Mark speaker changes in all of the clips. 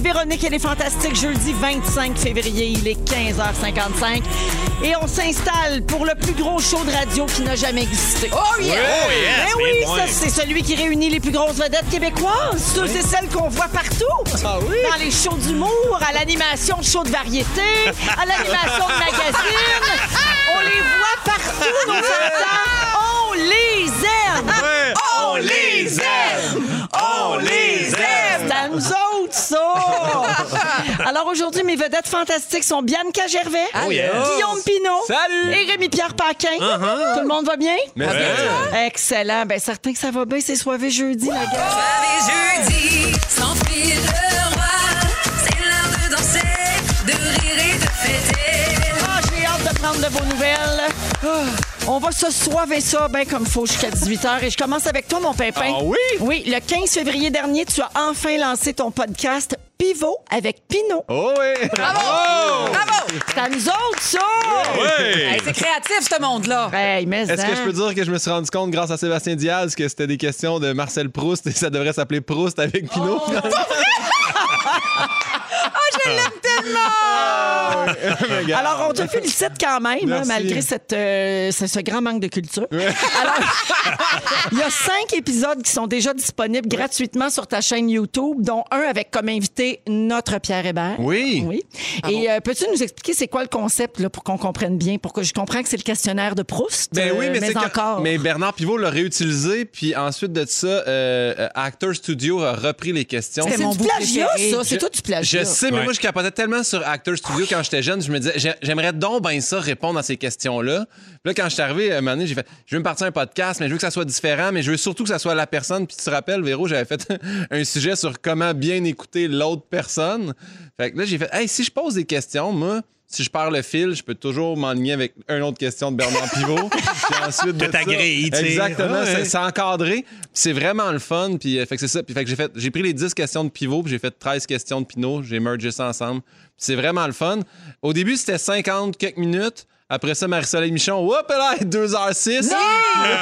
Speaker 1: Véronique, elle est fantastique. Jeudi 25 février, il est 15h55. Et on s'installe pour le plus gros show de radio qui n'a jamais existé.
Speaker 2: Oh yeah!
Speaker 3: Oh yes,
Speaker 1: Ben oui,
Speaker 3: bien
Speaker 1: ça,
Speaker 3: bon.
Speaker 1: c'est celui qui réunit les plus grosses vedettes québécoises. Ceux et celles qu'on voit partout.
Speaker 3: Ah
Speaker 1: Dans les shows d'humour, à l'animation de shows de variété, à l'animation de magazines. On les voit partout, nos enfants. On les aime.
Speaker 3: Ouais.
Speaker 2: On les aime! On les aime!
Speaker 1: C'est à nous autres, ça! Alors aujourd'hui, mes vedettes fantastiques sont Bianca Gervais,
Speaker 2: Oh yes.
Speaker 1: Guillaume Pinot
Speaker 4: Salut.
Speaker 1: et Rémi-Pierre Paquin. Tout le monde va bien?
Speaker 4: Mais
Speaker 3: Ouais.
Speaker 1: Excellent. Ben certain que ça va bien, c'est soivé jeudi, la gang.
Speaker 5: Soirée jeudi, sans fil de roi, c'est l'heure de danser, de rire et de fêter.
Speaker 1: Ah, j'ai hâte de prendre de vos nouvelles. Ah, On va se soiver ça bien comme faut jusqu'à 18h. Et je commence avec toi, mon pimpin.
Speaker 4: Ah oui?
Speaker 1: Oui, le 15 février dernier, tu as enfin lancé ton podcast Pivot avec Pinot.
Speaker 4: Oh oui!
Speaker 2: Bravo! Bravo!
Speaker 1: C'est à nous autres, ça!
Speaker 2: Hey, c'est créatif, ce monde-là.
Speaker 1: Hey, mais
Speaker 4: Est-ce
Speaker 1: hein.
Speaker 4: que je peux dire que je me suis rendu compte grâce à Sébastien Diaz que c'était des questions de Marcel Proust et ça devrait s'appeler Proust
Speaker 1: Oh.
Speaker 4: avec Pinot?
Speaker 1: Alors, on te félicite quand même, hein,
Speaker 4: Merci.
Speaker 1: malgré cette, euh, ce, ce grand manque de culture. Alors, il y a cinq épisodes qui sont déjà disponibles gratuitement sur ta chaîne YouTube, dont un avec comme invité notre Pierre Hébert.
Speaker 4: Oui. Ah
Speaker 1: Oui. Et euh, peux-tu nous expliquer c'est quoi le concept là, pour qu'on comprenne bien, pour que je comprenne que c'est le questionnaire de Proust,
Speaker 4: Ben oui,
Speaker 1: euh,
Speaker 4: mais, c'est que-
Speaker 1: encore.
Speaker 4: mais Bernard Pivot l'a réutilisé, puis ensuite de ça, euh, euh, Actor Studio a repris les questions.
Speaker 1: C'est
Speaker 2: mon
Speaker 1: du
Speaker 2: bout
Speaker 1: plagiat,
Speaker 2: préféré.
Speaker 1: ça. C'est toi du plagiat.
Speaker 4: Je sais, mais
Speaker 3: Ouais.
Speaker 4: moi, je capotais tellement sur Actor Studio quand j'étais jeune. Je me disais, j'ai- j'aimerais donc ben ça répondre à ces questions-là. Puis là, quand je suis arrivé, à un moment donné, j'ai fait, je veux me partir un podcast, mais je veux que ça soit différent, mais je veux surtout que ça soit la personne. Puis tu te rappelles, Véro, j'avais fait un sujet sur comment bien écouter l'autre personne. Fait que là, j'ai fait, hey, si je pose des questions, moi, si je perds le fil, je peux toujours m'enligner avec une autre question de Bernard Pivot. puis ensuite,
Speaker 3: Que
Speaker 4: de
Speaker 3: t'as
Speaker 4: ça-
Speaker 3: grillé, tu sais.
Speaker 4: Exactement,
Speaker 3: Ouais.
Speaker 4: c'est- c'est encadré. Puis c'est vraiment le fun. Puis euh, fait que c'est ça. Puis fait que j'ai fait, j'ai pris les 10 questions de pivot, puis j'ai fait 13 questions de pinot. J'ai mergé ça ensemble. Puis c'est vraiment le fun. Au début, c'était 50 quelques minutes. Après ça, Marie-Soleil Michon, hop là, 2h06.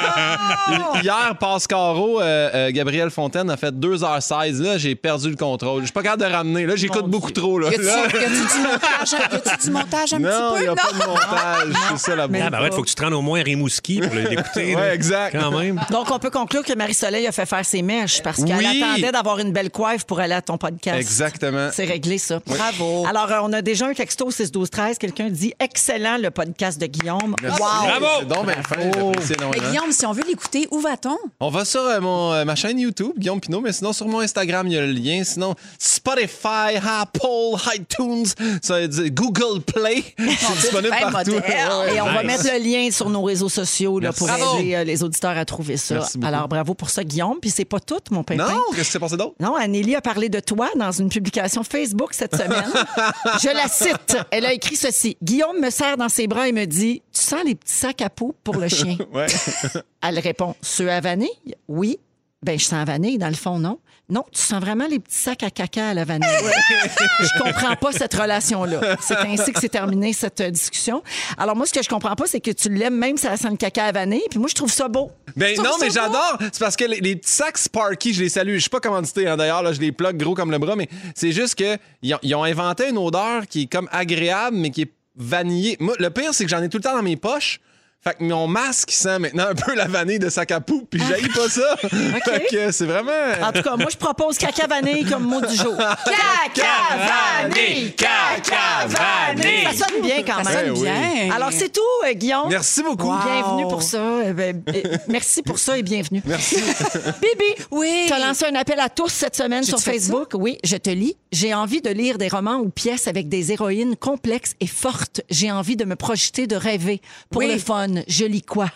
Speaker 4: Hier, Pascaro, euh, euh, Gabriel Fontaine a fait 2h16. Là, j'ai perdu le contrôle. Je suis pas capable de ramener. Là, j'écoute beaucoup trop. Là.
Speaker 2: Y a-tu y
Speaker 4: Là,
Speaker 2: a-tu du montage, y a-tu du montage un
Speaker 4: non,
Speaker 2: petit
Speaker 4: il n'y
Speaker 2: peu?
Speaker 4: a pas de montage. C'est ça la
Speaker 3: Ah,
Speaker 4: bonne-
Speaker 3: ben ouais, faut que tu te rendes au moins à Rimouski pour l'écouter.
Speaker 4: Ouais,
Speaker 3: là.
Speaker 4: exact.
Speaker 3: Quand même.
Speaker 1: Donc, on peut conclure que Marie-Soleil a fait faire ses mèches parce qu'elle
Speaker 4: Oui.
Speaker 1: attendait d'avoir une belle coiffe pour aller à ton podcast.
Speaker 4: Exactement.
Speaker 1: C'est réglé, ça.
Speaker 2: Bravo.
Speaker 1: Alors, euh, on a déjà un texto au 6-12-13. Quelqu'un dit « Excellent, le podcast de Guillaume.
Speaker 4: Merci.
Speaker 3: Bravo!
Speaker 4: C'est donc bien fin, j'apprécie
Speaker 2: Mais
Speaker 4: énormément.
Speaker 2: Guillaume, si on veut l'écouter, où va-t-on?
Speaker 4: On va sur euh, mon, euh, ma chaîne YouTube, Guillaume Pinot, mais sinon sur mon Instagram, il y a le lien. Sinon, Spotify, Apple, iTunes, ça veut dire Google Play. C'est disponible
Speaker 2: ben
Speaker 4: partout.
Speaker 2: modèle.
Speaker 4: Ouais, ouais.
Speaker 1: Et on va
Speaker 3: Nice.
Speaker 1: mettre le lien sur nos réseaux sociaux là,
Speaker 4: Merci.
Speaker 1: pour
Speaker 4: Bravo.
Speaker 1: aider euh, les auditeurs à trouver ça.
Speaker 4: Merci beaucoup.
Speaker 1: Alors, bravo pour ça, Guillaume. Puis c'est pas tout, mon pimpin.
Speaker 4: Non, qu'est-ce qui s'est passé d'autre?
Speaker 1: Non, Anneli a parlé de toi dans une publication Facebook cette semaine. Je la cite. Elle a écrit ceci. Guillaume me serre dans ses bras et me dit Tu sens les petits sacs à peau pour le chien
Speaker 4: Ouais.
Speaker 1: Elle répond Ceux à vanille Oui. Ben, je sens vanille, dans le fond, non. Non, tu sens vraiment les petits sacs à caca à la vanille. je comprends pas cette relation-là. C'est ainsi que s'est terminée cette euh, discussion. Alors, moi, ce que je comprends pas, c'est que tu l'aimes même si elle sent le caca à vanille. Puis moi, je trouve ça beau.
Speaker 4: Ben
Speaker 1: Tu trouves
Speaker 4: non,
Speaker 1: ça
Speaker 4: mais
Speaker 1: beau?
Speaker 4: j'adore. C'est parce que les, les petits sacs Sparky, je les salue. Je suis pas commandité, hein, d'ailleurs. là, Je les plug gros comme le bras, mais c'est juste que ils ont, ils ont inventé une odeur qui est comme agréable, mais qui est vanillée. Moi, le pire, c'est que j'en ai tout le temps dans mes poches. Fait que mon masque sent maintenant un peu la vanille de sac à poupe,
Speaker 2: Ah.
Speaker 4: puis j'aille pas ça. Fait que c'est vraiment.
Speaker 1: En tout cas, moi, je propose caca vanille comme mot du jour. Caca vanille!
Speaker 4: caca,
Speaker 1: Ça sonne bien quand
Speaker 2: Ça
Speaker 1: même.
Speaker 2: sonne
Speaker 4: oui.
Speaker 2: bien.
Speaker 1: Ah, ben Alors, c'est tout, euh, Guillaume.
Speaker 4: Merci beaucoup.
Speaker 1: Wow. Bienvenue pour ça. Euh, ben, euh, merci pour ça et bienvenue. Merci. Bibi,
Speaker 2: Oui.
Speaker 1: tu as lancé un appel à tous cette semaine sur
Speaker 2: fait ça?
Speaker 1: Facebook. Oui, je te lis. J'ai envie de lire des romans ou pièces avec des héroïnes complexes et fortes. J'ai envie de me projeter, de rêver. Pour
Speaker 2: Oui.
Speaker 1: le fun, je lis quoi?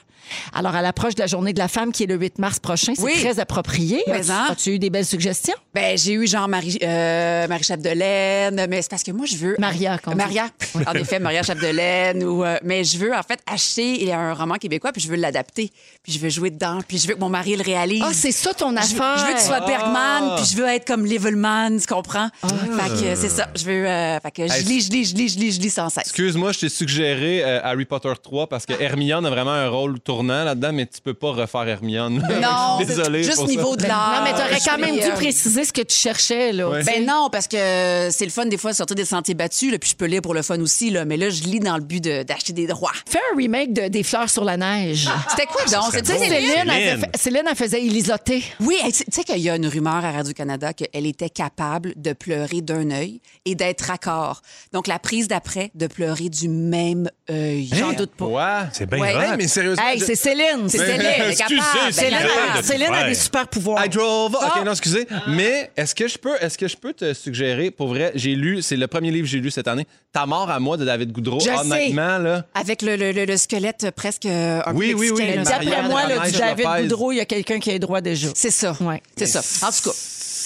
Speaker 1: Alors, à l'approche de la journée de la femme qui est le 8 mars prochain, c'est
Speaker 2: Oui.
Speaker 1: très approprié.
Speaker 2: Mais
Speaker 1: As-tu-
Speaker 2: hein.
Speaker 1: As-tu eu des belles suggestions?
Speaker 2: Ben, j'ai eu genre Marie, euh, Marie Chapdelaine, mais c'est parce que moi, je veux.
Speaker 1: Maria, qu'on dit.
Speaker 2: Maria. En effet, Maria Chapdelaine. Ou, euh, mais je veux, en fait, acheter il y a un roman québécois, puis je veux l'adapter. Puis je veux jouer dedans, puis je veux que mon mari le réalise.
Speaker 1: Ah, c'est ça ton
Speaker 2: je veux,
Speaker 1: affaire.
Speaker 2: je veux que tu sois Bergman, puis je veux être comme Levelman, tu comprends?
Speaker 1: Ah.
Speaker 2: Fait que euh, c'est ça. Je veux. euh, fait que je
Speaker 4: Hey,
Speaker 2: lis, je lis, je lis, je lis, je lis sans cesse. Ah.
Speaker 4: Excuse-moi, je t'ai suggéré euh, Harry Potter 3 parce que Hermione a vraiment un rôle tournant là-dedans, mais tu peux pas refaire Hermione.
Speaker 2: Non,
Speaker 4: Désolé
Speaker 2: juste
Speaker 4: pour ça.
Speaker 2: niveau de l'art.
Speaker 1: Ben, non, mais t'aurais quand
Speaker 2: puis,
Speaker 1: même dû
Speaker 2: euh,
Speaker 1: préciser ce que tu cherchais, là.
Speaker 4: Ouais.
Speaker 1: tu sais.
Speaker 2: Ben non, parce que c'est le fun des fois de sortir des sentiers battus, là, puis je peux lire pour le fun aussi, là, mais là, je lis dans le but de- d'acheter des droits.
Speaker 1: Fais un remake de Des fleurs sur la neige.
Speaker 2: C'était quoi donc?
Speaker 3: serait
Speaker 2: C'était
Speaker 3: beau.
Speaker 2: Céline?
Speaker 1: Céline, elle,
Speaker 3: Céline.
Speaker 1: fait- Céline, elle faisait Élisotée.
Speaker 2: Oui, hey, tu tu sais qu'il y a une rumeur à Radio-Canada qu'elle était capable de pleurer d'un œil et d'être raccord. Donc, la prise d'après, de pleurer du même œil. J'en doute pas.
Speaker 4: Hein? Ouais.
Speaker 3: C'est bien
Speaker 2: Ouais.
Speaker 3: rock.
Speaker 4: Ouais, mais sérieusement.
Speaker 1: Hey,
Speaker 4: je-
Speaker 1: c'est Céline.
Speaker 2: C'est Céline, elle est
Speaker 3: Excusez,
Speaker 2: capable. Ben,
Speaker 3: c'est
Speaker 2: elle est
Speaker 1: Céline,
Speaker 3: Céline.
Speaker 2: capable.
Speaker 1: a- Céline a des super pouvoirs.
Speaker 4: I drove.
Speaker 1: Ah!
Speaker 4: OK, non, excusez. Mais est-ce que je peux est-ce que je peux te suggérer pour vrai, j'ai lu, c'est le premier livre que j'ai lu cette année, Ta mort à moi de David Goudreau.
Speaker 1: Je
Speaker 4: Honnêtement là,
Speaker 2: Avec le, le- le- le squelette presque euh, un
Speaker 4: Oui,
Speaker 2: peu
Speaker 4: oui, oui,
Speaker 2: mexicain,
Speaker 4: le
Speaker 2: là.
Speaker 1: D'après moi,
Speaker 4: Marianne
Speaker 1: là, du
Speaker 4: Lopez.
Speaker 1: David Boudreau, il y a quelqu'un qui a droit déjà.
Speaker 2: C'est ça.
Speaker 1: Ouais.
Speaker 2: C'est ça. En tout cas,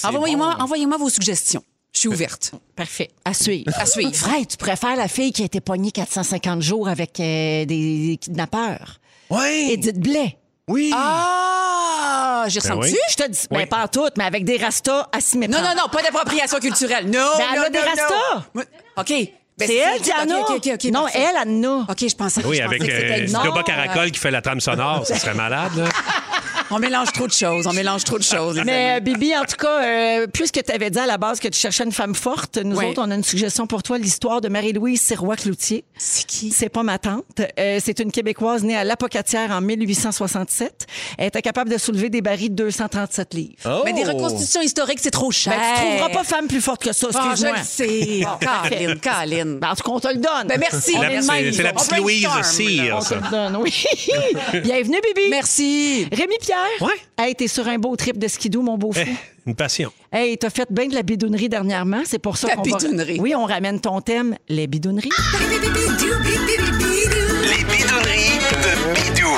Speaker 2: envoyez-moi envoyez-moi vos suggestions. Je suis ouverte.
Speaker 1: Parfait. À suivre.
Speaker 2: À suivre.
Speaker 1: Hey, tu préfères la fille qui a été pognée 450 jours avec euh, des, des kidnappeurs?
Speaker 4: Ouais.
Speaker 1: Edith Blais.
Speaker 4: Oui.
Speaker 2: Ah! J'ai
Speaker 3: Ben
Speaker 2: ressenti.
Speaker 3: oui.
Speaker 1: Je te dis, ben pas en tout, mais avec des rastas asymétriques.
Speaker 2: Non, non, non, pas d'appropriation culturelle. Non,
Speaker 1: Mais elle
Speaker 2: non,
Speaker 1: a des
Speaker 2: non,
Speaker 1: rastas.
Speaker 2: non. Moi- OK. Ben,
Speaker 1: C'est elle,
Speaker 2: ok,
Speaker 1: Diana.
Speaker 2: OK, OK, OK,
Speaker 1: non,
Speaker 2: parfait.
Speaker 1: elle, Anna.
Speaker 2: OK, je pensais que
Speaker 3: Oui,
Speaker 2: je pensais
Speaker 3: avec
Speaker 2: que c'était
Speaker 3: euh,
Speaker 2: une- Non,
Speaker 3: Scoba Caracol qui fait la trame sonore, ça serait malade. Là.
Speaker 2: euh, On mélange trop de choses. On mélange trop de choses. les amis.
Speaker 1: Mais euh, Bibi, en tout cas, euh, puisque tu avais dit à la base que tu cherchais une femme forte, nous
Speaker 2: Oui.
Speaker 1: autres, on a une suggestion pour toi, l'histoire de Marie-Louise Sirois-Cloutier.
Speaker 2: C'est qui?
Speaker 1: C'est pas ma tante. Euh, c'est une Québécoise née à Lapocatière en 1867. Elle était capable de soulever des barils de 237 livres.
Speaker 4: Oh.
Speaker 2: Mais des reconstitutions historiques, c'est trop cher.
Speaker 1: Ben, tu trouveras pas femme plus forte que ça,
Speaker 2: Ah, je
Speaker 1: excuse-moi.
Speaker 2: le sais. Caroline, Caroline.
Speaker 1: Ben, en tout cas, on te le donne.
Speaker 2: Ben, merci.
Speaker 3: La-
Speaker 2: merci.
Speaker 3: C'est c'est la
Speaker 2: On
Speaker 3: petite
Speaker 2: brainstorm,
Speaker 3: Louise
Speaker 2: là.
Speaker 3: Cyr,
Speaker 1: on te
Speaker 3: ça.
Speaker 1: le donne, oui. Bienvenue, Bibi.
Speaker 2: Merci.
Speaker 1: Rémi Pierre.
Speaker 3: Ouais.
Speaker 1: Hey, t'es sur un beau trip de skidoo, mon beau fou.
Speaker 3: Eh, une passion.
Speaker 1: Hey, t'as fait bien de la bidounerie dernièrement. C'est pour ça
Speaker 2: La
Speaker 1: qu'on va-
Speaker 2: bidounerie.
Speaker 1: Oui, on ramène ton thème, les bidouneries.
Speaker 6: Les bidonneries de Bidou.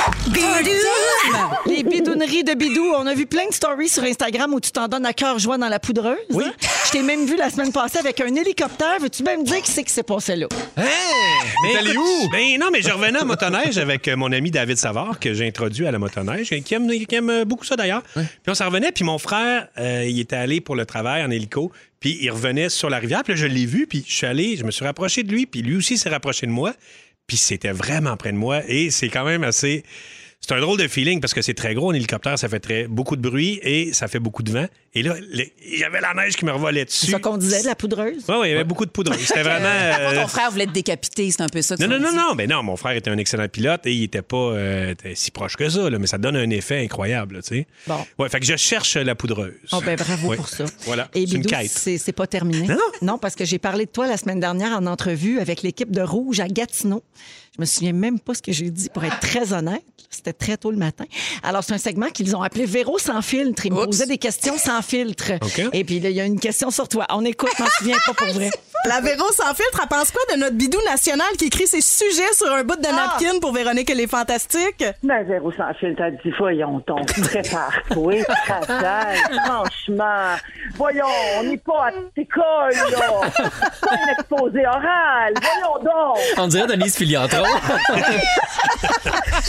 Speaker 1: les bidouneries de bidou. On a vu plein de stories sur Instagram où tu t'en donnes à cœur joie dans la poudreuse. Oui. Je t'ai même vu la semaine passée avec un hélicoptère. Veux-tu même dire qui c'est qui s'est passé là?
Speaker 3: Mais
Speaker 4: t'es allé
Speaker 3: écoute,
Speaker 4: où?
Speaker 3: Ben non, mais je revenais à motoneige avec euh, mon ami David Savard, que j'ai introduit à la motoneige, qui aime, qui aime euh, beaucoup ça d'ailleurs. Puis on s'en revenait, puis mon frère, euh, il était allé pour le travail en hélico, puis il revenait sur la rivière, puis là, je l'ai vu, puis je suis allé, je me suis rapproché de lui, puis lui aussi s'est rapproché de moi, puis c'était vraiment près de moi, et c'est quand même assez... C'est un drôle de feeling parce que c'est très gros, un hélicoptère, ça fait très, beaucoup de bruit et ça fait beaucoup de vent. Et là, le- il y avait la neige qui me revolait dessus.
Speaker 1: C'est ça qu'on disait de la poudreuse.
Speaker 3: Oui, oui, il y avait beaucoup de poudre. C'était vraiment...
Speaker 2: Avant,
Speaker 3: euh,
Speaker 2: ton frère voulait te décapiter, c'est un peu ça que
Speaker 3: non,
Speaker 2: tu
Speaker 3: non,
Speaker 2: m'as
Speaker 3: non,
Speaker 2: dit.
Speaker 3: non, mais non, mon frère était un excellent pilote et il était pas euh, était si proche que ça, là, mais ça donne un effet incroyable, là, tu sais.
Speaker 1: Bon.
Speaker 3: Ouais, fait que je cherche la poudreuse.
Speaker 1: Oh, ben bravo
Speaker 3: Ouais.
Speaker 1: pour ça.
Speaker 3: Voilà,
Speaker 1: Et
Speaker 3: c'est une
Speaker 1: Bidou,
Speaker 3: quête.
Speaker 1: c'est c'est pas terminé.
Speaker 3: Non, non.
Speaker 1: parce que j'ai parlé de toi la semaine dernière en entrevue avec l'équipe de Rouge à Gatineau. Je me souviens même pas ce que j'ai dit, pour être très honnête. C'était très tôt le matin. Alors, c'est un segment qu'ils ont appelé Véro sans filtre. Ils me
Speaker 2: Oups.
Speaker 1: posaient des questions sans filtre.
Speaker 3: OK.
Speaker 1: Et puis, là, il y a une question sur toi. On écoute, je m'en souviens pas pour vrai.
Speaker 7: La Véro sans filtre, elle pense quoi de notre bidou national qui écrit ses sujets sur un bout de
Speaker 1: Ah!
Speaker 7: napkin pour Véronique et les Fantastiques?
Speaker 8: Mais Véro sans fil, Ben, t'as dit, voyons donc, prépare-toi, travaille, franchement. Voyons, on n'est pas à cette école, là. C'est pas un exposé oral, voyons donc.
Speaker 9: On dirait Denise Filiantron.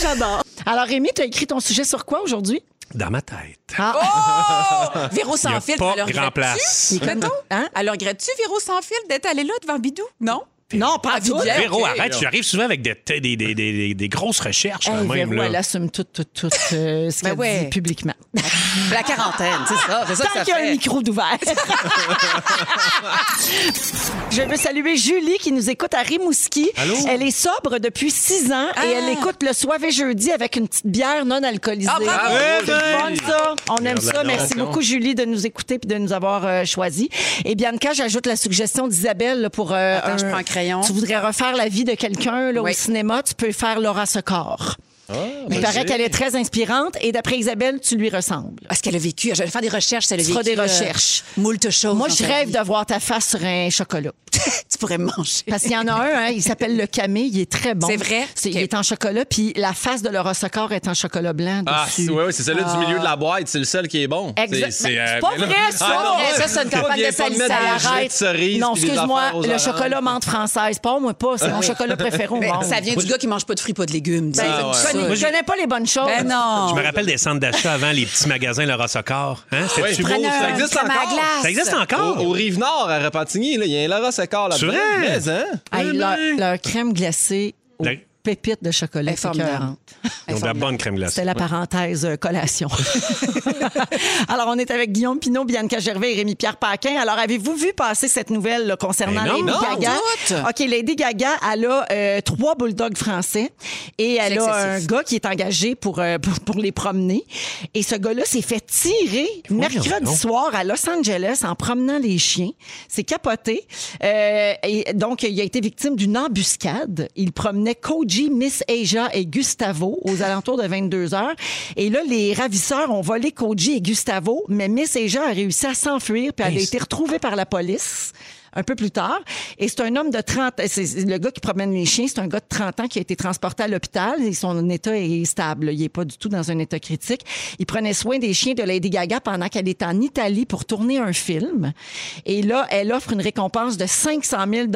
Speaker 4: Ah,
Speaker 1: Alors, Rémi, tu as écrit ton sujet sur quoi aujourd'hui?
Speaker 3: Dans ma tête.
Speaker 1: Ah,
Speaker 2: Oh! Véro
Speaker 3: Il y
Speaker 2: sans
Speaker 3: a
Speaker 2: fil,
Speaker 3: pas
Speaker 2: alors
Speaker 3: grand place.
Speaker 2: regrettes-tu? mettons? hein? Alors regrettes-tu, Véro sans fil, d'être allé là devant Bidou? Non?
Speaker 1: Non, pas
Speaker 2: Ah,
Speaker 1: tout.
Speaker 2: Bibi,
Speaker 3: Véro,
Speaker 2: ok.
Speaker 3: arrête, j'arrive souvent avec des, des, des, des, des- des grosses recherches, quand
Speaker 1: Hey,
Speaker 3: Ah, même.
Speaker 1: Véro,
Speaker 3: là.
Speaker 1: elle assume tout, tout, tout euh, ce
Speaker 2: Ben
Speaker 1: qu'elle
Speaker 2: ouais.
Speaker 1: dit publiquement.
Speaker 2: La quarantaine, c'est ça. C'est ça que
Speaker 1: Tant
Speaker 2: ça
Speaker 1: qu'il y a un
Speaker 2: fait.
Speaker 1: micro d'ouvert. Je veux saluer Julie qui nous écoute à Rimouski.
Speaker 3: Allô?
Speaker 1: Elle est sobre depuis six ans et elle écoute le soir et jeudi avec une petite bière non alcoolisée.
Speaker 2: Ah, bravo!
Speaker 1: C'est bon, ça. On aime
Speaker 4: Regarde
Speaker 1: ça.
Speaker 4: la
Speaker 1: Merci
Speaker 4: notion.
Speaker 1: beaucoup, Julie, de nous écouter puis de nous avoir euh, choisi. Et Bianca, j'ajoute la suggestion d'Isabelle là, pour. euh,
Speaker 2: Attends, je prends un crayon.
Speaker 1: Tu voudrais refaire la vie de quelqu'un là, au
Speaker 2: Oui.
Speaker 1: cinéma, tu peux faire Laura Secor.
Speaker 4: ben
Speaker 1: Il paraît qu'elle est très inspirante et d'après Isabelle, tu lui ressembles.
Speaker 2: Est-ce Ah, qu'elle a vécu? Je vais faire des recherches, si elle a
Speaker 1: Tu
Speaker 2: vécu.
Speaker 1: feras des
Speaker 2: euh,
Speaker 1: recherches.
Speaker 2: moult choses.
Speaker 1: Moi,
Speaker 2: dans
Speaker 1: je
Speaker 2: ta
Speaker 1: rêve
Speaker 2: vie.
Speaker 1: de voir ta face sur un chocolat.
Speaker 2: Tu pourrais me manger.
Speaker 1: Parce qu'il y en a un, hein, il s'appelle le camé, il est très bon.
Speaker 2: C'est vrai?
Speaker 1: C'est- Il
Speaker 2: Ok.
Speaker 1: est en chocolat, puis la face de Laura Socor est en chocolat blanc
Speaker 4: Ah,
Speaker 1: dessus.
Speaker 4: c'est, ouais, ouais, c'est celui du milieu de la boîte, c'est le seul qui est bon.
Speaker 1: Exact-
Speaker 4: C'est,
Speaker 1: Mais
Speaker 3: euh,
Speaker 1: c'est pas
Speaker 4: mais non.
Speaker 1: vrai, ça!
Speaker 4: Ah, non,
Speaker 1: Pas vrai,
Speaker 4: ouais.
Speaker 1: ça, c'est une
Speaker 4: Toi,
Speaker 2: campagne
Speaker 4: viens
Speaker 2: de
Speaker 4: pas me mettre
Speaker 2: salissage.
Speaker 4: des jets de cerises
Speaker 1: non,
Speaker 4: puis des
Speaker 1: excuse-moi,
Speaker 4: affaires aux
Speaker 1: le
Speaker 4: oranges.
Speaker 1: chocolat menthe française, pas moi pas, c'est mon chocolat préféré au
Speaker 2: Mais
Speaker 1: monde.
Speaker 2: Ben, ça vient du gars qui mange pas de fruits, pas de légumes. dis.
Speaker 4: Ah, ouais.
Speaker 1: Ben, Je connais- je
Speaker 3: Moi, j'ai-
Speaker 1: connais pas les bonnes choses.
Speaker 2: Ben non.
Speaker 3: Je me rappelle des centres d'achat avant, les petits magasins Laura Socor.
Speaker 4: Ah
Speaker 3: Hein?
Speaker 4: Ouais,
Speaker 3: C'était-tu
Speaker 4: je
Speaker 3: beau,
Speaker 4: prenais
Speaker 3: ça?
Speaker 4: un- existe
Speaker 2: crème à
Speaker 4: encore?
Speaker 2: glace.
Speaker 3: Ça existe
Speaker 1: Oh!
Speaker 3: encore?
Speaker 4: Au, au Rive-Nord, à Repentigny, là, il y a un Lara Secor là-dedans.
Speaker 3: C'est vrai?
Speaker 4: Mais, hein? Ben.
Speaker 1: Hey, leur, leur crème glacée au
Speaker 3: La-
Speaker 1: pépite de chocolat
Speaker 2: Elle est formidable.
Speaker 1: écœurante.
Speaker 3: Ils ont de la bonne crème glacée.
Speaker 1: C'était la parenthèse euh, collation. Alors, on est avec Guillaume Pinot, Bianca Gervais et Rémi-Pierre Paquin. Alors, avez-vous vu passer cette nouvelle là, concernant
Speaker 3: Mais non,
Speaker 1: Lady
Speaker 3: non,
Speaker 1: Gaga?
Speaker 2: doute.
Speaker 1: OK, Lady Gaga, elle a euh, trois bulldogs français et elle a un
Speaker 2: excessif.
Speaker 1: gars qui est engagé pour, euh, pour, pour les promener. Et ce gars-là s'est fait tirer mercredi
Speaker 3: donc.
Speaker 1: soir à Los Angeles en promenant les chiens. C'est capoté. Euh, et donc, il a été victime d'une embuscade. Il promenait Koji, Miss Asia et Gustavo aux alentours de 22 heures. Et là, les ravisseurs ont volé Koji et Gustavo, mais Miss Asia a réussi à s'enfuir puis elle a été retrouvée par la police un peu plus tard. Et c'est un homme de 30... c'est- c'est Le gars qui promène les chiens, c'est un gars de 30 ans qui a été transporté à l'hôpital et son état est stable. Il n'est pas du tout dans un état critique. Il prenait soin des chiens de Lady Gaga pendant qu'elle était en Italie pour tourner un film. Et là, elle offre une récompense de 500 000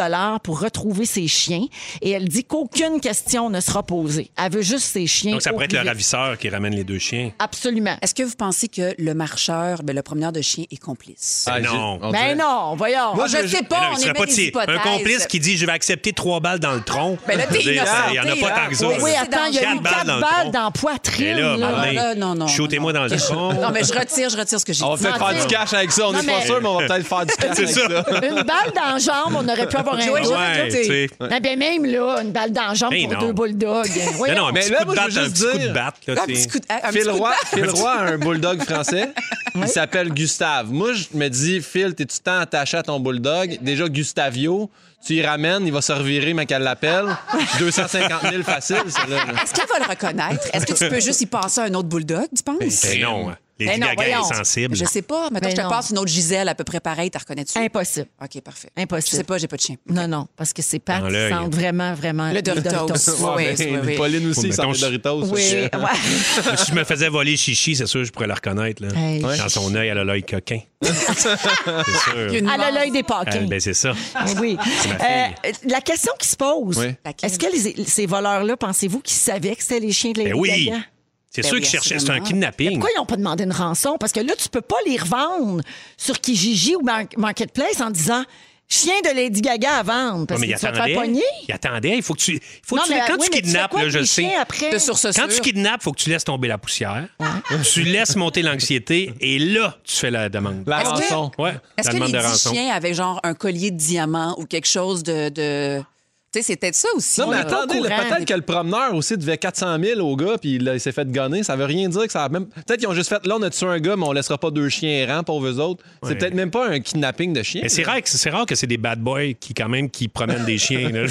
Speaker 1: pour retrouver ses chiens. Et elle dit qu'aucune question ne sera posée. Elle veut juste ses chiens.
Speaker 3: Donc, ça pourrait être le
Speaker 1: oubliés.
Speaker 3: ravisseur qui ramène les deux chiens.
Speaker 1: Absolument.
Speaker 2: Est-ce que vous pensez que le marcheur, ben, le promeneur de chien est complice?
Speaker 3: Ah,
Speaker 4: j'ai-
Speaker 3: non.
Speaker 4: on dirait-
Speaker 1: Ben non, voyons.
Speaker 2: Moi, je ne sais
Speaker 3: Mais
Speaker 2: pas,
Speaker 3: non,
Speaker 2: on
Speaker 3: il serait
Speaker 2: émet
Speaker 3: pas
Speaker 2: des
Speaker 3: tiré.
Speaker 2: hypothèses.
Speaker 3: Un complice qui dit je vais accepter trois balles dans le tronc.
Speaker 2: Ben là, t'es
Speaker 3: Je veux dire,
Speaker 2: innocenté,
Speaker 3: Il y en a pas
Speaker 2: là.
Speaker 3: tant que ça.
Speaker 2: Oui,
Speaker 1: Oui,
Speaker 2: c'est
Speaker 1: attends, il y a eu
Speaker 3: dangereux.
Speaker 1: quatre
Speaker 3: Quatre
Speaker 1: balles,
Speaker 3: balles
Speaker 1: dans, la
Speaker 3: Et
Speaker 1: poitrine.
Speaker 3: là,
Speaker 1: là.
Speaker 3: Marlin,
Speaker 2: là, non, non,
Speaker 3: shootez-moi
Speaker 2: non,
Speaker 3: dans le tronc.
Speaker 2: Non, mais je retire, je retire ce que j'ai
Speaker 4: On
Speaker 2: dit.
Speaker 4: fait faire du cash avec ça. On
Speaker 1: Non,
Speaker 4: n'est pas
Speaker 1: mais-
Speaker 4: sûr, mais on va peut-être faire du cash
Speaker 3: C'est
Speaker 4: avec ça.
Speaker 3: ça.
Speaker 1: Une balle dans la jambe, on aurait pu avoir un...
Speaker 2: Joël,
Speaker 3: Ah
Speaker 2: je-
Speaker 3: ouais, tu sais.
Speaker 1: Ah ben même là, une balle dans la jambe
Speaker 3: Ben
Speaker 1: pour
Speaker 3: non.
Speaker 1: deux bulldogs.
Speaker 3: Non,
Speaker 1: Voyons.
Speaker 3: non, un
Speaker 4: Mais
Speaker 3: petit
Speaker 4: là,
Speaker 3: coup de
Speaker 4: moi, je
Speaker 3: batte,
Speaker 4: veux
Speaker 3: un
Speaker 4: juste
Speaker 3: petit coup de
Speaker 4: dire-
Speaker 3: batte. là,
Speaker 2: Un
Speaker 3: tu sais.
Speaker 2: petit coup de- un petit
Speaker 4: Phil
Speaker 2: coup de
Speaker 4: Roy,
Speaker 2: batte.
Speaker 4: Phil Roy a un bulldog français. Il s'appelle Gustave. Moi, je me dis, Phil, t'es-tu tant attaché à ton bulldog? Déjà, Gustavio, tu y ramènes, il va se revirer, mais qu'elle l'appelle. 250 000 facile, ça, là.
Speaker 2: Est-ce qu'il va le reconnaître? Est-ce que tu peux juste y passer un autre bulldog, tu penses?
Speaker 3: Ben non, hein. les
Speaker 2: Ben non,
Speaker 3: Gaga
Speaker 2: voyons.
Speaker 3: est sensible.
Speaker 2: Je sais pas. Maintenant,
Speaker 1: Ben
Speaker 2: je te
Speaker 1: non.
Speaker 2: passe une autre Gisèle à peu près pareille, t'as reconnais-tu?
Speaker 1: Impossible.
Speaker 2: OK, parfait.
Speaker 1: Impossible.
Speaker 2: Je sais pas, j'ai pas de
Speaker 3: Euh.
Speaker 2: chien.
Speaker 1: Non, non, parce que ses pattes
Speaker 3: Dans l'œil.
Speaker 1: sentent vraiment, vraiment
Speaker 2: Le Doritos. Oui,
Speaker 4: Ouais,
Speaker 2: oui,
Speaker 4: ben,
Speaker 2: oui.
Speaker 4: Pauline
Speaker 3: Oh,
Speaker 4: aussi, il sort
Speaker 3: mettons,
Speaker 4: des Doritos.
Speaker 1: Oui,
Speaker 4: Fait que-
Speaker 1: ouais.
Speaker 3: Si je me faisais voler Chichi, c'est sûr, je pourrais la reconnaître. Là.
Speaker 1: Hey,
Speaker 3: Dans son œil, elle a l'œil coquin. c'est sûr.
Speaker 2: Une
Speaker 1: Elle a
Speaker 2: mort.
Speaker 1: l'œil des paquets.
Speaker 3: Ah, ben, c'est ça.
Speaker 1: oui.
Speaker 3: ma fille.
Speaker 1: Euh, la question qui se pose,
Speaker 4: Oui.
Speaker 2: Laquelle?
Speaker 1: est-ce que les- ces voleurs-là, pensez-vous qu'ils savaient que c'était les chiens de Lady
Speaker 3: Ben oui.
Speaker 1: Gaga?
Speaker 3: C'est
Speaker 2: Ben
Speaker 3: sûr
Speaker 2: oui,
Speaker 3: qu'ils cherchaient. C'est un
Speaker 2: assurément.
Speaker 3: kidnapping.
Speaker 1: Pourquoi ils n'ont pas demandé une rançon? Parce que là, tu peux pas les revendre sur Kijiji ou Mar- Marketplace en disant chien de Lady Gaga à vendre. Parce
Speaker 3: Ouais, mais
Speaker 1: que
Speaker 3: il
Speaker 1: tu vas te faire
Speaker 3: attendait.
Speaker 1: pogner.
Speaker 3: Il attendait. Il faut que tu. Faut
Speaker 1: Non,
Speaker 3: que tu-
Speaker 1: mais,
Speaker 3: quand
Speaker 1: oui,
Speaker 3: tu
Speaker 1: mais fais
Speaker 3: kidnappes,
Speaker 1: quoi
Speaker 3: là,
Speaker 1: avec
Speaker 3: je le
Speaker 1: les
Speaker 3: sais.
Speaker 1: chiens après?
Speaker 2: De source
Speaker 3: Quand tu
Speaker 2: sûre.
Speaker 3: kidnappes, il faut que tu laisses tomber la poussière. tu laisses monter l'anxiété et là, tu fais la demande.
Speaker 4: La
Speaker 2: Est-ce que-
Speaker 4: rançon.
Speaker 3: Ouais,
Speaker 2: Est-ce que
Speaker 3: la
Speaker 2: les
Speaker 3: demande de
Speaker 2: dix
Speaker 3: rançon.
Speaker 2: chiens avaient genre un collier de diamants ou quelque chose de. de... Tu sais, c'est peut-être ça aussi.
Speaker 4: Non, mais
Speaker 2: On est pas
Speaker 4: attendez,
Speaker 2: au
Speaker 4: le-
Speaker 2: courant.
Speaker 4: peut-être que le promeneur aussi devait 400 000 au gars, puis là, il s'est fait gonner. Ça veut rien dire que ça a même. Peut-être qu'ils ont juste fait là, on a tué un gars, mais on laissera pas deux chiens errants, pauvres eux autres.
Speaker 3: Ouais.
Speaker 4: C'est peut-être même pas un kidnapping de chiens.
Speaker 3: Mais c'est rare, que- c'est rare que c'est des bad boys qui, quand même, qui promènent des chiens. là.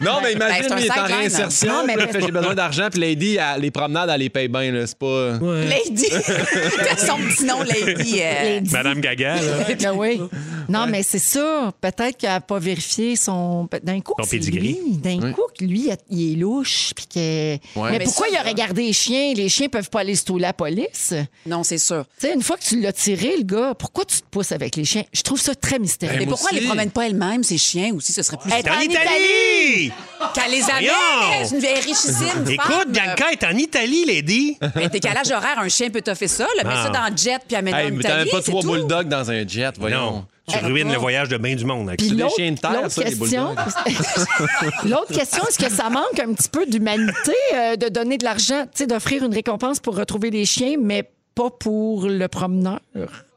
Speaker 4: Non, mais
Speaker 2: Ben,
Speaker 4: imagine,
Speaker 2: c'est un
Speaker 4: il est en
Speaker 2: sideline.
Speaker 4: réinsertion.
Speaker 1: Non, mais-
Speaker 4: là, fait, j'ai besoin d'argent, puis Lady, elle- les promenades, elle les paye bien. là, C'est pas.
Speaker 2: Lady. T'as son petit nom, Lady. euh,
Speaker 3: Madame Gaga, là.
Speaker 1: Ben oui. Non, mais c'est ça. Peut-être qu'elle n'a pas vérifié son. ben, D'un coup,
Speaker 3: Son
Speaker 1: c'est
Speaker 3: pedigree.
Speaker 1: lui. D'un coup, que lui, il est louche. Puis que... Mais,
Speaker 2: Mais
Speaker 1: pourquoi
Speaker 2: ça,
Speaker 1: il aurait gardé les chiens? Les chiens peuvent pas aller se touler à la police.
Speaker 2: Non, c'est sûr.
Speaker 1: Tu sais, une fois que tu l'as tiré, le gars, pourquoi tu te pousses avec les chiens? Je trouve ça très mystérieux.
Speaker 2: Mais
Speaker 4: moi
Speaker 2: pourquoi
Speaker 4: aussi.
Speaker 2: elle les promène pas elle-même, ces chiens aussi? Ce serait plus.
Speaker 1: Elle est
Speaker 3: en Italie!
Speaker 2: Qu'elle les amène!
Speaker 3: Voyons!
Speaker 2: Une vieille richissime.
Speaker 3: Écoute,
Speaker 2: femme.
Speaker 3: Bianca est en Italie, Lady.
Speaker 2: Mais Ben, décalage horaire, un chien peut t'offrir ça. Là, mets
Speaker 3: Non.
Speaker 2: ça dans le jet puis amène
Speaker 4: Hey, mais
Speaker 2: ça en
Speaker 4: t'as même
Speaker 2: Italie.
Speaker 4: pas
Speaker 2: c'est
Speaker 4: trois
Speaker 2: tout.
Speaker 4: bulldogs dans un jet,
Speaker 3: Non,
Speaker 4: voyons.
Speaker 3: tu ruines le voyage de bien du monde. avec
Speaker 1: Puis
Speaker 3: ça.
Speaker 4: des
Speaker 1: l'autre-
Speaker 4: chiens de terre,
Speaker 1: l'autre
Speaker 4: ça, des
Speaker 1: question, l'autre question, est-ce que ça manque un petit peu d'humanité euh, de donner de l'argent, tu sais, d'offrir une récompense pour retrouver les chiens, mais pas pour le promeneur?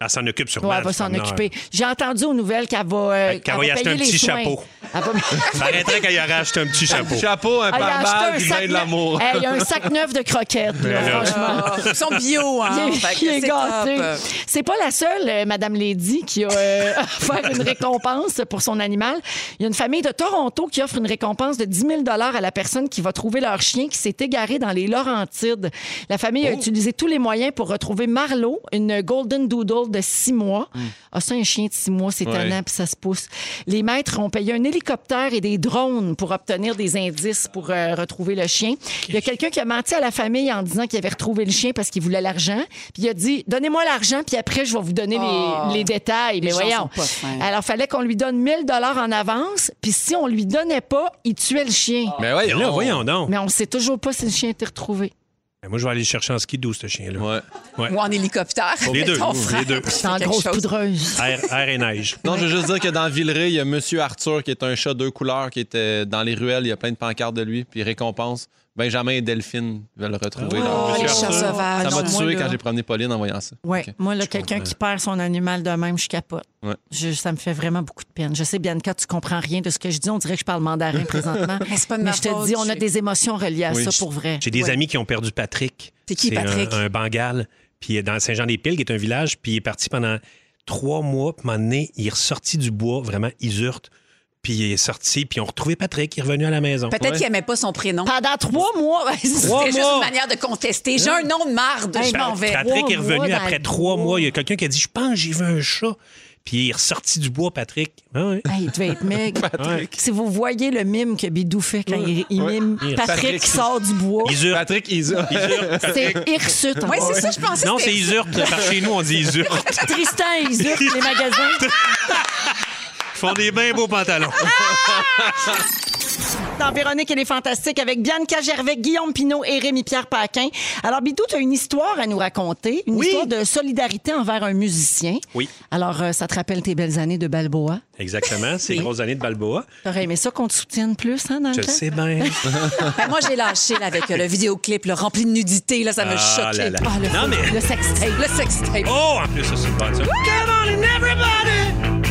Speaker 3: Elle s'en occupe sûrement.
Speaker 1: Ouais, elle va
Speaker 3: du
Speaker 1: s'en
Speaker 3: promeneur.
Speaker 1: occuper. J'ai entendu aux nouvelles qu'elle va. euh,
Speaker 3: Qu'elle va y acheter
Speaker 1: payer
Speaker 3: un
Speaker 1: les
Speaker 3: petit
Speaker 1: soins.
Speaker 3: chapeau.
Speaker 1: Elle va-
Speaker 3: Ça arrêterait qu'elle y aurait acheté un petit chapeau.
Speaker 4: Chapeau, un
Speaker 1: Elle Ah, a
Speaker 4: pare-balles,
Speaker 1: acheté un
Speaker 4: puis
Speaker 1: Eh.
Speaker 4: plein
Speaker 1: sac
Speaker 4: de l'amour.
Speaker 1: Hey, Il y a un sac neuf de croquettes, là,
Speaker 3: Mais là.
Speaker 1: franchement.
Speaker 2: Ah, ils sont bio, hein?
Speaker 1: Il est-
Speaker 2: Fait que
Speaker 1: il est
Speaker 2: c'est
Speaker 1: gâté.
Speaker 2: top.
Speaker 1: C'est pas la seule, euh, Madame Lady, qui a euh, offert une récompense pour son animal. Il y a une famille de Toronto qui offre une récompense de 10 000 à la personne qui va trouver leur chien qui s'est égaré dans les Laurentides. La famille a
Speaker 3: Oh.
Speaker 1: utilisé tous les moyens pour retrouver Marlowe, une Golden Doodle de 6 mois.
Speaker 3: Hmm.
Speaker 1: Ah, ça, un chien de 6 mois, c'est
Speaker 4: Ouais.
Speaker 1: un an, puis ça se pousse. Les maîtres ont payé un hélicoptère et des drones pour obtenir des indices pour euh, retrouver le chien. Il y a quelqu'un qui a menti à la famille en disant qu'il avait retrouvé le chien parce qu'il voulait l'argent. Puis il a dit Donnez-moi l'argent, puis après, je vais vous donner les-
Speaker 2: Oh.
Speaker 1: les, détails. Mais
Speaker 2: gens
Speaker 1: voyons.
Speaker 2: sont pas fins.
Speaker 1: Alors, fallait qu'on lui donne 1000 dollars en avance, puis si on lui donnait pas, il tuait le chien.
Speaker 4: Mais
Speaker 2: Ah.
Speaker 3: Mais
Speaker 4: ouais,
Speaker 3: là, voyons donc.
Speaker 1: Mais on sait toujours pas si le chien a été retrouvé.
Speaker 3: Ben, Moi, je vais aller le chercher en ski doux, ce chien-là.
Speaker 4: Ouais.
Speaker 3: Ouais.
Speaker 2: Ou en hélicoptère.
Speaker 3: Les
Speaker 2: avec
Speaker 3: deux.
Speaker 2: ton frère.
Speaker 3: Les deux.
Speaker 1: C'est en
Speaker 2: Quelque
Speaker 1: grosse
Speaker 2: chose.
Speaker 1: poudreuse.
Speaker 3: Air, air et neige.
Speaker 4: Non, je veux juste dire que dans Villeray, il y a Monsieur Arthur qui est un chat deux couleurs qui était dans les ruelles. Il y a plein de pancartes de lui. Puis récompense. Benjamin et Delphine veulent le retrouver.
Speaker 1: Ah,
Speaker 4: dans
Speaker 2: Oh,
Speaker 4: Monsieur
Speaker 2: les
Speaker 4: Arthur.
Speaker 2: chats sauvages.
Speaker 4: Ça m'a
Speaker 1: non, moi,
Speaker 4: tué
Speaker 1: là.
Speaker 4: quand j'ai promené Pauline en voyant ça.
Speaker 1: Oui,
Speaker 4: Ok.
Speaker 1: moi, là, quelqu'un qui perd son animal de même, je capote.
Speaker 4: Ouais.
Speaker 1: Je- ça me fait vraiment beaucoup de peine. Je sais, Bianca, tu comprends rien de ce que je dis. On dirait que je parle mandarin présentement.
Speaker 2: Mais c'est pas de
Speaker 1: Mais
Speaker 2: ma
Speaker 1: je te
Speaker 2: faute,
Speaker 1: dis, on a
Speaker 2: j'ai-
Speaker 1: des émotions reliées à
Speaker 4: Oui.
Speaker 1: ça pour vrai.
Speaker 3: J'ai des amis qui ont perdu Patrick.
Speaker 2: C'est qui,
Speaker 3: un-
Speaker 2: Patrick?
Speaker 3: Un, Bengale. Puis il est dans Saint-Jean-des-Piles, qui est un village, puis il est parti pendant trois mois. Puis à un moment donné, il est ressorti du bois, vraiment isurte. Puis il est sorti, puis on retrouvé Patrick. Il est revenu à la maison.
Speaker 2: Peut-être qu'il n'aimait pas son prénom.
Speaker 1: Pendant trois mois, Hein?
Speaker 3: Trois
Speaker 2: C'est juste
Speaker 3: mois.
Speaker 2: une manière de contester. J'ai un nom de marde,
Speaker 1: Hey, ben,
Speaker 2: je
Speaker 3: Pa-
Speaker 2: m'en vais.
Speaker 3: Patrick est
Speaker 1: Trois mois
Speaker 3: revenu
Speaker 1: dans
Speaker 3: après
Speaker 1: le
Speaker 3: trois
Speaker 1: bois.
Speaker 3: mois. Il y a quelqu'un qui a dit Je pense que j'ai vu un chat. Puis il est ressorti du bois, Patrick. Ah ouais.
Speaker 1: Hey, il devait être maigre.
Speaker 3: Ouais.
Speaker 1: Si vous voyez le mime que Bidou fait quand il, il mime
Speaker 3: Patrick.
Speaker 1: Patrick, qui sort du bois,
Speaker 3: Isurte.
Speaker 4: Patrick Isa.
Speaker 3: Isurte.
Speaker 1: c'est hirsute.
Speaker 2: Oui, c'est ça, je pensais.
Speaker 3: Non,
Speaker 2: que
Speaker 3: c'est
Speaker 2: c'était-
Speaker 3: Isurte. Par chez nous, on dit Isurte.
Speaker 1: Tristan et Isurte, les magasins.
Speaker 3: Ils font des bien beaux pantalons.
Speaker 2: Ah.
Speaker 1: Dans Véronique et les Fantastiques avec Bianca Gervais, Guillaume Pinault et Rémi-Pierre Paquin. Alors, Bidou, tu as une histoire à nous raconter, une
Speaker 3: Oui.
Speaker 1: histoire de solidarité envers un musicien.
Speaker 3: Oui.
Speaker 1: Alors, euh, ça te rappelle tes belles années de Balboa.
Speaker 3: Exactement. C'est grosses années de Balboa.
Speaker 1: T'aurais aimé ça qu'on te soutienne plus, hein, dans
Speaker 3: Je
Speaker 1: le
Speaker 3: le
Speaker 1: temps?
Speaker 3: sais bien.
Speaker 2: Ben, moi, j'ai lâché là, avec euh, le vidéoclip là, rempli de nudité. Là, ça me
Speaker 3: Ah, là,
Speaker 2: choquait.
Speaker 3: là.
Speaker 2: Ah, le,
Speaker 3: Non, mais-
Speaker 2: le sextape. Le sextape.
Speaker 3: Oh, en plus, ça, c'est bon, ça.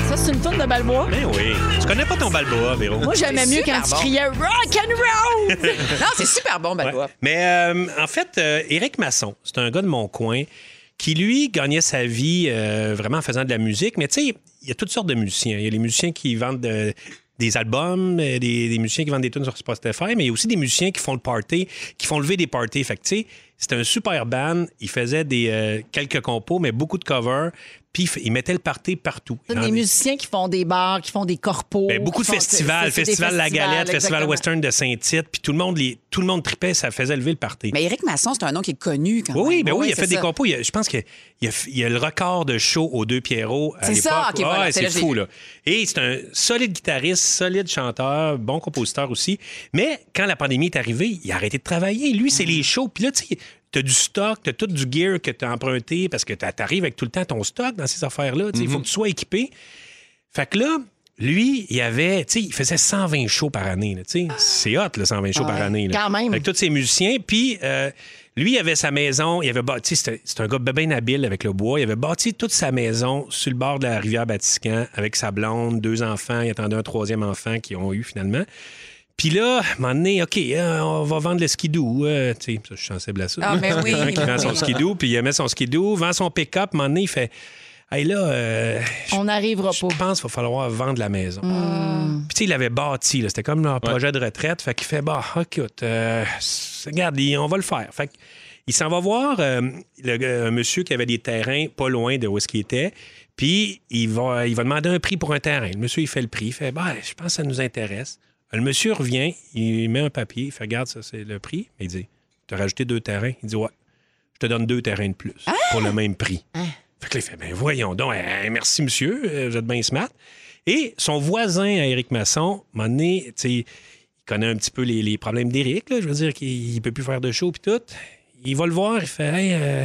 Speaker 1: Ça, c'est une tourne de Balboa.
Speaker 3: Ben oui. Tu connais pas ton Balboa, Véro?
Speaker 1: Moi, j'aimais
Speaker 2: C'est
Speaker 1: mieux quand
Speaker 2: super
Speaker 1: tu
Speaker 2: bon.
Speaker 1: criais rock and roll.
Speaker 2: Non, c'est super bon, ben,
Speaker 3: Ouais.
Speaker 2: Balboa.
Speaker 3: Mais euh, en fait, euh, Éric Masson, c'est un gars de mon coin qui, lui, gagnait sa vie euh, vraiment en faisant de la musique. Mais tu sais, il y a toutes sortes de musiciens. Il y a les musiciens qui vendent de- des albums, euh, des, des musiciens qui vendent des tunes sur Spotify, mais il y a aussi des musiciens qui font le party, qui font lever des parties. Fait que tu sais, c'était un super band. Il faisait des, euh, quelques compos, mais beaucoup de covers. Puis il mettait le party partout. Il en-
Speaker 1: des musiciens qui font des bars, qui font des corpos.
Speaker 3: Ben, beaucoup
Speaker 1: qui
Speaker 3: de
Speaker 1: font-
Speaker 3: festivals,
Speaker 1: c'est- c'est des
Speaker 3: Festival La
Speaker 1: festivals,
Speaker 3: Galette, Festival
Speaker 1: exactement.
Speaker 3: Western de Saint-Tite, puis tout le monde les, tout le monde tripait, ça faisait lever le party.
Speaker 2: Mais Éric Masson, c'est un nom qui est connu quand
Speaker 3: oui,
Speaker 2: même.
Speaker 3: oui, ben oui, il a
Speaker 2: c'est
Speaker 3: fait des
Speaker 2: ça.
Speaker 3: compos. Il a- je pense qu'il a, il a le record de show aux deux Pierrot à
Speaker 2: C'est
Speaker 3: l'époque.
Speaker 2: ça, ok,
Speaker 3: Ah,
Speaker 2: voilà,
Speaker 3: ouais,
Speaker 2: c'est
Speaker 3: c'est
Speaker 2: là, je l'ai
Speaker 3: fou,
Speaker 2: vu.
Speaker 3: là. Et c'est un solide guitariste, solide chanteur, bon compositeur aussi. Mais quand la pandémie est arrivée, il a arrêté de travailler. Lui, c'est
Speaker 2: Mm.
Speaker 3: les shows. Puis là, tu sais, t'as du stock, t'as tout du gear que t'as emprunté parce que t'as- t'arrives avec tout le temps ton stock dans ces affaires-là. Tu sais, Il
Speaker 2: Mm-hmm.
Speaker 3: faut que tu sois équipé. Fait que là, lui, il avait, tu sais, il faisait 120 shows par année. là, tu sais. C'est hot, le 120 shows par année. là.
Speaker 1: quand même.
Speaker 3: Fait que tous ces musiciens. Puis, euh, lui, il avait sa maison. Il avait bâti, c'est un- c'est un gars bien habile avec le bois. Il avait bâti toute sa maison sur le bord de la rivière Vatican avec sa blonde, deux enfants. Il attendait un troisième enfant qu'ils ont eu finalement. Puis là, à un moment donné, OK, euh, on va vendre le skidoo. euh, tu sais, ça, je suis sensible à ça.
Speaker 2: Ah, mais oui.
Speaker 3: Quelqu'un qui vend son skidoo, puis il met son skidoo, vend son pick-up. À un moment donné, il fait Hey là, euh, je
Speaker 1: On n'arrivera
Speaker 3: je
Speaker 1: pas. Ben,
Speaker 3: pense qu'il va falloir vendre la maison. Puis, tu sais, il avait bâti, là. c'était comme leur projet de retraite. Fait qu'il fait, bah, écoute, euh, c- regarde, il- on va le faire. Fait qu'il- il s'en va voir euh, le gars- un monsieur qui avait des terrains pas loin de où est-ce qu'il était. Puis, il va, il va demander un prix pour un terrain. Le monsieur, il fait le prix. Il fait, bah, je pense que ça nous intéresse. Le monsieur revient, il met un papier, il fait, regarde, ça, c'est le prix. Il dit, tu as rajouté deux terrains. Il dit, ouais, je te donne deux terrains de plus pour le même prix. Fait que là, il fait, ben voyons donc, Hey, merci monsieur, Euh, vous êtes bien smart. Et son voisin, Éric Masson, à un moment donné, tu sais, il connaît un petit peu les, les problèmes d'Éric, là. je veux dire qu'il ne peut plus faire de show puis tout. Il va le voir, il fait, hey, euh,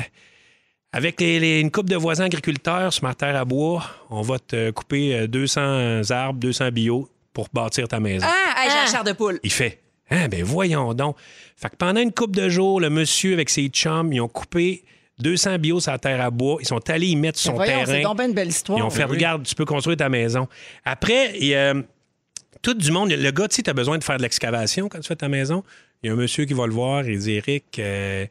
Speaker 3: avec les- les- une coupe de voisins agriculteurs sur ma terre à bois, on va te couper euh, 200 arbres, 200 bio pour bâtir ta maison.
Speaker 2: Ah, hey, j'ai un char de poule.
Speaker 3: Il fait Ah, ben voyons donc. Fait que pendant une couple de jours, le monsieur avec ses chums, ils ont coupé 200 bio sur la terre à bois. Ils sont allés y mettre son
Speaker 1: Ben Voyons, c'est
Speaker 3: terrain.
Speaker 1: donc bien une belle histoire.
Speaker 3: Ils ont fait Regarde, tu peux construire ta maison. Après, il, euh, tout du monde, le gars, tu sais, tu as besoin de faire de l'excavation quand tu fais ta maison. Il y a un monsieur qui va le voir et dit Eric, euh,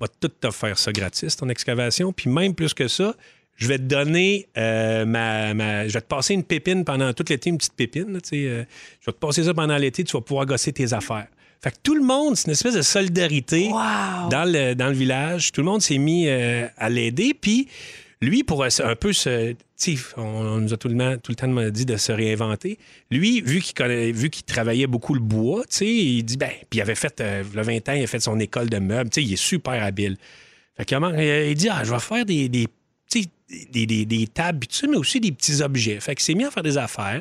Speaker 3: va tout te faire ça gratis, ton excavation. Puis même plus que ça, je vais te donner euh, ma, ma- Je vais te passer une pépine pendant tout l'été, une petite pépine. là, tu sais, euh, je vais te passer ça pendant l'été, tu vas pouvoir gosser tes affaires. Fait que tout le monde, c'est une espèce de solidarité dans, le, dans le village. Tout le monde s'est mis euh, à l'aider. Puis lui, pour euh, un peu se. tu sais, On, on nous a tout le, temps, tout le temps dit de se réinventer. Lui, vu qu'il connaît- vu qu'il travaillait beaucoup le bois, tu sais, il dit ben. Puis il avait fait, euh, le 20 euh, ans, il a fait son école de meubles. Tu sais, il est super habile. Fait qu'il a- il dit ah, je vais faire des, des tu sais, des, des, des tables, puis tout ça, mais aussi des petits objets. Fait que c'est mis à faire des affaires.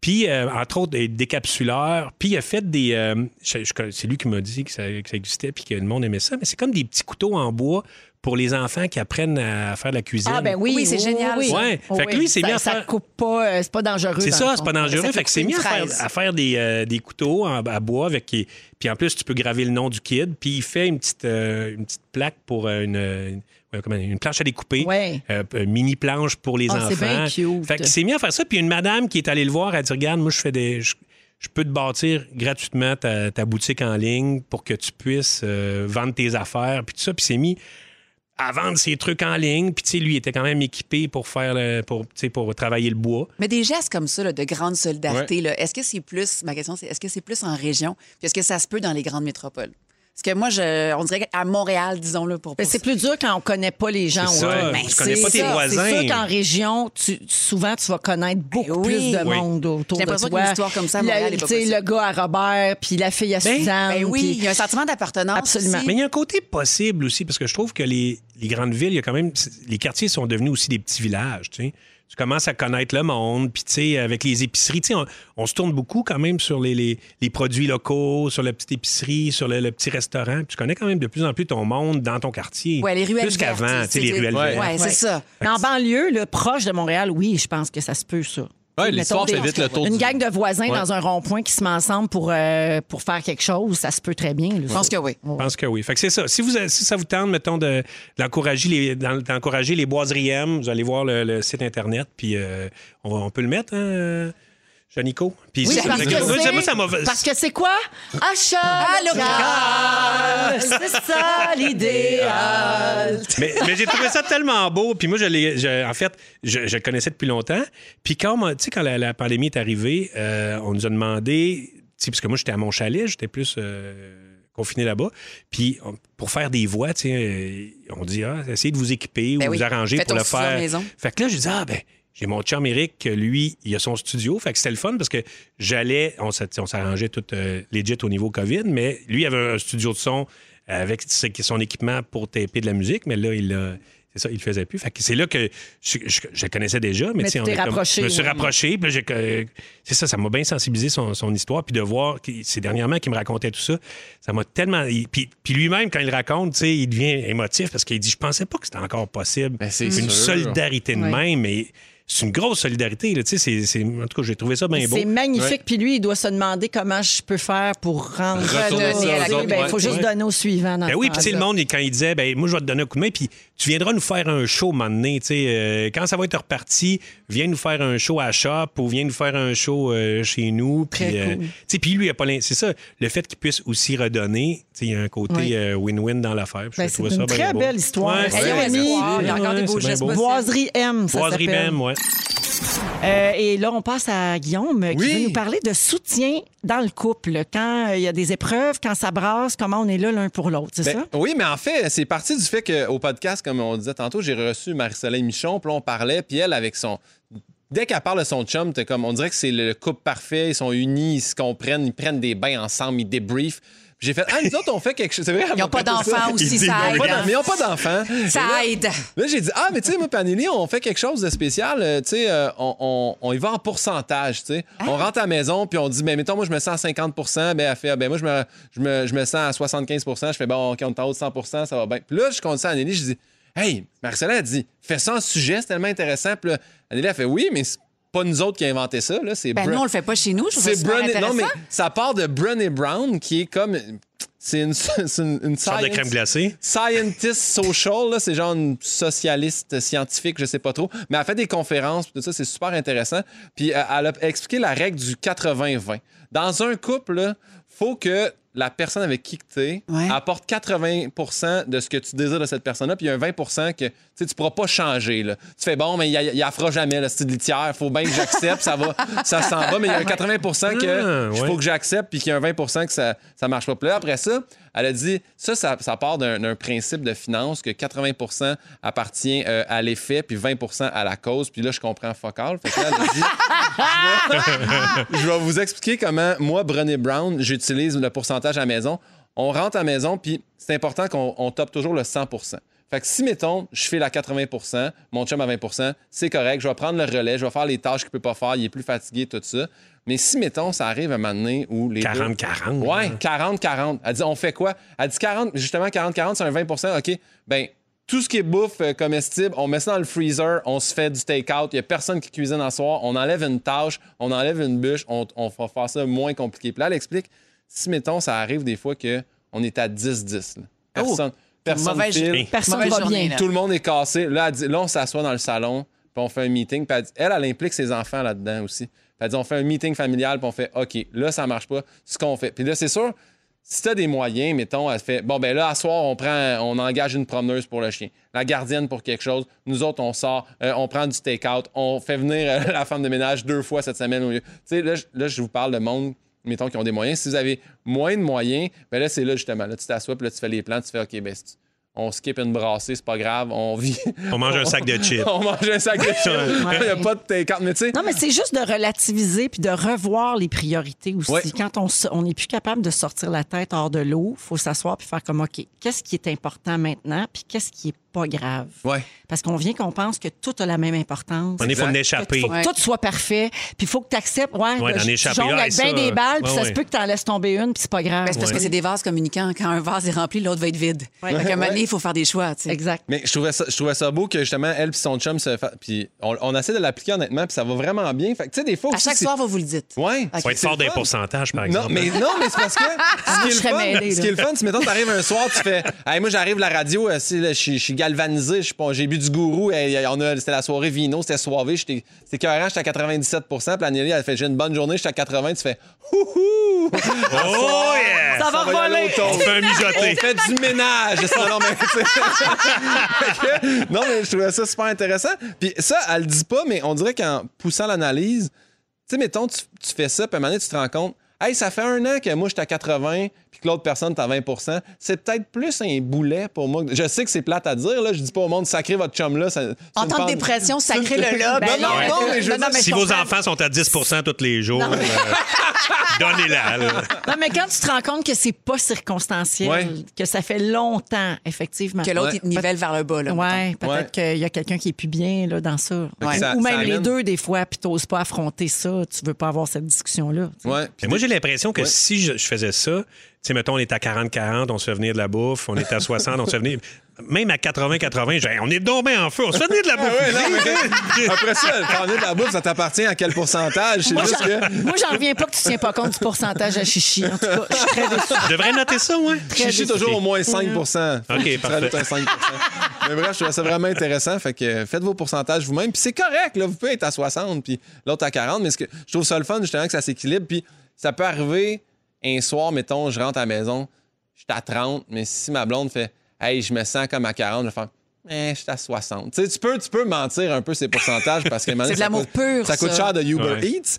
Speaker 3: Puis, euh, entre autres, des, des capsuleurs. Puis, il a fait des. euh, je- je- c'est lui qui m'a dit que ça, que ça existait, puis que le monde aimait ça, mais c'est comme des petits couteaux en bois pour les enfants qui apprennent à faire de la cuisine.
Speaker 1: Ah, ben oui.
Speaker 2: Oui, c'est génial, ça.
Speaker 3: Ouais. Fait que lui, c'est
Speaker 1: ça,
Speaker 3: bien
Speaker 1: Ça
Speaker 3: faire-
Speaker 1: coupe pas, euh, c'est pas dangereux.
Speaker 3: C'est
Speaker 1: dans
Speaker 3: ça,
Speaker 1: le
Speaker 3: c'est
Speaker 1: fond.
Speaker 3: pas dangereux.
Speaker 2: Ça
Speaker 3: Fait que
Speaker 2: peut
Speaker 3: c'est
Speaker 2: coûter
Speaker 3: mis à
Speaker 2: une
Speaker 3: faire,
Speaker 2: fraise.
Speaker 3: à faire des, euh, des couteaux en- à bois avec qui- Puis en plus, tu peux graver le nom du kid. Puis il fait une petite, euh, une petite plaque pour euh, une, euh, une- ouais, comment- une planche à découper.
Speaker 1: Ouais.
Speaker 3: Euh, une mini planche pour les
Speaker 1: Ah, c'est
Speaker 3: enfants.
Speaker 1: bien cute.
Speaker 3: Fait que c'est mis à faire ça. Puis une madame qui est allée le voir, elle dit Regarde, moi, je fais des. Je, je peux te bâtir gratuitement ta, ta boutique en ligne pour que tu puisses euh, vendre tes affaires. Puis tout ça. Puis c'est mis à vendre ses trucs en ligne. Puis, tu sais, lui, il était quand même équipé pour faire le- pour, tu sais, pour travailler le bois.
Speaker 2: Mais des gestes comme ça, là, de grande solidarité, là, est-ce que c'est plus, ma question, c'est est-ce que c'est plus en région? Puis est-ce que ça se peut dans les grandes métropoles? Parce que moi, je, on dirait qu'à Montréal, disons-le, pour,
Speaker 1: Ben,
Speaker 2: pour-
Speaker 1: c'est plus dur quand on connaît pas les gens.
Speaker 3: C'est ça,
Speaker 1: autour.
Speaker 3: tu connais
Speaker 1: c'est
Speaker 3: pas tes
Speaker 1: ça.
Speaker 3: voisins.
Speaker 1: C'est sûr qu'en région, tu- souvent, tu vas connaître beaucoup
Speaker 2: Ben oui.
Speaker 1: plus de
Speaker 3: Oui.
Speaker 1: monde autour
Speaker 2: J'ai
Speaker 1: de toi.
Speaker 2: l'impression qu'une histoire comme ça à
Speaker 1: Le-
Speaker 2: Montréal est pas
Speaker 1: tu sais,
Speaker 2: possible.
Speaker 1: Le gars à Robert, puis la fille à Suzanne.
Speaker 2: Ben oui,
Speaker 1: puis-
Speaker 2: il y a un sentiment d'appartenance.
Speaker 1: Absolument.
Speaker 2: aussi.
Speaker 3: Mais il y a un côté possible aussi, parce que je trouve que les, les grandes villes, il y a quand même. Les quartiers sont devenus aussi des petits villages, tu sais. Tu commences à connaître le monde, puis tu sais, avec les épiceries, tu sais, on, on se tourne beaucoup quand même sur les, les, les produits locaux, sur la petite épicerie, sur le, le petit restaurant. Tu connais quand même de plus en plus ton monde dans ton quartier.
Speaker 2: Ouais, les ruelles
Speaker 3: Plus qu'avant,
Speaker 2: vertes,
Speaker 3: tu sais, les
Speaker 2: c'est-
Speaker 3: ruelles
Speaker 2: ouais,
Speaker 3: vertes.
Speaker 2: ouais,
Speaker 1: Ouais.
Speaker 2: Ben, c'est ça.
Speaker 1: Mais en banlieue, le proche de Montréal, oui, je pense que ça se peut, ça.
Speaker 4: Ouais,
Speaker 1: Mettons
Speaker 4: l'histoire
Speaker 1: des-
Speaker 4: fait vite le tour
Speaker 1: Une
Speaker 4: du-
Speaker 1: gang de voisins
Speaker 4: Ouais.
Speaker 1: dans un rond-point qui se met ensemble pour, euh, pour faire quelque chose, ça se peut très bien. là.
Speaker 2: Je pense que oui.
Speaker 3: Je pense que oui. Fait que c'est ça. Si, vous, si ça vous tente, mettons, de- d'encourager les, d'en- d'encourager les boiseries M, vous allez voir le, le site Internet, puis euh, on, on peut le mettre, hein, euh, Janico? Puis
Speaker 1: Oui,
Speaker 3: si-
Speaker 1: parce que
Speaker 3: moi, ça-
Speaker 1: c'est-
Speaker 3: moi, ça m'a-
Speaker 1: Parce que c'est quoi? Achat local! C'est ça l'idéal!
Speaker 3: mais, mais j'ai trouvé ça tellement beau. Puis moi, je l'ai- je- en fait, je, je le connaissais depuis longtemps. Puis quand, on m'a- tu sais, quand la, la pandémie est arrivée, euh, on nous a demandé, tu sais, parce que moi, j'étais à mon chalet, j'étais plus euh, confiné là-bas. Puis on- pour faire des voix, tu sais, euh, on dit, ah, essayez de vous équiper
Speaker 2: Ben
Speaker 3: ou
Speaker 2: oui.
Speaker 3: vous arranger
Speaker 2: Faites
Speaker 3: pour
Speaker 2: ton
Speaker 3: le
Speaker 2: studio à la
Speaker 3: faire.
Speaker 2: maison.
Speaker 3: Fait que là, je dis, ah, ben. J'ai mon chum Eric, que lui, il a son studio. Fait que c'était le fun parce que j'allais, on s'est- on s'arrangeait tout euh, legit au niveau COVID, mais lui, il avait un studio de son avec ce- son équipement pour taper de la musique, mais là, il a- C'est ça, il le faisait plus. Fait que c'est là que je, je- je le connaissais déjà, mais,
Speaker 1: Mais
Speaker 3: tu sais,
Speaker 1: tu
Speaker 3: on
Speaker 1: t'es
Speaker 3: est comme-
Speaker 1: rapproché,
Speaker 3: je me suis
Speaker 1: oui.
Speaker 3: rapproché. Puis là, j'ai que- c'est ça, ça m'a bien sensibilisé son, son histoire. Puis de voir, qu'il- c'est dernièrement qu'il me racontait tout ça, ça m'a tellement. il- Puis, puis lui-même, quand il raconte, tu sais, il devient émotif parce qu'il dit Je pensais pas que c'était encore possible.
Speaker 4: Ben, c'est
Speaker 3: une
Speaker 4: sûr.
Speaker 3: solidarité de
Speaker 1: Oui.
Speaker 3: même, mais c'est une grosse solidarité. Là, tu sais, c'est, c'est- en tout cas, j'ai trouvé ça bien beau.
Speaker 1: C'est magnifique. Puis lui, il doit se demander comment je peux faire pour rendre
Speaker 4: Retourner
Speaker 2: ça aux
Speaker 1: Il
Speaker 2: autres,
Speaker 1: ben, faut
Speaker 4: ouais.
Speaker 1: juste
Speaker 3: Ouais.
Speaker 1: donner au suivant. Dans
Speaker 3: Ben
Speaker 1: ce
Speaker 3: oui, puis tu sais, le
Speaker 1: temps-là.
Speaker 3: monde, il- quand il disait, ben moi, je vais te donner un coup de main, puis tu viendras nous faire un show, un moment donné, tu sais, euh, quand ça va être reparti, viens nous faire un show à Shop ou viens nous faire un show euh, chez nous. Puis,
Speaker 1: Très
Speaker 3: euh,
Speaker 1: cool.
Speaker 3: tu sais, puis lui, il a pas l'in- c'est ça, le fait qu'il puisse aussi redonner, tu sais, il y a un côté
Speaker 1: Oui.
Speaker 3: euh, win-win dans l'affaire. puis
Speaker 1: Ben,
Speaker 3: je trouve
Speaker 1: c'est
Speaker 3: ça
Speaker 1: une
Speaker 3: bien
Speaker 1: très
Speaker 3: beau.
Speaker 1: belle histoire.
Speaker 3: Ouais,
Speaker 1: Ayons
Speaker 3: ouais,
Speaker 1: espoir.
Speaker 2: Il y a encore des
Speaker 3: ouais,
Speaker 2: beaux
Speaker 3: c'est bien
Speaker 2: gestes
Speaker 3: beau.
Speaker 2: possibles.
Speaker 1: Boiserie M, ça
Speaker 3: Boiserie
Speaker 1: s'appelle.
Speaker 3: même, ouais.
Speaker 1: Euh, et là, on passe à Guillaume euh, qui
Speaker 4: Oui.
Speaker 1: veut nous parler de soutien dans le couple. Quand euh, il y a des épreuves, quand ça brasse, comment on est là l'un pour l'autre, c'est
Speaker 4: Ben,
Speaker 1: ça?
Speaker 4: Oui, mais en fait, c'est parti du fait qu'au podcast, comme on disait tantôt, j'ai reçu Marie-Soleil Michon, puis là, on parlait, puis elle, avec son. Dès qu'elle parle de son chum, t'es comme, on dirait que c'est le couple parfait, ils sont unis, ils se comprennent, ils prennent des bains ensemble, ils débriefent. Puis J'ai fait, ah, nous autres, on fait quelque chose. C'est vrai, elle
Speaker 2: Ils n'ont
Speaker 4: m'a
Speaker 2: pas
Speaker 4: fait ça.
Speaker 2: d'enfants aussi,
Speaker 3: dit,
Speaker 2: ça
Speaker 3: ils
Speaker 2: aide.
Speaker 3: ont
Speaker 4: Pas
Speaker 2: hein.
Speaker 4: d'en- mais ils n'ont pas d'enfants.
Speaker 2: Ça aide.
Speaker 4: Là, j'ai dit, ah, mais tu sais, moi, Panini, on fait quelque chose de spécial. euh, tu sais, euh, on, on- on y va en pourcentage, tu sais.
Speaker 2: Ah.
Speaker 4: On rentre à la maison, puis on dit, ben, mettons, moi, je me sens à 50 ben, elle fait, ah, ben, moi, je me, je, me, je me sens à 75 Je fais, bon, OK, on est en haut de 100 ça va bien. Puis là, je compte ça à Anneli, je dis, hey, Marcella, elle dit, fais ça en sujet, c'est tellement intéressant. Puis là, Anneli, elle fait, oui, mais c'est pas nous autres qui a inventé ça, là. C'est
Speaker 2: Ben
Speaker 4: Bra-
Speaker 2: non, on le fait pas chez nous. Je trouve ça
Speaker 4: c'est
Speaker 2: super
Speaker 4: Brené-
Speaker 2: intéressant.
Speaker 4: Non, mais ça part de Brené Brown, qui est comme. C'est une, c'est une, une
Speaker 3: Sorte de
Speaker 4: science-
Speaker 3: crème glacée.
Speaker 4: Scientist social, là, c'est genre une socialiste scientifique, je sais pas trop. Mais elle fait des conférences, puis tout ça, c'est super intéressant. Puis euh, elle a expliqué la règle du 80-20. Dans un couple, là, faut que la personne avec qui tu es
Speaker 2: Ouais.
Speaker 4: apporte 80 de ce que tu désires de cette personne-là, puis il y a un 20 que tu sais, tu pourras pas changer. là. Tu fais bon, mais il y- il y a fera jamais, là, c'est de litière, faut bien que j'accepte, ça va, ça s'en va, mais il y a un 80 que
Speaker 3: Ah,
Speaker 4: il
Speaker 3: ouais.
Speaker 4: faut que j'accepte, puis qu'il y a un 20 que ça, ça marche pas. Puis là, après ça, elle a dit ça, ça, ça part d'un d'un principe de finance que 80 appartient euh, à l'effet, puis 20 à la cause. Puis là, je comprends focal. Fait que là, elle a dit je vais vous expliquer comment, moi, Brené Brown, j'utilise le pourcentage à la maison. On rentre à la maison, puis c'est important qu'on on top toujours le 100 Fait que si, mettons, je fais la 80 mon chum à 20 c'est correct, je vais prendre le relais, je vais faire les tâches qu'il peut pas faire, il est plus fatigué, tout ça. Mais si, mettons, ça arrive à un moment donné où les. deux-
Speaker 3: 40-40,
Speaker 4: Ouais,
Speaker 3: hein.
Speaker 4: 40-40. Elle dit, on fait quoi? Elle dit 40, justement, 40-40, c'est un 20 OK. Ben, tout ce qui est bouffe euh, comestible, on met ça dans le freezer, on se fait du take-out, il n'y a personne qui cuisine en soir, on enlève une tâche, on enlève une bûche, on, on va faire ça moins compliqué. Puis là, elle explique, si, mettons, ça arrive des fois que on est à 10-10. là. Personne, personne
Speaker 2: mauvaise-
Speaker 4: file.
Speaker 3: Hey.
Speaker 1: Personne
Speaker 2: Mauvaise
Speaker 1: va
Speaker 2: journée,
Speaker 1: bien.
Speaker 2: là.
Speaker 4: Tout le monde est cassé. Là, elle dit, là, on s'assoit dans le salon, puis on fait un meeting. Puis elle, dit- elle, elle implique ses enfants là-dedans aussi. Puis elle dit, on fait un meeting familial, puis on fait, OK, là, ça marche pas, ce qu'on fait. Puis là, c'est sûr, si t'as des moyens, mettons, elle fait, bon, ben là, à soir, on prend, on engage une promeneuse pour le chien, la gardienne pour quelque chose. Nous autres, on sort, euh, on prend du take-out, on fait venir euh, la femme de ménage deux fois cette semaine au lieu. Tu sais, là, je- là, je vous parle de monde mettons, qui ont des moyens. Si vous avez moins de moyens, ben là, c'est là, justement. Là, tu t'assois, puis là, tu fais les plans, tu fais, OK, ben, si tu- on skip une brassée, c'est pas grave, on vit.
Speaker 3: On mange un sac de chips.
Speaker 4: on mange un sac de chips. Il n'y a pas de take-out. Mais tu sais,
Speaker 1: Non, mais c'est juste de relativiser puis de revoir les priorités aussi.
Speaker 4: Ouais.
Speaker 1: Quand on se- on n'est plus capable de sortir la tête hors de l'eau, faut s'asseoir puis faire comme OK, qu'est-ce qui est important maintenant puis qu'est-ce qui est pas grave.
Speaker 4: Ouais.
Speaker 1: Parce qu'on vient qu'on pense que tout a la même importance.
Speaker 3: On est faut
Speaker 4: Exact.
Speaker 3: en
Speaker 1: Il
Speaker 3: échapper.
Speaker 1: faut que tout soit parfait, puis il faut que tu acceptes. Ouais,
Speaker 3: Ouais,
Speaker 1: ben,
Speaker 3: d'en
Speaker 1: je-
Speaker 3: échapper.
Speaker 1: je jongle
Speaker 3: Ah,
Speaker 1: avec
Speaker 3: ça,
Speaker 1: bien des balles, puis
Speaker 3: ouais,
Speaker 1: ça
Speaker 3: ouais.
Speaker 1: se peut que tu en laisses tomber une, puis c'est pas grave.
Speaker 2: Ben, c'est parce que c'est des vases communicants. Quand un vase est rempli, l'autre va être vide.
Speaker 1: Ouais.
Speaker 2: Fait qu'à un
Speaker 1: Ouais.
Speaker 2: moment donné, il faut faire des choix. tu sais.
Speaker 1: Exact.
Speaker 4: Mais je trouvais ça, je trouvais ça beau que justement, elle puis son chum se fa- Puis on, on essaie de l'appliquer honnêtement, puis ça va vraiment bien. Fait que tu sais, des fois.
Speaker 2: À
Speaker 4: aussi,
Speaker 2: chaque
Speaker 4: c'est-
Speaker 2: soir, vous vous le dites.
Speaker 4: Ouais.
Speaker 2: Ok.
Speaker 3: Faut être fort des pourcentages, par
Speaker 4: Non
Speaker 3: exemple. hein.
Speaker 4: mais, non, mais c'est parce que. Ce qui est
Speaker 1: Ah, je
Speaker 4: le
Speaker 1: serais
Speaker 4: fun,
Speaker 1: mêlée,
Speaker 4: ce qui est le fun, c'est mettons, t'arrives un soir, tu fais. Hey, moi, j'arrive à la radio, euh, si, là, je suis- je suis galvanisé, je suis pas- j'ai bu du gourou, hey, on a- c'était la soirée vino, c'était soivé, j'étais- c'était carrément, j'étais à 97 Puis Anneli, elle fait, j'ai une bonne journée, j'étais à 80, tu fais. Houhou!
Speaker 3: Oh, yeah!
Speaker 1: Ça va
Speaker 4: y aller
Speaker 1: voler.
Speaker 4: au ton.
Speaker 3: On fait un
Speaker 4: On
Speaker 3: mijoté.
Speaker 4: fait du ménage. C'est ça, non, mais, tu sais. Fait que, non, mais je trouvais ça super intéressant. Puis ça, elle le dit pas, mais on dirait qu'en poussant l'analyse, tu sais, mettons, tu, tu fais ça, puis à un moment donné, tu te rends compte, hey, ça fait un an que moi, j'étais à 80, puis que l'autre personne, t'es à 20 C'est peut-être plus un boulet pour moi. Je sais que c'est plate à dire, là. Je dis pas au monde, sacrez votre chum, là. ça- c'est
Speaker 2: En
Speaker 4: une
Speaker 2: temps de
Speaker 4: pente.
Speaker 2: dépression, sacrez le là.
Speaker 4: Ben non,
Speaker 2: ouais.
Speaker 4: non, mais je veux
Speaker 2: Non, non,
Speaker 4: dire,
Speaker 2: mais
Speaker 3: Si
Speaker 2: je
Speaker 3: vos
Speaker 2: comprends.
Speaker 3: enfants sont à 10 tous les jours, euh, donnez-la. là.
Speaker 1: Non, mais quand tu te rends compte que c'est pas circonstanciel,
Speaker 4: Ouais.
Speaker 1: que ça fait longtemps, effectivement.
Speaker 2: Que l'autre,
Speaker 4: Ouais.
Speaker 2: il te nivelle vers le bas. Là,
Speaker 1: Ouais, peut-être qu'il y a quelqu'un qui est plus bien là, dans ça.
Speaker 4: Fait que
Speaker 1: Ou-
Speaker 4: ça-
Speaker 1: Ou
Speaker 4: ça
Speaker 1: même les
Speaker 4: amène-
Speaker 1: deux, des fois, puis t'oses pas affronter ça. Tu veux pas avoir cette discussion-là. tu sais.
Speaker 4: Ouais.
Speaker 3: Mais moi, j'ai l'impression que
Speaker 4: Ouais.
Speaker 3: si je, je faisais ça, tu sais, mettons, on est à 40-40, on se fait venir de la bouffe, on est à 60, on se fait venir. Même à 80-80, j'ai- on est tombé en feu, on se fait venir de la bouffe.
Speaker 4: Ouais, non, mais après ça, le carnet de la bouffe, ça t'appartient à quel pourcentage? C'est
Speaker 1: Moi,
Speaker 4: juste que.
Speaker 1: j'en- moi, j'en reviens pas que tu tiens pas compte du pourcentage à chichi. En tout cas, je suis très déçue.
Speaker 3: Je devrais noter ça, ouais.
Speaker 4: Chichi, toujours au moins 5 Faut que tu
Speaker 3: parfait.
Speaker 4: rajoutes un 5 Mais bref, je trouvais ça vraiment intéressant. Fait que euh, faites vos pourcentages vous-même. Puis c'est correct, là. Vous pouvez être à 60, puis l'autre à 40. Mais ce que je trouve ça le fun, justement, que ça s'équilibre. Puis ça peut arriver un soir, mettons, je rentre à la maison, je suis à 30, mais si ma blonde fait Hey, je me sens comme à 40, je vais faire. Eh, je suis à 60. Tu sais, tu peux, tu peux mentir un peu ces pourcentages parce que
Speaker 2: C'est de l'amour pur,
Speaker 4: Ça coûte
Speaker 2: ça.
Speaker 4: cher de Uber
Speaker 3: Ouais.
Speaker 4: Eats.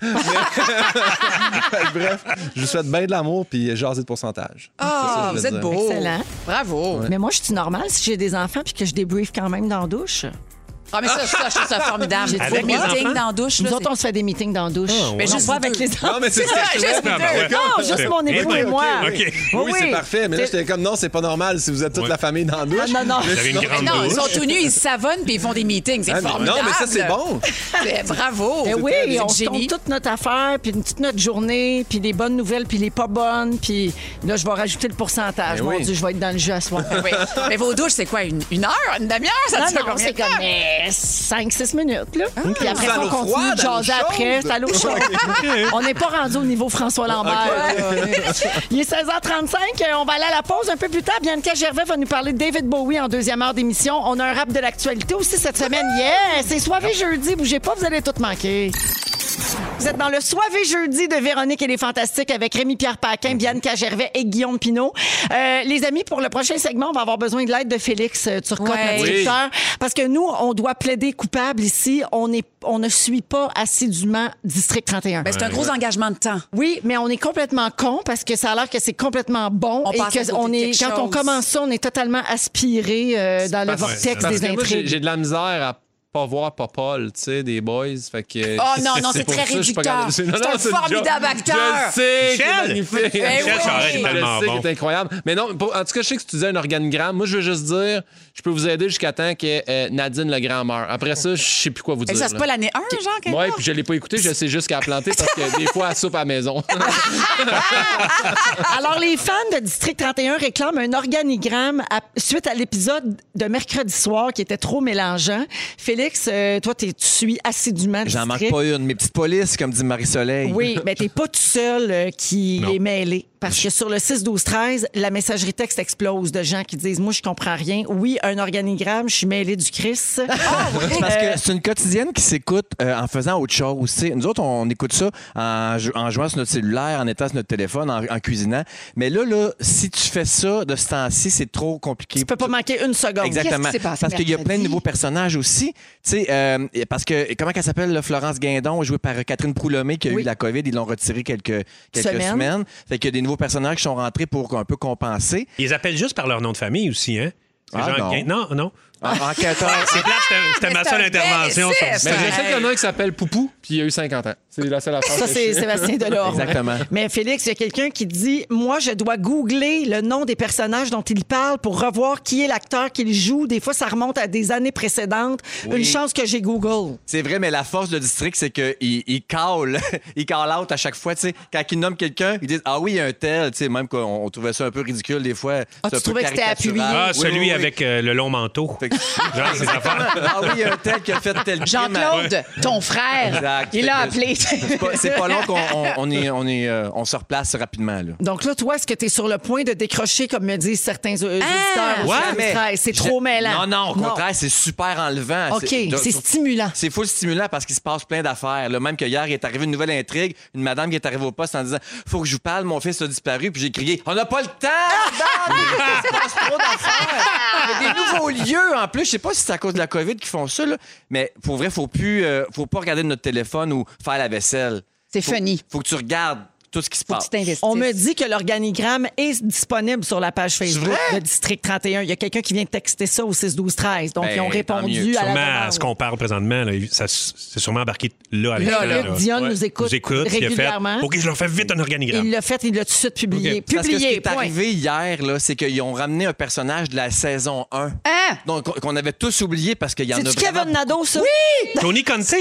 Speaker 4: Fait que bref, je vous souhaite bien de l'amour puis jaser de pourcentage.
Speaker 2: Ah, vous êtes beau.
Speaker 1: Excellent.
Speaker 2: Bravo.
Speaker 1: Mais moi, je suis normale si j'ai des enfants puis que je débriefe quand même dans la douche.
Speaker 2: Ah, mais ça, ça, je trouve ça formidable. J'ai
Speaker 3: Avec
Speaker 2: trop de
Speaker 3: les
Speaker 2: meeting
Speaker 3: enfants?
Speaker 2: dans la douche. là,
Speaker 1: Nous autres, on se fait des meetings dans la douche.
Speaker 4: Ah,
Speaker 2: Mais
Speaker 1: Non,
Speaker 2: juste
Speaker 1: pas
Speaker 2: vous
Speaker 1: avec
Speaker 2: deux.
Speaker 1: les enfants.
Speaker 4: Non, mais
Speaker 2: C'est
Speaker 4: c'est
Speaker 2: ça, juste
Speaker 3: Ah, ben ouais.
Speaker 1: Non, juste mon
Speaker 3: Eh
Speaker 1: époux
Speaker 3: ben,
Speaker 1: et
Speaker 3: ok,
Speaker 1: moi.
Speaker 3: ok.
Speaker 4: Oui, c'est parfait. Mais là, j'étais comme non, c'est pas normal si vous êtes toute
Speaker 3: Ouais.
Speaker 4: la famille dans la douche.
Speaker 1: Non, non, non.
Speaker 3: Vous avez une
Speaker 2: Mais
Speaker 3: grande
Speaker 2: Ah, non, ils
Speaker 3: douche.
Speaker 2: sont tout nus, ils se savonnent puis ils font des meetings. C'est
Speaker 4: Ah, mais-
Speaker 2: formidable.
Speaker 4: non, mais ça, c'est bon.
Speaker 2: C'est- Bravo.
Speaker 1: Ben oui,
Speaker 2: C'est
Speaker 1: on se
Speaker 2: génie.
Speaker 1: compte toute notre affaire, puis toute notre journée, puis les bonnes nouvelles, puis les pas bonnes, puis là, je vais rajouter le pourcentage.
Speaker 4: Ben
Speaker 1: Mon
Speaker 4: oui.
Speaker 1: Dieu, je vais être dans le jeu à soir.
Speaker 2: Oui. Mais vos douches, c'est quoi? Une, une heure? Une demi-heure? Ça
Speaker 1: Non,
Speaker 2: dure
Speaker 1: non,
Speaker 2: combien
Speaker 1: c'est
Speaker 2: de
Speaker 1: comme
Speaker 2: temps?
Speaker 1: 5-6 minutes. Là. Puis après,
Speaker 4: C'est à
Speaker 1: ça, on
Speaker 4: l'eau
Speaker 1: continue
Speaker 4: froide,
Speaker 1: de
Speaker 4: à l'eau
Speaker 1: jaser après.
Speaker 4: chaude.
Speaker 1: C'est à l'eau chaude. on n'est pas rendu au niveau François Lambert. là. Il est 16h35. euh, On va aller à la pause un peu plus tard. Bianca Gervais va nous parler de David Bowie en deuxième heure d'émission. On a un rap de l'actualité aussi cette semaine. Yeah! C'est soirée jeudi. Bougez pas, vous allez tout manquer. Vous êtes dans le Soivé jeudi de Véronique et les Fantastiques avec Rémi-Pierre Paquin, Bianca Gervais et Guillaume Pinault. Euh, les amis, pour le prochain segment, on va avoir besoin de l'aide de Félix euh, Turcotte,
Speaker 2: Ouais.
Speaker 1: notre directeur, parce que nous, on doit plaider coupable ici. On, est, on ne suit pas assidûment District 31.
Speaker 2: Ben, c'est un gros engagement de temps.
Speaker 1: Oui, mais on est complètement con parce que ça a l'air que c'est complètement bon
Speaker 2: On
Speaker 1: et
Speaker 2: passe à
Speaker 1: que
Speaker 2: côté
Speaker 1: on
Speaker 2: de
Speaker 1: est
Speaker 2: quelque
Speaker 1: quand on
Speaker 2: chose.
Speaker 1: commence ça, on est totalement aspiré euh, dans le
Speaker 4: Parce-
Speaker 1: vortex
Speaker 4: parce
Speaker 1: des
Speaker 4: que moi, j'ai-
Speaker 1: intrigues.
Speaker 4: J'ai de la misère à pas voir Popol, tu sais, des boys. Fait que,
Speaker 2: Oh non, non, c'est
Speaker 4: pour
Speaker 2: très
Speaker 4: ça que je suis pas
Speaker 2: réducteur.
Speaker 4: capable de- Non,
Speaker 2: C'est
Speaker 4: non,
Speaker 2: un
Speaker 4: une
Speaker 2: formidable
Speaker 4: joke.
Speaker 2: acteur.
Speaker 4: Je le sais, qu'il est
Speaker 3: Michel!
Speaker 4: magnifique.
Speaker 2: Ben
Speaker 3: Michel
Speaker 2: oui.
Speaker 3: Charest est
Speaker 4: Je le
Speaker 3: tellement
Speaker 4: sais
Speaker 3: bon.
Speaker 4: qu'il est incroyable. Mais non, pour- en tout cas, je sais que tu disais un organigramme. Moi, je veux juste dire, je peux vous aider jusqu'à temps que euh, Nadine le grand meure. Après ça, je sais plus quoi vous
Speaker 2: Et
Speaker 4: dire.
Speaker 2: Ben, ça, c'est
Speaker 4: là.
Speaker 2: pas l'année 1, genre, quelque
Speaker 4: Ouais,
Speaker 2: part?
Speaker 4: puis je l'ai pas écouté, je sais juste qu'elle a planté parce que des fois, elle soupe à la maison.
Speaker 1: Alors, les fans de District 31 réclament un organigramme à- suite à l'épisode de mercredi soir qui était trop mélangeant. Félix, euh, toi, t'es- tu suis assidûment
Speaker 9: J'en manque
Speaker 1: District.
Speaker 9: pas une. Mes petites polices, comme dit Marie-Soleil.
Speaker 1: Oui, mais t'es pas tout seul euh, qui
Speaker 3: Non.
Speaker 1: est mêlé. Parce que sur le 6-12-13, la messagerie texte explose de gens qui disent Moi, je comprends rien. Oui, un organigramme, je suis mêlé du Chris.
Speaker 9: C'est Parce
Speaker 1: euh,
Speaker 9: que c'est une quotidienne qui s'écoute euh, en faisant autre chose. tu sais. Nous autres, on écoute ça en, jou- en jouant sur notre cellulaire, en étant sur notre téléphone, en, en cuisinant. Mais là, là, si tu fais ça de ce temps-ci, c'est trop compliqué.
Speaker 1: Tu peux pas manquer une seconde.
Speaker 9: Exactement.
Speaker 2: Qu'est-ce qui s'est passé
Speaker 9: parce qu'il y a plein de
Speaker 2: mercredi?
Speaker 9: nouveaux personnages aussi. Tu sais, euh, et parce que, et comment qu'elle s'appelle, là, Florence Guindon, jouée par euh, Catherine Proulomé, qui a
Speaker 1: Oui.
Speaker 9: eu la COVID, ils l'ont retirée quelques, quelques
Speaker 1: Semaine.
Speaker 9: semaines. Fait qu'il y a des nouveaux personnages qui sont rentrés pour un peu compenser.
Speaker 3: Ils appellent juste par leur nom de famille aussi, hein? C'est
Speaker 9: Ah,
Speaker 3: genre-
Speaker 9: non.
Speaker 3: non, non.
Speaker 9: En- Enquêteur.
Speaker 3: C'est plate, c'était- c'était
Speaker 2: Mais
Speaker 3: ma
Speaker 2: c'est
Speaker 3: seule
Speaker 2: un bel
Speaker 3: intervention.
Speaker 2: essai,
Speaker 3: sur-
Speaker 4: Mais je
Speaker 2: Ouais.
Speaker 4: sais qu'il y en a un qui s'appelle Poupou, puis il a eu 50 ans. C'est la seule affaire.
Speaker 1: Ça,
Speaker 4: que
Speaker 1: c'est
Speaker 4: je sais.
Speaker 1: Sébastien Delorme.
Speaker 9: Exactement.
Speaker 1: Mais Félix, il y a quelqu'un qui dit Moi, je dois googler le nom des personnages dont il parle pour revoir qui est l'acteur qu'il joue. Des fois, ça remonte à des années précédentes. Une chance que j'ai Google.
Speaker 9: C'est vrai, mais la force de District, c'est qu'il il call, il call out à chaque fois. tu sais. Quand il nomme quelqu'un, ils disent Ah oui, il y a un tel. Tu sais, même qu'on on trouvait ça un peu ridicule des fois.
Speaker 1: Ah,
Speaker 9: C'est
Speaker 1: tu
Speaker 9: un peu
Speaker 1: trouvais que c'était
Speaker 9: caricatural.
Speaker 1: appuyé.
Speaker 3: Ah,
Speaker 9: Oui,
Speaker 3: celui
Speaker 9: oui, oui.
Speaker 3: avec euh, le long manteau.
Speaker 9: Fait que-
Speaker 3: Genre, ces affaires.
Speaker 9: Ah oui, il y a un tel qui a fait tel crime.
Speaker 2: Jean-Claude, ton frère,
Speaker 9: Ben Exact.
Speaker 2: il l'a
Speaker 9: Fait que
Speaker 2: appelé.
Speaker 9: C'est pas, c'est pas long qu'on on, on est, on est, euh, on se replace rapidement. Là.
Speaker 1: Donc là, toi, est-ce que tu es sur le point de décrocher, comme me disent certains
Speaker 2: Ah!
Speaker 1: euh, auditeurs? au
Speaker 9: Ouais,
Speaker 1: 6-12-13?
Speaker 9: mais-
Speaker 1: c'est
Speaker 9: Je-
Speaker 1: trop mêlant.
Speaker 9: Non, non, au contraire, c'est super enlevant.
Speaker 1: OK, c'est stimulant.
Speaker 9: C'est full stimulant parce qu'il se passe plein d'affaires. là. Même que hier, il est arrivé une nouvelle intrigue, une madame qui est arrivée au poste en disant Faut que je vous parle, mon fils a disparu. Puis j'ai crié On n'a pas le temps,
Speaker 1: Ah,
Speaker 9: madame! Il se passe trop d'affaires. Il y a des nouveaux lieux en plus. Je sais pas si c'est à cause de la COVID qu'ils font ça, là. mais pour vrai, faut plus, euh, faut pas regarder notre téléphone ou faire la vaisselle.
Speaker 2: C'est
Speaker 9: Faut-
Speaker 2: funny.
Speaker 9: Faut que tu regardes tout ce qui se
Speaker 2: Faut que
Speaker 9: passe.
Speaker 2: tu t'investisses.
Speaker 1: On me dit que l'organigramme est disponible sur la page Facebook
Speaker 9: C'est
Speaker 1: de District 31. Il y a quelqu'un qui vient de texter ça au 6-12-13. Donc,
Speaker 9: Ben,
Speaker 1: ils ont
Speaker 9: tant
Speaker 1: répondu
Speaker 9: mieux.
Speaker 1: à la
Speaker 3: Sûrement, à
Speaker 1: demande.
Speaker 3: ce qu'on parle présentement, là, ça s- c'est sûrement embarqué là à
Speaker 1: Là,
Speaker 3: l'échelle.
Speaker 1: Luc
Speaker 3: là.
Speaker 1: Dion
Speaker 3: Ouais.
Speaker 1: nous écoute
Speaker 3: Nous écoute, puis il a fait,
Speaker 1: régulièrement.
Speaker 3: OK, je leur fais vite un organigramme.
Speaker 1: Il l'a fait, il l'a tout de suite publié.
Speaker 9: C'est Parce que ce qui
Speaker 1: Publié,
Speaker 9: est
Speaker 1: point.
Speaker 9: arrivé hier, là, c'est qu'ils ont ramené un personnage de la saison 1.
Speaker 2: Hein?
Speaker 9: Donc, qu'on- qu'on avait tous oublié parce qu'il y en a
Speaker 1: C'est-tu
Speaker 9: vraiment
Speaker 1: Kevin Nadeau, ça? Oui!
Speaker 3: Tony Conte, ça?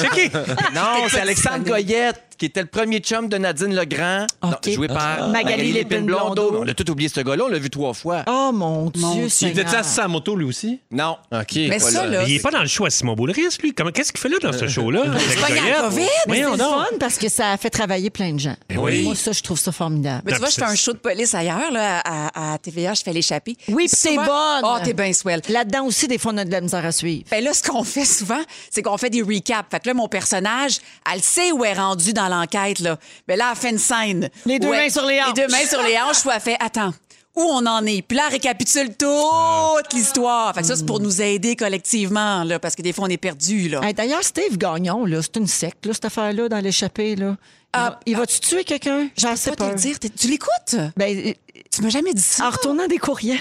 Speaker 3: Checké.
Speaker 9: Non, c'est Alexandre Goyette, qui était le premier chum de Nadine Legrand,
Speaker 1: Ok. Ah.
Speaker 9: Non, joué par
Speaker 1: Magali Lépine Blondeau.
Speaker 9: On a tout oublié ce gars-là, on l'a vu trois fois.
Speaker 1: Oh mon Dieu,
Speaker 2: Mon Dieu.
Speaker 1: Seigneur.
Speaker 4: sa moto, lui aussi?
Speaker 9: Non. Eh,
Speaker 4: OK.
Speaker 2: Mais
Speaker 4: pas
Speaker 2: ça, là,
Speaker 3: Il est pas dans le show à Simon Boulris, lui. Comment- Qu'est-ce qu'il fait là dans ce show-là? C'est
Speaker 2: pas gagné la COVID,
Speaker 1: Mais c'est
Speaker 3: Voyons
Speaker 1: le
Speaker 3: donc.
Speaker 1: fun parce que ça a fait travailler plein de gens.
Speaker 3: oui.
Speaker 1: Moi, ça, je trouve ça formidable.
Speaker 2: Mais tu vois,
Speaker 3: Non,
Speaker 2: j'étais
Speaker 3: c'est-
Speaker 2: un show de police ailleurs, là, à, à TVA, je fais l'échappée.
Speaker 1: Oui,
Speaker 2: Et
Speaker 1: puis t'es
Speaker 2: souvent-
Speaker 1: bonne.
Speaker 2: Oh, t'es bien swell.
Speaker 1: Là-dedans aussi, des fois, on a de la misère à suivre.
Speaker 2: Ben là, ce qu'on fait souvent, c'est qu'on fait des recaps. Fait que là, mon personnage, elle sait où est rendue dans l'enquête, là. Mais là, elle fait une scène.
Speaker 1: Les deux
Speaker 2: Ouais.
Speaker 1: mains sur les hanches.
Speaker 2: Les deux mains sur les hanches, où elle fait, attends, où on en est? Puis là, elle récapitule toute l'histoire. Fait que ça, c'est pour nous aider collectivement, là, parce que des fois, on est perdu, là.
Speaker 1: Hey, D'ailleurs, Steve Gagnon, là, c'est une secte, là, cette affaire-là, dans l'échappée. Là. Il, va- il va-tu tuer quelqu'un? J'en sais
Speaker 2: Faut te
Speaker 1: pas.
Speaker 2: le dire. T'es- Tu l'écoutes?
Speaker 1: Ben, euh,
Speaker 2: Tu m'as jamais dit ça.
Speaker 1: en retournant des courriels.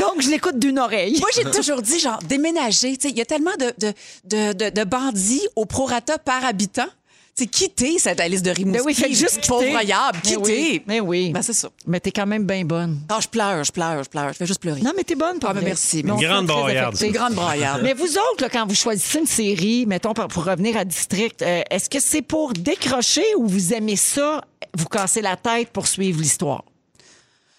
Speaker 1: Donc, je l'écoute d'une oreille.
Speaker 2: Moi, j'ai toujours dit, genre, déménager. Tu sais, Il y a tellement de, de, de, de, de bandits au prorata par habitant. Tu sais, quitter cette liste de Rimouski.
Speaker 1: Ben oui, faites juste quitter.
Speaker 2: Pauvre ailleurs,
Speaker 1: Mais
Speaker 2: quitter.
Speaker 1: oui, mais oui.
Speaker 2: Ben, c'est ça.
Speaker 1: Mais t'es quand même bien bonne.
Speaker 2: Ah, je pleure, je pleure, je pleure. Je vais juste pleurer.
Speaker 1: Non, mais t'es bonne, pour
Speaker 2: Ah, ben,
Speaker 1: vrai.
Speaker 2: merci.
Speaker 1: Mais on
Speaker 2: Une
Speaker 1: se sent
Speaker 3: grande
Speaker 1: très
Speaker 3: broyarde.
Speaker 1: affecté.
Speaker 2: C'est une grande braillarde.
Speaker 1: Mais vous autres, là, quand vous choisissez une série, mettons pour, pour revenir à District, euh, est-ce que c'est pour décrocher ou vous aimez ça, vous cassez la tête pour suivre l'histoire?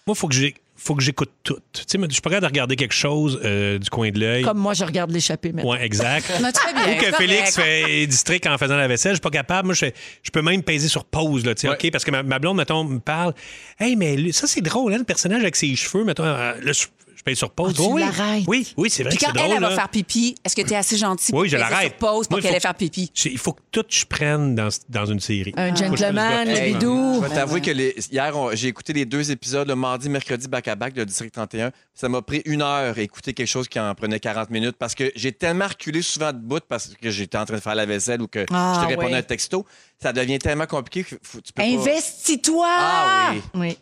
Speaker 3: Moi, faut que j'ai- faut que j'écoute tout. Tu sais, mais je suis pas capable de regarder quelque chose euh, du coin de l'œil.
Speaker 1: Comme moi, je regarde l'échappée maintenant.
Speaker 3: Ouais, exact.
Speaker 2: Non, tu fais bien,
Speaker 3: Ou que
Speaker 2: Ben, correct.
Speaker 3: Félix fait district en faisant la vaisselle, je suis pas capable. Moi, je, fais- je peux même peser sur pause, là, tu sais,
Speaker 4: Ouais.
Speaker 3: OK? Parce que ma, ma blonde, mettons, me parle. Hey, mais lui- ça, c'est drôle, hein, le personnage avec ses cheveux, mettons, euh, là, je, je pèse sur pause.
Speaker 1: Ah, tu
Speaker 3: oui,
Speaker 1: l'arrêtes.
Speaker 3: oui, oui, c'est vrai
Speaker 2: Puis
Speaker 3: que
Speaker 2: quand
Speaker 3: c'est
Speaker 2: elle,
Speaker 3: drôle. hein.
Speaker 2: elle va
Speaker 3: là.
Speaker 2: faire pipi, est-ce que t'es assez gentil pour
Speaker 3: Oui, je
Speaker 2: laisser
Speaker 3: l'arrête.
Speaker 2: sur pause pour
Speaker 3: Moi, il
Speaker 2: qu'elle
Speaker 3: faut
Speaker 2: aille faire pipi?
Speaker 3: J'ai- Il faut que tout je prenne dans, dans une série.
Speaker 1: Un
Speaker 2: Euh,
Speaker 3: Ah. Faut que je
Speaker 1: gentleman,
Speaker 3: fasse
Speaker 1: le
Speaker 3: le-
Speaker 9: Hey,
Speaker 1: bidou.
Speaker 9: Je vais t'avouer que les- hier, on- j'ai écouté les deux épisodes, le mardi, mercredi, bac à bac de District 31. Ça m'a pris une heure à écouter quelque chose qui en prenait 40 minutes parce que j'ai tellement reculé souvent de bout parce que j'étais en train de faire la vaisselle ou que
Speaker 1: Ah,
Speaker 9: je te répondais
Speaker 1: ouais.
Speaker 9: à un texto. Ça devient tellement compliqué que faut- tu peux pas-
Speaker 2: Investis-toi!
Speaker 9: Ah oui.
Speaker 1: Oui.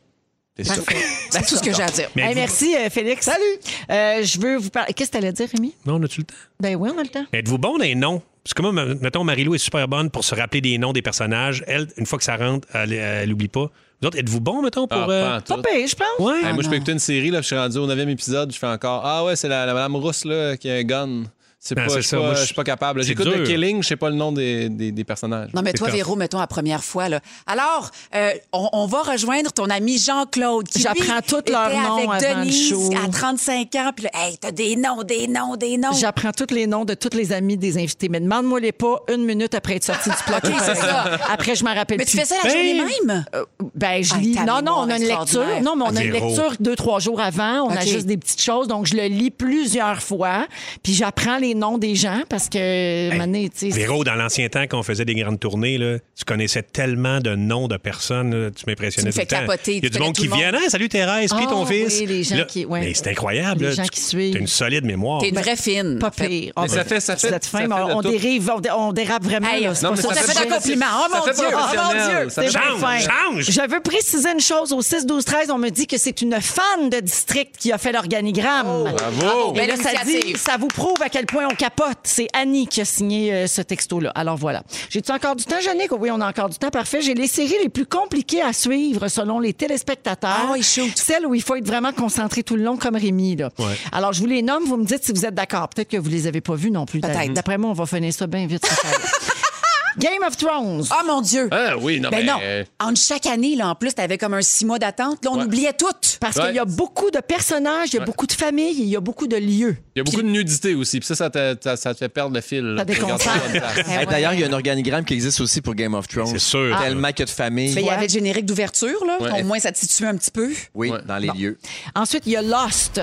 Speaker 9: T'es
Speaker 1: Parfait.
Speaker 2: C'est tout ce que j'ai à dire.
Speaker 3: Mais
Speaker 1: Hey,
Speaker 3: êtes-vous-
Speaker 1: merci, euh, Félix. Salut. je veux vous parler. Qu'est-ce que tu allais dire, Rémi?
Speaker 3: Non, on a-tu le temps?
Speaker 1: Ben oui, on a le temps.
Speaker 3: Êtes-vous bon dans les noms? Parce que moi, me- mettons, Marie-Lou est super bonne pour se rappeler des noms des personnages. Elle, une fois que ça rentre, elle, elle oublie pas. Vous autres, êtes-vous bon, mettons, pour.
Speaker 4: Ah,
Speaker 3: euh,
Speaker 4: pas en tout.
Speaker 1: Popé, je pense.
Speaker 3: Ouais.
Speaker 4: Hey, moi, je
Speaker 2: non.
Speaker 4: peux écouter une série, là, puis je suis rendu au 9 épisode, je fais encore Ah ouais, c'est la, la madame rousse là, qui a un gun. C'est
Speaker 3: Ah,
Speaker 4: pas,
Speaker 3: c'est
Speaker 4: je suis
Speaker 3: ça. Moi,
Speaker 4: pas,
Speaker 3: je-
Speaker 4: je suis pas capable. là.
Speaker 3: c'est
Speaker 4: J'écoute
Speaker 3: dur.
Speaker 4: The Killing, je sais pas le nom des, des, des personnages.
Speaker 2: Non, mais
Speaker 3: C'est
Speaker 2: toi,
Speaker 3: correct.
Speaker 2: Véro, mettons la première fois. Là. Alors, euh, on, on va rejoindre ton ami Jean-Claude. qui, lui,
Speaker 1: J'apprends tous leurs
Speaker 2: était
Speaker 1: noms
Speaker 2: avec
Speaker 1: avant le
Speaker 2: Denise
Speaker 1: show.
Speaker 2: à 35 ans. Puis là, hey, t'as des noms, des noms, des noms.
Speaker 1: J'apprends tous les noms de tous les amis des invités, mais demande-moi les pas une minute après être sorti du plateau.
Speaker 2: Ok, c'est ça.
Speaker 1: Après, je m'en rappelle
Speaker 2: Mais
Speaker 1: plus.
Speaker 2: tu fais ça la
Speaker 3: Ben-
Speaker 2: journée même?
Speaker 1: Euh, ben, je
Speaker 2: Ah,
Speaker 1: lis.
Speaker 2: ta
Speaker 1: Non, non,
Speaker 2: mémoire
Speaker 1: on a une
Speaker 2: extraordinaire.
Speaker 1: lecture. Non, mais on a une
Speaker 3: Zéro.
Speaker 1: lecture deux, trois jours avant. On
Speaker 2: OK.
Speaker 1: a juste des petites choses. Donc, je le lis plusieurs fois. Puis, j'apprends les noms des gens parce que, mané, tu sais.
Speaker 3: Véro, dans l'ancien temps, quand on faisait des grandes tournées, là, tu connaissais tellement de noms de personnes, là, tu
Speaker 2: Tu
Speaker 3: m'impressionnais
Speaker 2: me
Speaker 3: tout
Speaker 2: fais
Speaker 3: le temps.
Speaker 2: capoter,
Speaker 3: Il y
Speaker 2: tu
Speaker 3: a du
Speaker 2: connais
Speaker 3: monde
Speaker 2: tout
Speaker 3: qui
Speaker 2: le monde.
Speaker 3: vient, ah, salut Thérèse, puis
Speaker 1: Ah,
Speaker 3: ton fils.
Speaker 1: oui, les gens
Speaker 3: Là,
Speaker 1: qui- ouais.
Speaker 3: Mais c'est incroyable.
Speaker 1: Les
Speaker 3: là,
Speaker 1: gens
Speaker 3: tu-
Speaker 1: qui suivent.
Speaker 3: T'as une solide mémoire.
Speaker 2: T'es une
Speaker 1: Ben,
Speaker 2: vraie fine.
Speaker 1: Pas
Speaker 2: en fait.
Speaker 1: pire. Ah,
Speaker 4: Mais ça
Speaker 1: ben,
Speaker 4: fait- ça
Speaker 1: vous
Speaker 4: fait-
Speaker 1: êtes fin,
Speaker 4: ça
Speaker 1: mais
Speaker 4: fait
Speaker 1: on,
Speaker 4: le
Speaker 1: on
Speaker 4: tour.
Speaker 1: dérive, on, dé- on dérape vraiment.
Speaker 2: Hey,
Speaker 1: là. C'est
Speaker 4: non,
Speaker 1: pas
Speaker 4: mais
Speaker 1: ça
Speaker 4: ça
Speaker 1: que
Speaker 2: Ça fait
Speaker 1: je fais.
Speaker 2: un compliment. Oh
Speaker 4: Ça
Speaker 2: mon
Speaker 4: fait
Speaker 2: Dieu! Oh mon
Speaker 4: professionnel.
Speaker 2: Dieu!
Speaker 4: Ça
Speaker 1: C'est
Speaker 4: fait-
Speaker 1: bien
Speaker 3: Change,
Speaker 1: fin.
Speaker 3: change.
Speaker 1: Je veux préciser une chose. Au 6, 12, 13, on me dit que c'est une fan de district qui a fait l'organigramme.
Speaker 2: Oh,
Speaker 4: Bravo!
Speaker 1: Mais là,
Speaker 2: Belle
Speaker 1: ça, dit,
Speaker 2: initiative.
Speaker 1: ça vous prouve à quel point on capote. C'est Annie qui a signé euh, ce texto-là. Alors voilà. J'ai-tu encore du temps, Jannick? Oui, on a encore du temps. Parfait. J'ai les séries les plus compliquées à suivre selon les téléspectateurs.
Speaker 2: Ah oui, shoot.
Speaker 1: Celles où il faut être vraiment concentré tout le long, comme Rémi. Là. Alors, je vous les nomme. Vous me dites si vous êtes d'accord. Peut-être que vous les avez pas vues non plus.
Speaker 2: Peut-être.
Speaker 1: D'après moi, on va finir ça bien vite. cette affaire-là. Game of Thrones.
Speaker 2: Oh mon Dieu!
Speaker 4: Ah oui, non,
Speaker 2: Ben
Speaker 4: mais-
Speaker 2: non. Entre chaque année, là, en plus, t'avais comme un six mois d'attente. Là, on oubliait toutes.
Speaker 1: Parce
Speaker 4: Ouais.
Speaker 1: qu'il y a beaucoup de personnages, il y a beaucoup de familles, il y a beaucoup de lieux.
Speaker 4: Il y a beaucoup de nudité aussi, puis ça, ça te, ça- ça te fait perdre le fil.
Speaker 1: Ça
Speaker 4: Regarde
Speaker 1: déconcentre.
Speaker 4: ça, Ah ça-
Speaker 1: Eh
Speaker 9: Hey,
Speaker 1: ouais. Ah.
Speaker 9: D'ailleurs, il y a un organigramme qui existe aussi pour Game of Thrones.
Speaker 3: C'est sûr.
Speaker 9: Tellement qu'il y a de familles.
Speaker 2: Mais il y
Speaker 1: Ouais.
Speaker 2: avait le générique d'ouverture, là.
Speaker 4: Ouais.
Speaker 2: Au moins, ça te situe un petit peu.
Speaker 9: Oui, dans les lieux.
Speaker 1: Ensuite, il y a Lost.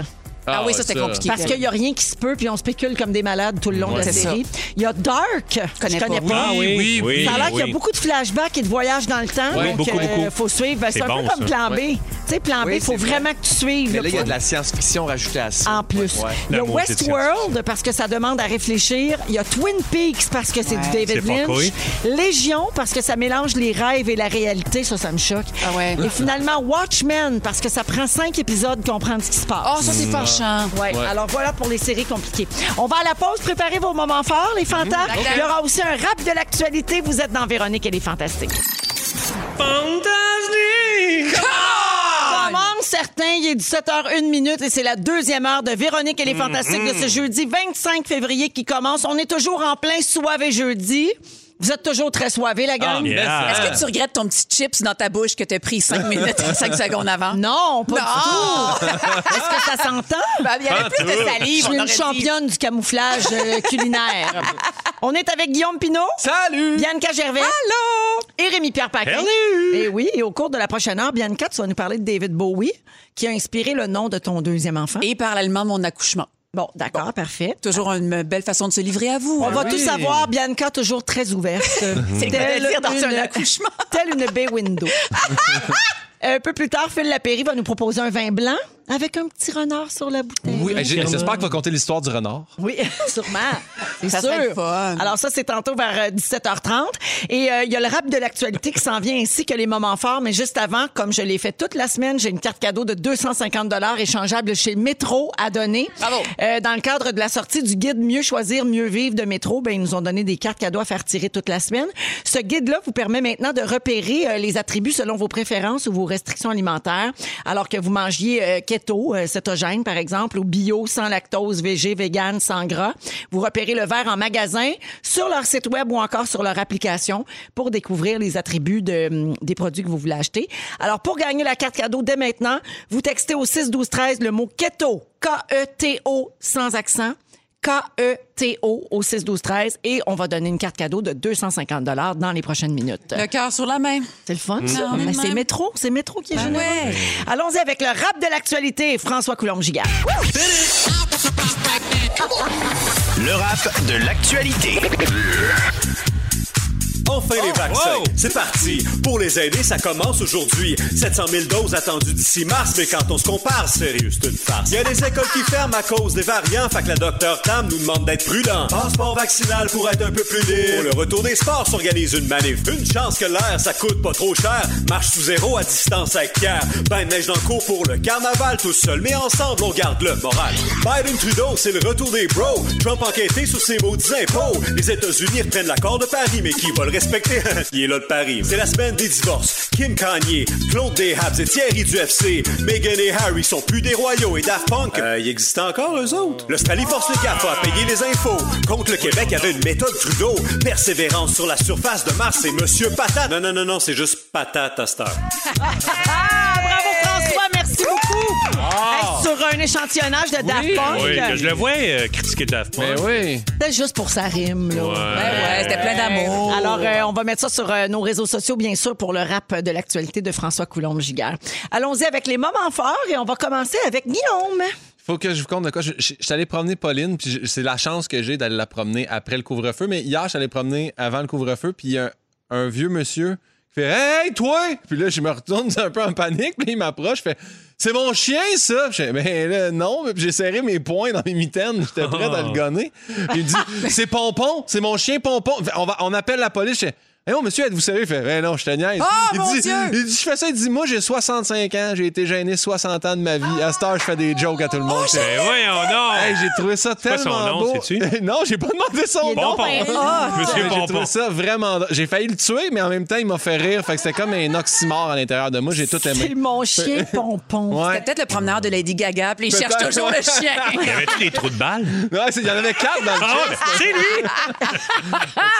Speaker 2: Ah oui, ça, c'était compliqué.
Speaker 1: Parce qu'il n'y a rien qui se peut, puis on spécule comme des malades tout le long de la
Speaker 2: C'est
Speaker 1: série. Il y a Dark, je
Speaker 2: connais
Speaker 1: connais
Speaker 2: pas.
Speaker 1: pas.
Speaker 3: Ah oui, oui, oui.
Speaker 1: Ça a l'air qu'il y
Speaker 3: oui.
Speaker 1: a beaucoup de flashbacks et de voyages dans le temps.
Speaker 3: Oui,
Speaker 1: donc,
Speaker 3: beaucoup, beaucoup.
Speaker 1: faut suivre. Ben, c'est
Speaker 3: C'est
Speaker 1: un
Speaker 3: bon,
Speaker 1: peu comme
Speaker 3: ça.
Speaker 1: Plan B. Tu sais, Plan B,
Speaker 9: Oui,
Speaker 1: il faut
Speaker 9: c'est
Speaker 1: vraiment que tu suives.
Speaker 9: Mais
Speaker 1: là,
Speaker 9: là, il y a
Speaker 1: pour-
Speaker 9: de la science-fiction rajoutée à ça.
Speaker 1: En plus.
Speaker 9: Ouais.
Speaker 1: Il y a
Speaker 3: La maudite
Speaker 1: Westworld, parce que ça demande à réfléchir. Il y a Twin Peaks, parce que c'est du David
Speaker 3: C'est pas
Speaker 1: Lynch.
Speaker 3: cool.
Speaker 1: Légion, parce que ça mélange les rêves et la réalité. Ça, ça me choque.
Speaker 2: Ah ouais.
Speaker 1: Et finalement, Watchmen, parce que ça prend cinq épisodes comprendre ce qui se passe.
Speaker 2: Oh, ça, c'est fâchant.
Speaker 1: Ouais. Alors voilà pour les séries compliquées. On va à la pause. Préparez vos moments forts, les fantasmes. Il y aura aussi un rap de l'actualité. Vous êtes dans Véronique et les Fantastiques. Comment certains, il est 17h01 minute et c'est la deuxième heure de Véronique et les Fantastiques de ce jeudi 25 février qui commence. On est toujours en plein soivé jeudi. Vous êtes toujours très soivé, la gang?
Speaker 3: Ah, Yeah.
Speaker 2: Est-ce que tu regrettes ton petit chips dans ta bouche que t'as pris 5 minutes, 5 secondes avant?
Speaker 1: Non, pas
Speaker 2: Non!
Speaker 1: du tout. Est-ce que ça s'entend?
Speaker 2: Ben, Il y avait plus de
Speaker 1: Je
Speaker 2: salive.
Speaker 1: suis
Speaker 2: on
Speaker 1: une
Speaker 2: aurait dit.
Speaker 1: championne du camouflage euh, culinaire. On est avec Guillaume Pinault.
Speaker 9: Salut!
Speaker 1: Bianca Gervais. Allô! Et Rémi-Pierre Paquin.
Speaker 3: Hello!
Speaker 1: Et oui, et au cours de la prochaine heure, Bianca, tu vas nous parler de David Bowie, qui a inspiré le nom de ton deuxième enfant.
Speaker 2: Et parallèlement, mon accouchement.
Speaker 1: Bon, d'accord, parfait.
Speaker 2: Toujours une belle façon de se livrer à vous.
Speaker 1: On
Speaker 2: hein?
Speaker 1: va tout savoir, Bianca, toujours très ouverte.
Speaker 2: C'est quoi
Speaker 1: Telle
Speaker 2: de dire dans
Speaker 1: une-
Speaker 2: un accouchement?
Speaker 1: Telle une baie window. Un peu plus tard, Phil Lapéry va nous proposer un vin blanc avec un petit renard sur la bouteille.
Speaker 4: Oui, hey, j'ai- j'espère qu'il va compter l'histoire du renard.
Speaker 1: Oui, sûrement. C'est
Speaker 2: Ça
Speaker 1: sûr.
Speaker 2: serait le fun.
Speaker 1: Alors ça, c'est tantôt vers euh, 17h30. Et euh, il y a le rap de l'actualité qui s'en vient ainsi que les moments forts. Mais juste avant, comme je l'ai fait toute la semaine, j'ai une carte cadeau de 250 échangeable chez Métro à donner.
Speaker 2: Bravo.
Speaker 1: Euh, dans le cadre de la sortie du guide Mieux choisir, mieux vivre de Métro, ben, ils nous ont donné des cartes cadeaux à faire tirer toute la semaine. Ce guide-là vous permet maintenant de repérer euh, les attributs selon vos préférences ou vos restrictions alimentaires. Alors que vous mangiez euh, keto, euh, cétogène par exemple, ou bio, sans lactose, végé, vegan, sans gras, vous repérez le verre en magasin, sur leur site web ou encore sur leur application pour découvrir les attributs de, hum, des produits que vous voulez acheter. Alors pour gagner la carte cadeau dès maintenant, vous textez au 6 12 13 le mot keto, K-E-T-O sans accent. K-E-T-O au 6-12-13 et on va donner une carte cadeau de 250 dans les prochaines minutes.
Speaker 2: Le cœur sur la main.
Speaker 1: C'est le fun, ça.
Speaker 2: Non,
Speaker 1: Mais
Speaker 2: mais
Speaker 1: c'est
Speaker 2: même. Ben
Speaker 1: métro, c'est métro qui est généreux.
Speaker 2: ouais.
Speaker 1: Allons-y avec le rap de l'actualité, François Coulombe-Giga.
Speaker 6: Le rap de l'actualité.
Speaker 3: On
Speaker 10: enfin les vaccins. C'est parti. Pour les aider, ça commence aujourd'hui. 700 000 doses attendues d'ici mars, mais quand on se compare, sérieux, c'est une farce. Il y a des écoles qui ferment à cause des variants, fait que la docteur Tam nous demande d'être prudents. Passeport vaccinal pour être un peu plus libre. Pour le retour des sports, s'organise une manif. Une chance que l'air, ça coûte pas trop cher. Marche sous zéro à distance avec Pierre. Ben de neige dans le cours pour le carnaval, tout seul, mais ensemble, on garde le moral. Biden Trudeau, c'est le retour des bros. Trump enquêté sur ses maudits impôts. Les États-Unis reprennent l'accord de Paris, mais qui va le respecter? Il est là de Paris. C'est la semaine des divorces. Kim Kanye, Claude Deshabs et Thierry du FC. Meghan et Harry sont plus des royaux et Daft Punk. Euh, ils existent encore, eux autres? L'Australie force les GAFA à payer les infos. Contre le Québec avait une méthode Trudeau. Persévérance sur la surface de Mars et Monsieur Patate. Non, non, non, non, c'est juste patate à cette heure.
Speaker 11: Ah, bravo François, merci beaucoup. Hey, sur un échantillonnage de Daft Punk.
Speaker 3: Ah Oui, que je le vois euh, critiquer Daft Punk.
Speaker 4: Mais Ben oui.
Speaker 1: C'était juste pour sa rime, là.
Speaker 2: ouais, c'était plein d'amour.
Speaker 1: Alors, euh, on va mettre ça sur euh, nos réseaux sociaux, bien sûr, pour le rap de l'actualité de François Coulombe-Giguère. Allons-y avec les moments forts et on va commencer avec Guillaume.
Speaker 4: Faut que je vous compte de quoi. Je, je- je suis allé promener Pauline, puis je- c'est la chance que j'ai d'aller la promener après le couvre-feu. Mais hier, je suis allé promener avant le couvre-feu, puis il y a un, un vieux monsieur qui fait Hey, toi! Puis là, je me retourne un peu en panique, puis il m'approche, je fais C'est mon chien, ça! Puis je fais Ben là, non, puis j'ai serré mes poings dans mes mitaines, j'étais prêt à
Speaker 2: Oh.
Speaker 4: le gonner. Puis il me dit C'est Pompon, c'est mon chien Pompon. Fait, On, va, on appelle la police, je fais Hey, oh, monsieur, êtes-vous sérieux? Il fait, ben non, je te niaise.
Speaker 2: Ah,
Speaker 4: il,
Speaker 2: mon
Speaker 4: dit,
Speaker 2: Dieu!
Speaker 4: il dit, je fais ça, il dit, moi, j'ai 65 ans, j'ai été gêné 60 ans de ma vie. À cette heure, je fais des jokes à tout le monde. Je fais,
Speaker 3: Ben voyons donc!
Speaker 4: Hey, j'ai trouvé ça
Speaker 3: pas son
Speaker 4: tellement
Speaker 3: nom,
Speaker 4: beau.
Speaker 3: sais-tu?
Speaker 4: non, j'ai pas demandé son nom. Ah,
Speaker 3: Pompon. Ah.
Speaker 11: ben
Speaker 3: Monsieur
Speaker 4: J'ai
Speaker 3: Pompon.
Speaker 4: trouvé ça vraiment. J'ai failli le tuer, mais en même temps, il m'a fait rire. Fait que c'était comme un oxymore à l'intérieur de moi. J'ai tout
Speaker 1: C'est
Speaker 4: aimé.
Speaker 1: mon chien Pompon.
Speaker 4: Ouais.
Speaker 2: C'était peut-être le promeneur de Lady Gaga, puis il
Speaker 4: Peut-être,
Speaker 2: cherche toujours le
Speaker 3: Il y
Speaker 2: chien.
Speaker 3: avait-tu des trous de balle?
Speaker 4: Non, c'est- il y en avait quatre dans le
Speaker 3: Ah,
Speaker 4: chat.
Speaker 3: ben, c'est lui!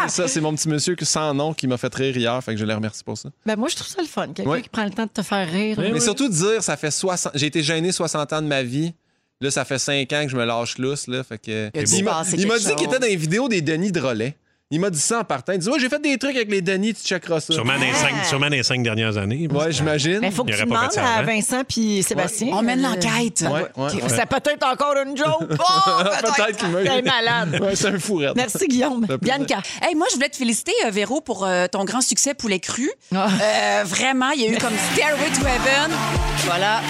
Speaker 4: C'est ça, c'est mon petit monsieur que- sans nom qui m'a fait rire hier. Fait que je le remercie pour ça.
Speaker 1: Ben, moi, je trouve ça le fun. Quelqu'un
Speaker 4: Ouais.
Speaker 1: qui prend le temps de te faire rire.
Speaker 4: Mais surtout dire, ça fait 60. J'ai été gêné 60 ans de ma vie. Là, ça fait 5 ans que je me lâche lousse. Là, fait que...
Speaker 2: Il a dû
Speaker 4: m'a-
Speaker 2: passer
Speaker 4: il m'a
Speaker 2: quelque
Speaker 4: dit qu'il
Speaker 2: chose.
Speaker 4: était dans les vidéos des Denis Drolet. Il m'a dit ça en partant. Il dit Ouais, j'ai fait des trucs avec les Denis, tu checkeras ça.
Speaker 3: Sûrement dans, les cinq, sûrement dans les cinq dernières années.
Speaker 4: Ouais, j'imagine.
Speaker 1: Il faut
Speaker 3: Il
Speaker 1: que tu
Speaker 3: aurait pas fait
Speaker 1: demandes
Speaker 3: ça
Speaker 1: à
Speaker 3: avant.
Speaker 1: Vincent puis Sébastien.
Speaker 2: On mène
Speaker 1: Euh,
Speaker 2: l'enquête.
Speaker 4: Ouais, ouais,
Speaker 1: OK,
Speaker 4: ouais.
Speaker 1: Ça peut être encore une joke. Oh,
Speaker 4: Peut-être qu'il m'a eu.
Speaker 1: T'es
Speaker 2: hein.
Speaker 1: malade.
Speaker 4: Ouais, c'est un fourrette.
Speaker 1: Merci, Guillaume.
Speaker 4: Ça peut-
Speaker 1: Bianca.
Speaker 2: Hey, moi, je voulais te féliciter, euh, Véro, pour euh, ton grand succès Poulet Cru.
Speaker 1: Ah.
Speaker 2: Euh, vraiment, il y a eu comme Stairway to Heaven. Voilà.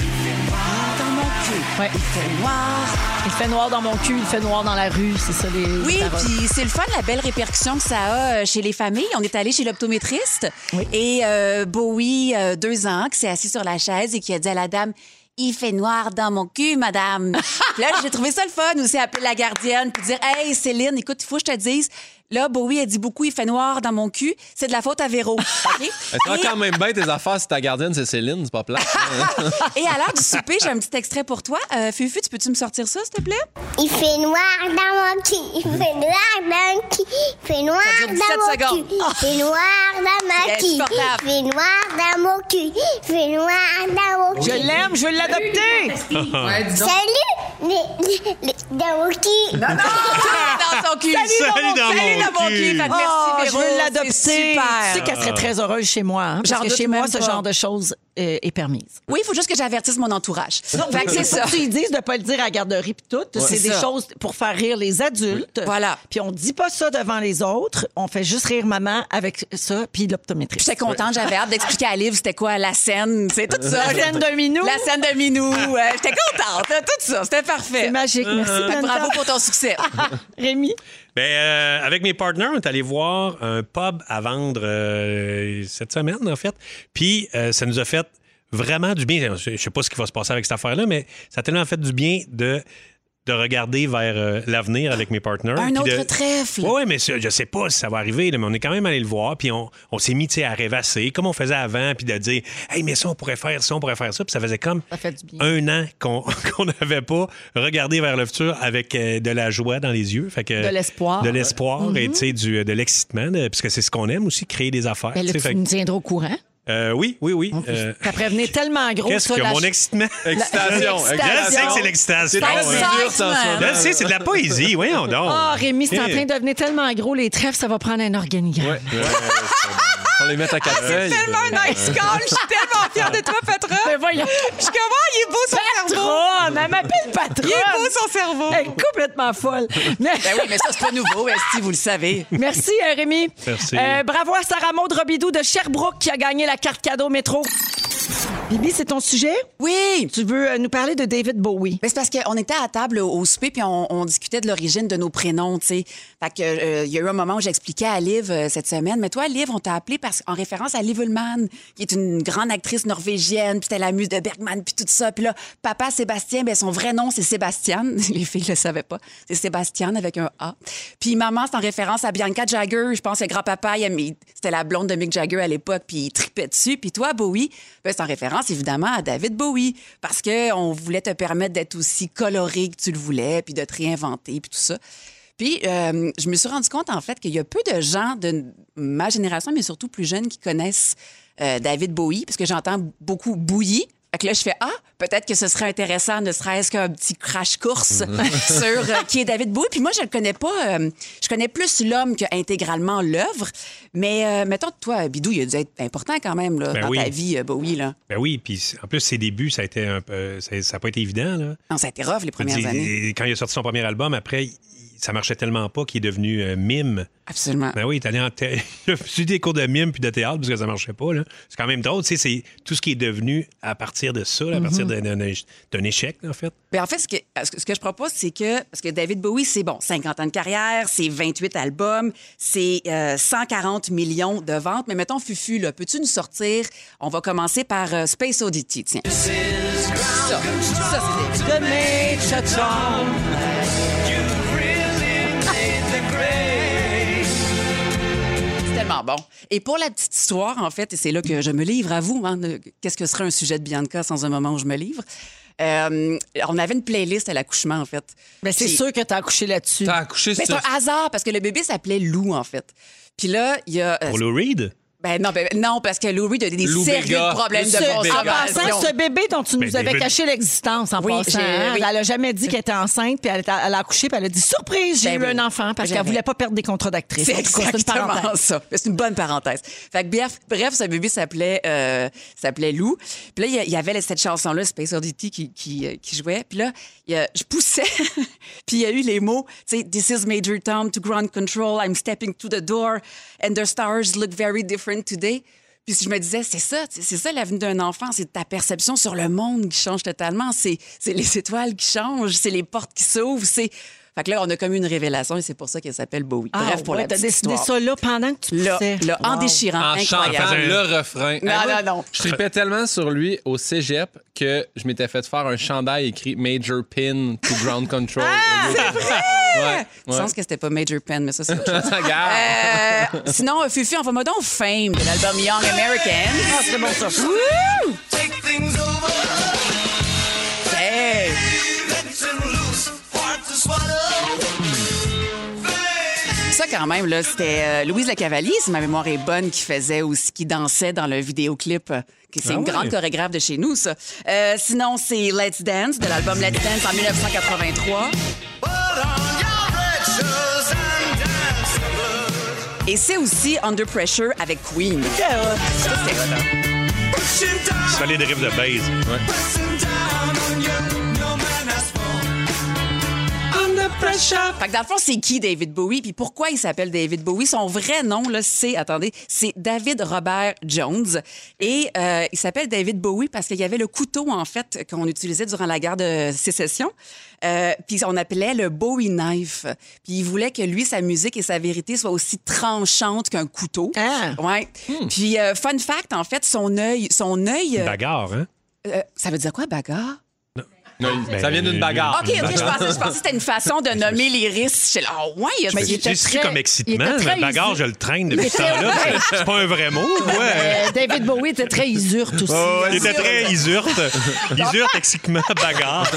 Speaker 2: Dans mon cul,
Speaker 1: Ouais.
Speaker 2: il fait noir.
Speaker 1: Il fait noir dans mon cul, il fait noir dans la rue. C'est ça, les.
Speaker 2: Oui,
Speaker 1: les paroles.
Speaker 2: puis c'est le fun, la belle répercussion que ça a euh, chez les familles. On est allé chez l'optométriste et euh, Bowie, euh, deux ans, qui s'est assis sur la chaise et qui a dit à la dame Il fait noir dans mon cul, madame. Puis là, j'ai trouvé ça le fun aussi, appeler la gardienne puis dire Hey, Céline, écoute, il faut que je te dise. Là, Bowie a dit beaucoup, il fait noir dans mon cul. C'est de la faute à Véro. OK?
Speaker 4: Ça quand même bien tes affaires si ta gardienne, c'est Céline, c'est pas plat.
Speaker 2: Et à l'heure du souper, j'ai un petit extrait pour toi. Euh, Fufu, tu peux-tu me sortir ça, s'il te plaît?
Speaker 12: Il fait noir dans mon cul, il fait noir dans mon cul, il fait noir
Speaker 2: Mhm. Ça dure
Speaker 12: dans
Speaker 2: 17
Speaker 12: mon
Speaker 2: secondes.
Speaker 12: cul, il fait noir dans ma
Speaker 2: C'est
Speaker 12: cul,
Speaker 2: insupportable.
Speaker 12: il fait noir dans mon cul, il fait noir dans mon
Speaker 11: Je
Speaker 12: cul.
Speaker 11: l'aime, je veux l'adopter.
Speaker 12: Salut, mais les- les- dans mon cul.
Speaker 2: dans son cul.
Speaker 3: Salut dans
Speaker 2: Salut
Speaker 3: mon
Speaker 2: dans mon cul.
Speaker 3: cul.
Speaker 2: Fait que Merci,
Speaker 1: Oh, je
Speaker 2: Véro,
Speaker 1: veux
Speaker 2: c'est
Speaker 1: l'adopter.
Speaker 2: Super.
Speaker 1: Tu sais qu'elle
Speaker 4: Euh.
Speaker 1: serait très heureuse chez moi. hein,
Speaker 2: J'en
Speaker 1: parce que
Speaker 2: doute
Speaker 1: chez moi,
Speaker 2: même
Speaker 1: ce
Speaker 2: pas.
Speaker 1: genre de choses euh, est permise.
Speaker 2: Oui, il faut juste que j'avertisse mon entourage. fait que c'est
Speaker 1: Faut
Speaker 2: ça.
Speaker 1: que tu lui dises de pas le dire à la garderie puis tout. C'est des
Speaker 2: ça.
Speaker 1: choses pour faire rire les adultes.
Speaker 2: Voilà.
Speaker 1: Puis on dit pas ça devant les autres. On fait juste rire maman avec ça puis l'optométriste.
Speaker 2: J'étais contente, j'avais hâte d'expliquer à Liv c'était quoi la scène, c'est tout ça.
Speaker 1: La scène de Minou.
Speaker 2: La scène de Minou. Euh, J'étais contente, là, tout ça, c'était
Speaker 1: C'est
Speaker 2: parfait.
Speaker 1: magique. Merci,
Speaker 2: Fait que
Speaker 1: Bianca.
Speaker 2: Euh. Bravo pour ton succès.
Speaker 1: Rémi.
Speaker 3: Ben, euh, avec mes partners, on est allé voir un pub à vendre euh, cette semaine, en fait. Puis euh, ça nous a fait vraiment du bien. Je sais pas ce qui va se passer avec cette affaire-là, mais ça a tellement fait du bien de, de regarder vers euh, l'avenir avec mes partners.
Speaker 2: Un
Speaker 3: puis
Speaker 2: autre
Speaker 3: de-
Speaker 2: trèfle.
Speaker 3: Ouais, ouais, mais ça, je sais pas si ça va arriver, là, mais on est quand même allé le voir, puis on, on s'est mis tu sais, à rêvasser, comme on faisait avant, puis de dire Hey, mais ça, on pourrait faire ça, on pourrait faire ça. Puis ça faisait comme
Speaker 1: Ça fait du bien.
Speaker 3: un an qu'on qu'on n'avait pas regardé vers le futur avec euh, de la joie dans les yeux. Fait que,
Speaker 1: De l'espoir. Mhm.
Speaker 3: De l'espoir et tu sais, du- de l'excitement, de- parce que c'est ce qu'on aime aussi, créer des affaires.
Speaker 1: Ben là,
Speaker 3: tu sais,
Speaker 1: tu
Speaker 3: fait
Speaker 1: me
Speaker 3: que-
Speaker 1: tiendras au courant.
Speaker 3: Euh, oui, oui, oui. euh,
Speaker 1: T'as prévenu tellement gros.
Speaker 3: Qu'est-ce
Speaker 1: ça,
Speaker 3: que
Speaker 1: la-
Speaker 3: mon excitement?
Speaker 4: Excitation.
Speaker 1: Je
Speaker 3: Je sais que c'est
Speaker 4: C'est
Speaker 3: l'excitation.
Speaker 4: très
Speaker 2: Excitement.
Speaker 3: hein.
Speaker 4: dur, ça, en ce
Speaker 3: Je
Speaker 4: moment.
Speaker 3: le sais, c'est de la poésie, voyons donc.
Speaker 1: Ah, Rémi, c'est en
Speaker 3: Eh.
Speaker 1: train de devenir tellement gros, les trèfles, ça va prendre un organigramme.
Speaker 4: Ouais. On les met à quatre feuilles.
Speaker 11: Ah, C'est tellement un nice call. Je suis tellement fière de toi, Patra. Mais voyons. Je suis comme, ah, il est beau son cerveau. Patronne, elle m'appelle Patronne. Il est beau son cerveau. Elle est complètement folle. Mais...
Speaker 2: Ben oui, mais ça, c'est pas nouveau, si vous le savez.
Speaker 11: Merci, euh, Rémi.
Speaker 2: Merci.
Speaker 11: Euh, bravo à Sarah Maud Robidou de Sherbrooke qui a gagné la carte cadeau métro. Bibi, c'est ton sujet?
Speaker 2: Oui.
Speaker 11: Tu veux euh, nous parler de David Bowie?
Speaker 2: Ben, c'est parce qu'on était à table au souper puis on, on discutait de l'origine de nos prénoms, tu sais. Fait que euh, il y a eu un moment où j'expliquais à Liv euh, cette semaine, mais toi, Liv, on t'a appelé parce en référence à Liv Ullmann, qui est une grande actrice norvégienne, puis c'était la muse de Bergman, puis tout ça. Puis là, papa Sébastien, ben son vrai nom c'est Sébastien. Les filles le savaient pas. C'est Sébastien avec un A. Puis maman, c'est en référence à Bianca Jagger. Je pense que grand-papa, il aimait- c'était la blonde de Mick Jagger à l'époque, puis il tripait dessus. Puis toi, Bowie, ben, c'est en référence évidemment à David Bowie, parce que on voulait te permettre d'être aussi coloré que tu le voulais, puis de te réinventer, puis tout ça. Puis, euh, je me suis rendu compte, en fait, qu'il y a peu de gens de ma génération, mais surtout plus jeunes, qui connaissent euh, David Bowie, parce que j'entends beaucoup bouillie. Fait que là, je fais Ah, peut-être que ce serait intéressant, ne serait-ce qu'un petit crash course sur euh, qui est David Bowie. Puis moi, je le connais pas. euh, je connais plus l'homme que intégralement l'œuvre. Mais euh, mettons, toi, Bidou, il a dû être important quand même là,
Speaker 3: Ben
Speaker 2: dans
Speaker 3: oui.
Speaker 2: ta vie, euh, Bowie. Là.
Speaker 3: Ben oui, puis c- en plus, ses débuts, ça a été un peu- ça n'a pas été évident. Là.
Speaker 2: Non, ça a été rough les
Speaker 3: Je veux
Speaker 2: premières
Speaker 3: dire,
Speaker 2: années.
Speaker 3: il- Quand il a sorti son premier album, après, il- ça marchait tellement pas qu'il est devenu euh, mime.
Speaker 2: Absolument.
Speaker 3: Ben oui, il est allé en thé- il a suivi des cours de mime puis de théâtre parce que ça marchait pas. là. C'est quand même drôle. tu sais, C'est tout ce qui est devenu à partir de ça, là, à partir d'un- d'un d'un échec, là, en fait.
Speaker 2: Ben, en fait, ce que, ce que je propose, c'est que, parce que David Bowie, c'est bon, 50 ans de carrière, c'est 28 albums, c'est euh, 140 millions de ventes. Mais mettons, Fufu, là, peux-tu nous sortir? On va commencer par euh, Space Oddity, tiens. Ça, ça, c'est des- C'est tellement bon. Et pour la petite histoire, en fait, et c'est là que je me livre à vous, hein, de- qu'est-ce que serait un sujet de Bianca sans un moment où je me livre? Euh, on avait une playlist à l'accouchement, en fait.
Speaker 11: Ben, c'est
Speaker 2: Puis-
Speaker 11: sûr que t'as accouché là-dessus.
Speaker 4: T'as accouché
Speaker 2: Ben, c'est un hasard, parce que le bébé s'appelait Lou, en fait. Puis là, il y a... euh,
Speaker 3: Pour Lou Reed?
Speaker 2: Ben non, ben non, parce que Lou Reed a des
Speaker 3: Lou
Speaker 2: sérieux
Speaker 3: Béga.
Speaker 2: problèmes de
Speaker 3: Ce- en
Speaker 2: consommation.
Speaker 3: passant,
Speaker 11: En passant, ce bébé dont tu
Speaker 3: Ben,
Speaker 11: nous avais
Speaker 3: David-
Speaker 11: caché l'existence en
Speaker 2: Oui,
Speaker 11: passant,
Speaker 2: j'ai-
Speaker 11: hein,
Speaker 2: oui.
Speaker 11: elle a jamais dit qu'elle était enceinte, puis elle, était- elle a accouché, puis elle a dit surprise, j'ai
Speaker 2: Ben
Speaker 11: eu
Speaker 2: oui.
Speaker 11: un enfant parce qu'elle
Speaker 2: J'avais.
Speaker 11: voulait pas perdre des contrats d'actrice.
Speaker 2: C'est
Speaker 11: En tout cas, une
Speaker 2: exactement
Speaker 11: parenthèse.
Speaker 2: ça. Mais C'est une bonne parenthèse. Fait que bref, bref, ce bébé s'appelait euh, s'appelait Lou. Puis là, il y a- il y avait cette chanson-là, Space Oddity, qui, qui, euh, qui jouait. Puis là, il y a- je poussais. Puis il y a eu les mots, tu sais, This is Major Tom to ground control. I'm stepping to the door. And the stars look very different today. Puis je me disais, c'est ça, tu sais, c'est ça l'avenue d'un enfant, c'est ta perception sur le monde qui change totalement, c'est c'est les étoiles qui changent, c'est les portes qui s'ouvrent, c'est... Fait que là, on a comme eu une révélation et c'est pour ça qu'elle s'appelle Bowie.
Speaker 11: Ah,
Speaker 2: Bref, pour
Speaker 11: ouais,
Speaker 2: la
Speaker 11: t'as
Speaker 2: petite
Speaker 11: décidé ça
Speaker 2: histoire.
Speaker 11: là pendant que tu
Speaker 2: Là,
Speaker 11: poussais.
Speaker 2: là, ah, en
Speaker 11: Wow.
Speaker 2: déchirant,
Speaker 4: En chantant
Speaker 2: incroyable.
Speaker 4: le refrain.
Speaker 2: Non,
Speaker 4: Eh,
Speaker 2: non, non.
Speaker 4: Je tripais tellement sur lui au cégep que je m'étais fait faire un chandail écrit Major Pin to Ground Control. Ouais,
Speaker 2: Je
Speaker 4: ouais.
Speaker 2: pense que c'était pas Major Pen, mais ça, c'est autre chose.
Speaker 4: Regarde.
Speaker 2: Euh, sinon, euh, Fufu, on va donc Fame de l'album Young American.
Speaker 11: Ah, c'est bon, ça.
Speaker 2: Wouh!
Speaker 6: Take things over.
Speaker 2: Hey!
Speaker 6: Letting loose. Hard to swallow.
Speaker 2: Ça, quand même, là, c'était euh, Louise Lecavalier, si ma mémoire est bonne, qui faisait ou qui dansait dans le vidéoclip. euh, qui- C'est
Speaker 3: Ah
Speaker 2: une
Speaker 3: ouais.
Speaker 2: grande chorégraphe de chez nous, ça. Euh, sinon, c'est Let's Dance de l'album Let's Dance en 1983. Et c'est aussi Under Pressure avec Queen. Ça, c'est hot, hein?
Speaker 3: Solide riff de base.
Speaker 2: Fait que dans le fond, c'est qui David Bowie? Puis pourquoi il s'appelle David Bowie? Son vrai nom, là, c'est, attendez, c'est David Robert Jones. Et euh, il s'appelle David Bowie parce qu'il y avait le couteau, en fait, qu'on utilisait durant la guerre de sécession. Euh, puis on appelait le Bowie Knife. Puis il voulait que lui, sa musique et sa vérité soient aussi tranchantes qu'un couteau.
Speaker 11: Ah.
Speaker 2: Ouais. Puis, euh, fun fact, en fait, son œil. Son œil euh,
Speaker 3: Bagarre, hein?
Speaker 2: euh, ça veut dire quoi, bagarre?
Speaker 4: Non,
Speaker 3: Ben,
Speaker 4: ça vient d'une bagarre.
Speaker 2: OK, OK, je pensais, je pensais que c'était une façon de nommer les risques. J'étais là, Ah ouais, il y a-
Speaker 3: Mais
Speaker 2: il
Speaker 3: j'ai
Speaker 2: était
Speaker 3: su
Speaker 2: très- il
Speaker 3: comme excitement.
Speaker 2: était très
Speaker 3: mais Bagarre, je le traîne depuis
Speaker 2: Il
Speaker 3: ce
Speaker 2: était-
Speaker 3: temps-là. C'est- C'est pas un vrai mot. Ouais.
Speaker 1: Euh, David Bowie était très isurte aussi.
Speaker 2: Oh,
Speaker 3: Il était très isurte. Isurte, excitement, bagarre.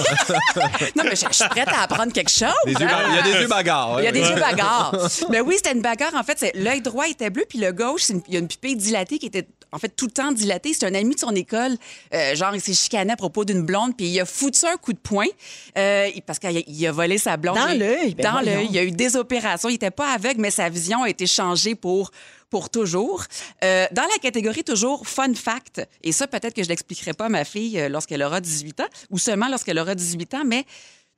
Speaker 2: Non, mais je, je suis prête à apprendre quelque chose. hein.
Speaker 4: Des yeux ba- Il y a des yeux bagarres.
Speaker 2: Il y a des
Speaker 4: ouais.
Speaker 2: yeux bagarres. Mais oui, c'était une bagarre. En fait, c'est- l'œil droit était bleu, puis le gauche, c'est une- il y a une pupille dilatée qui était en fait, tout le temps dilaté. C'est un ami de son école. euh, genre, il s'est chicané à propos d'une blonde, puis il a foutu un coup de poing euh, il- parce qu'il a- il a volé sa blonde.
Speaker 1: Dans
Speaker 2: Mais-
Speaker 1: l'œil, ben
Speaker 2: dans
Speaker 1: voyons.
Speaker 2: l'œil. Il y a eu des opérations. Il n'était pas aveugle, mais sa vision a été changée pour pour toujours. Euh, dans la catégorie toujours fun fact, et ça peut-être que je l'expliquerai pas à ma fille euh, lorsqu'elle aura 18 ans, ou seulement lorsqu'elle aura 18 ans, mais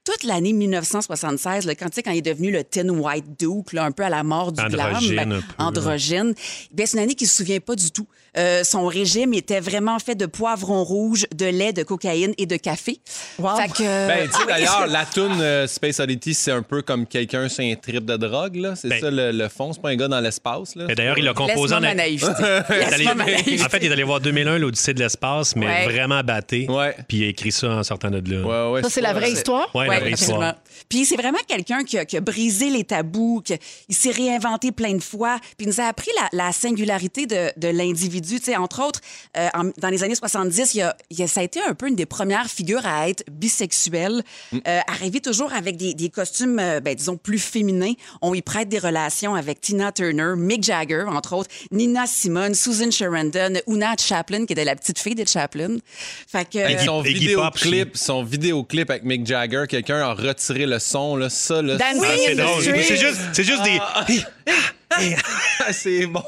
Speaker 2: toute l'année 1976, le quand, tu sais, quand il est devenu le Tin White Duke, là, un peu à la mort du
Speaker 3: Androgyne
Speaker 2: glam, ben,
Speaker 3: un peu, là.
Speaker 2: androgyne, ben, c'est une année qu'il ne se souvient pas du tout. Euh, son régime était vraiment fait de poivrons rouges, de lait, de cocaïne et de café. Fait que-
Speaker 4: Ben, tu
Speaker 2: Ah
Speaker 4: sais,
Speaker 2: oui.
Speaker 4: d'ailleurs, la toune euh, Space Oddity, c'est un peu comme quelqu'un sur un trip de drogue, là. C'est ça le, le fond. C'est pas un gars dans l'espace, là.
Speaker 3: Ben. Mais D'ailleurs, il a composé
Speaker 4: en
Speaker 3: en... Il est allé- En fait, il est allé voir 2001, l'Odyssée de l'espace, mais
Speaker 2: Ouais.
Speaker 3: vraiment batté. Puis il a écrit ça en sortant de là.
Speaker 13: Ça, c'est la vraie histoire?
Speaker 3: Oui, la vraie histoire.
Speaker 2: Puis c'est vraiment quelqu'un qui, a- qui a brisé les tabous, qui, il s'est réinventé plein de fois, puis il nous a appris la, la singularité de, de l'individu. Tu sais, entre autres, euh, en- dans les années 70, il y a- il y a- ça a été un peu une des premières figures à être bisexuelle,
Speaker 3: Mm.
Speaker 2: euh, arriver toujours avec des, des costumes, euh, ben, disons, plus féminins. On y prête des relations avec Tina Turner, Mick Jagger, entre autres, Nina Simone, Susan Sarandon, Una Chaplin, qui était la petite fille de Chaplin. Fait que...
Speaker 4: Avec son
Speaker 3: Iggy Pop,
Speaker 4: vidéoclip, son vidéoclip avec Mick Jagger, quelqu'un a retiré le son, là, ça, là. Ah,
Speaker 2: Dancing
Speaker 3: Ah, c'est in the drôle. Street. C'est juste- c'est juste des-
Speaker 2: Ah.
Speaker 4: des. ah. c'est bon.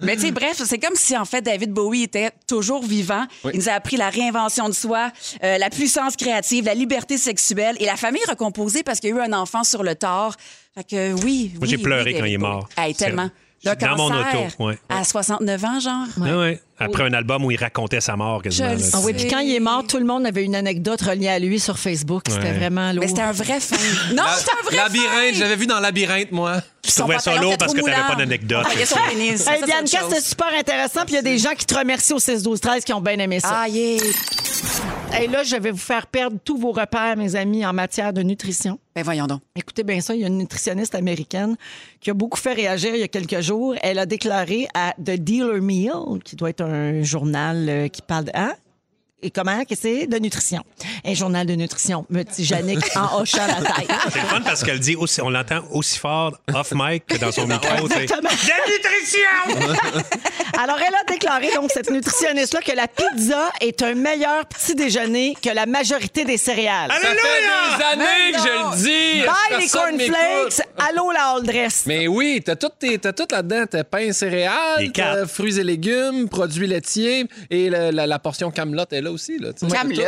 Speaker 2: Mais tu sais, bref, c'est comme si en fait David Bowie était toujours vivant.
Speaker 4: Oui.
Speaker 2: Il nous a appris la réinvention de soi, euh, la puissance créative, la liberté sexuelle et la famille recomposée parce qu'il y a eu un enfant sur le tard. Fait que oui,
Speaker 3: Moi, j'ai
Speaker 2: oui,
Speaker 3: pleuré
Speaker 2: oui,
Speaker 3: quand
Speaker 2: David
Speaker 3: il est
Speaker 2: Bowie.
Speaker 3: mort.
Speaker 2: Hey, tellement.
Speaker 3: C'est-
Speaker 2: Le
Speaker 3: dans mon
Speaker 2: cancer
Speaker 3: auto, ouais.
Speaker 2: À 69 ans, genre.
Speaker 3: Ouais, ouais. Après un album où il racontait sa mort quasiment. là,
Speaker 13: Ah oui, puis quand il est mort, tout le monde avait une anecdote reliée à lui sur Facebook. C'était
Speaker 3: Ouais.
Speaker 13: vraiment lourd. Mais c'était
Speaker 2: un vrai fan. Non,
Speaker 1: Ah,
Speaker 2: c'est un vrai
Speaker 4: Labyrinthe, je l'avais vu dans Labyrinthe, moi.
Speaker 13: Tu trouvais ça pantalon lourd était parce trop que t'avais moulant. pas d'anecdote.
Speaker 4: Ah, il y a son pénis. Ça,
Speaker 1: Hey,
Speaker 4: c'est
Speaker 1: Bianca,
Speaker 4: autre chose.
Speaker 1: c'était super intéressant. Puis il y a des gens qui te remercient au 6-12-13 qui ont bien aimé ça.
Speaker 2: Ah, yeah.
Speaker 1: Et là, je vais vous faire perdre tous vos repères, mes amis, en matière de nutrition.
Speaker 2: Ben voyons donc.
Speaker 1: Écoutez bien ça, il y a une nutritionniste américaine qui a beaucoup fait réagir il y a quelques jours. Elle a déclaré à The Dealer Meal, qui doit être un journal euh, qui parle de... hein? Et comment que c'est? De nutrition. Un journal de nutrition. Me dit Yannick en hochant la tête.
Speaker 3: C'est le fun parce qu'elle dit aussi, on l'entend aussi fort off mic que dans son
Speaker 1: Non,
Speaker 3: micro. tu sais.
Speaker 1: exactement. Alors, elle a déclaré, donc, cette nutritionniste-là, que la pizza est un meilleur petit déjeuner que la majorité des céréales.
Speaker 4: Ça fait Alléluia! deux années que je le dis.
Speaker 1: Bye les
Speaker 4: Personne
Speaker 1: cornflakes, allô la all dress.
Speaker 4: Mais oui, t'as tout, tes- t'as tout là-dedans. T'as pain, céréales, t'as fruits et légumes, produits laitiers et le- la, la portion camelotte est là aussi. Là, tu sais.
Speaker 2: Camelot?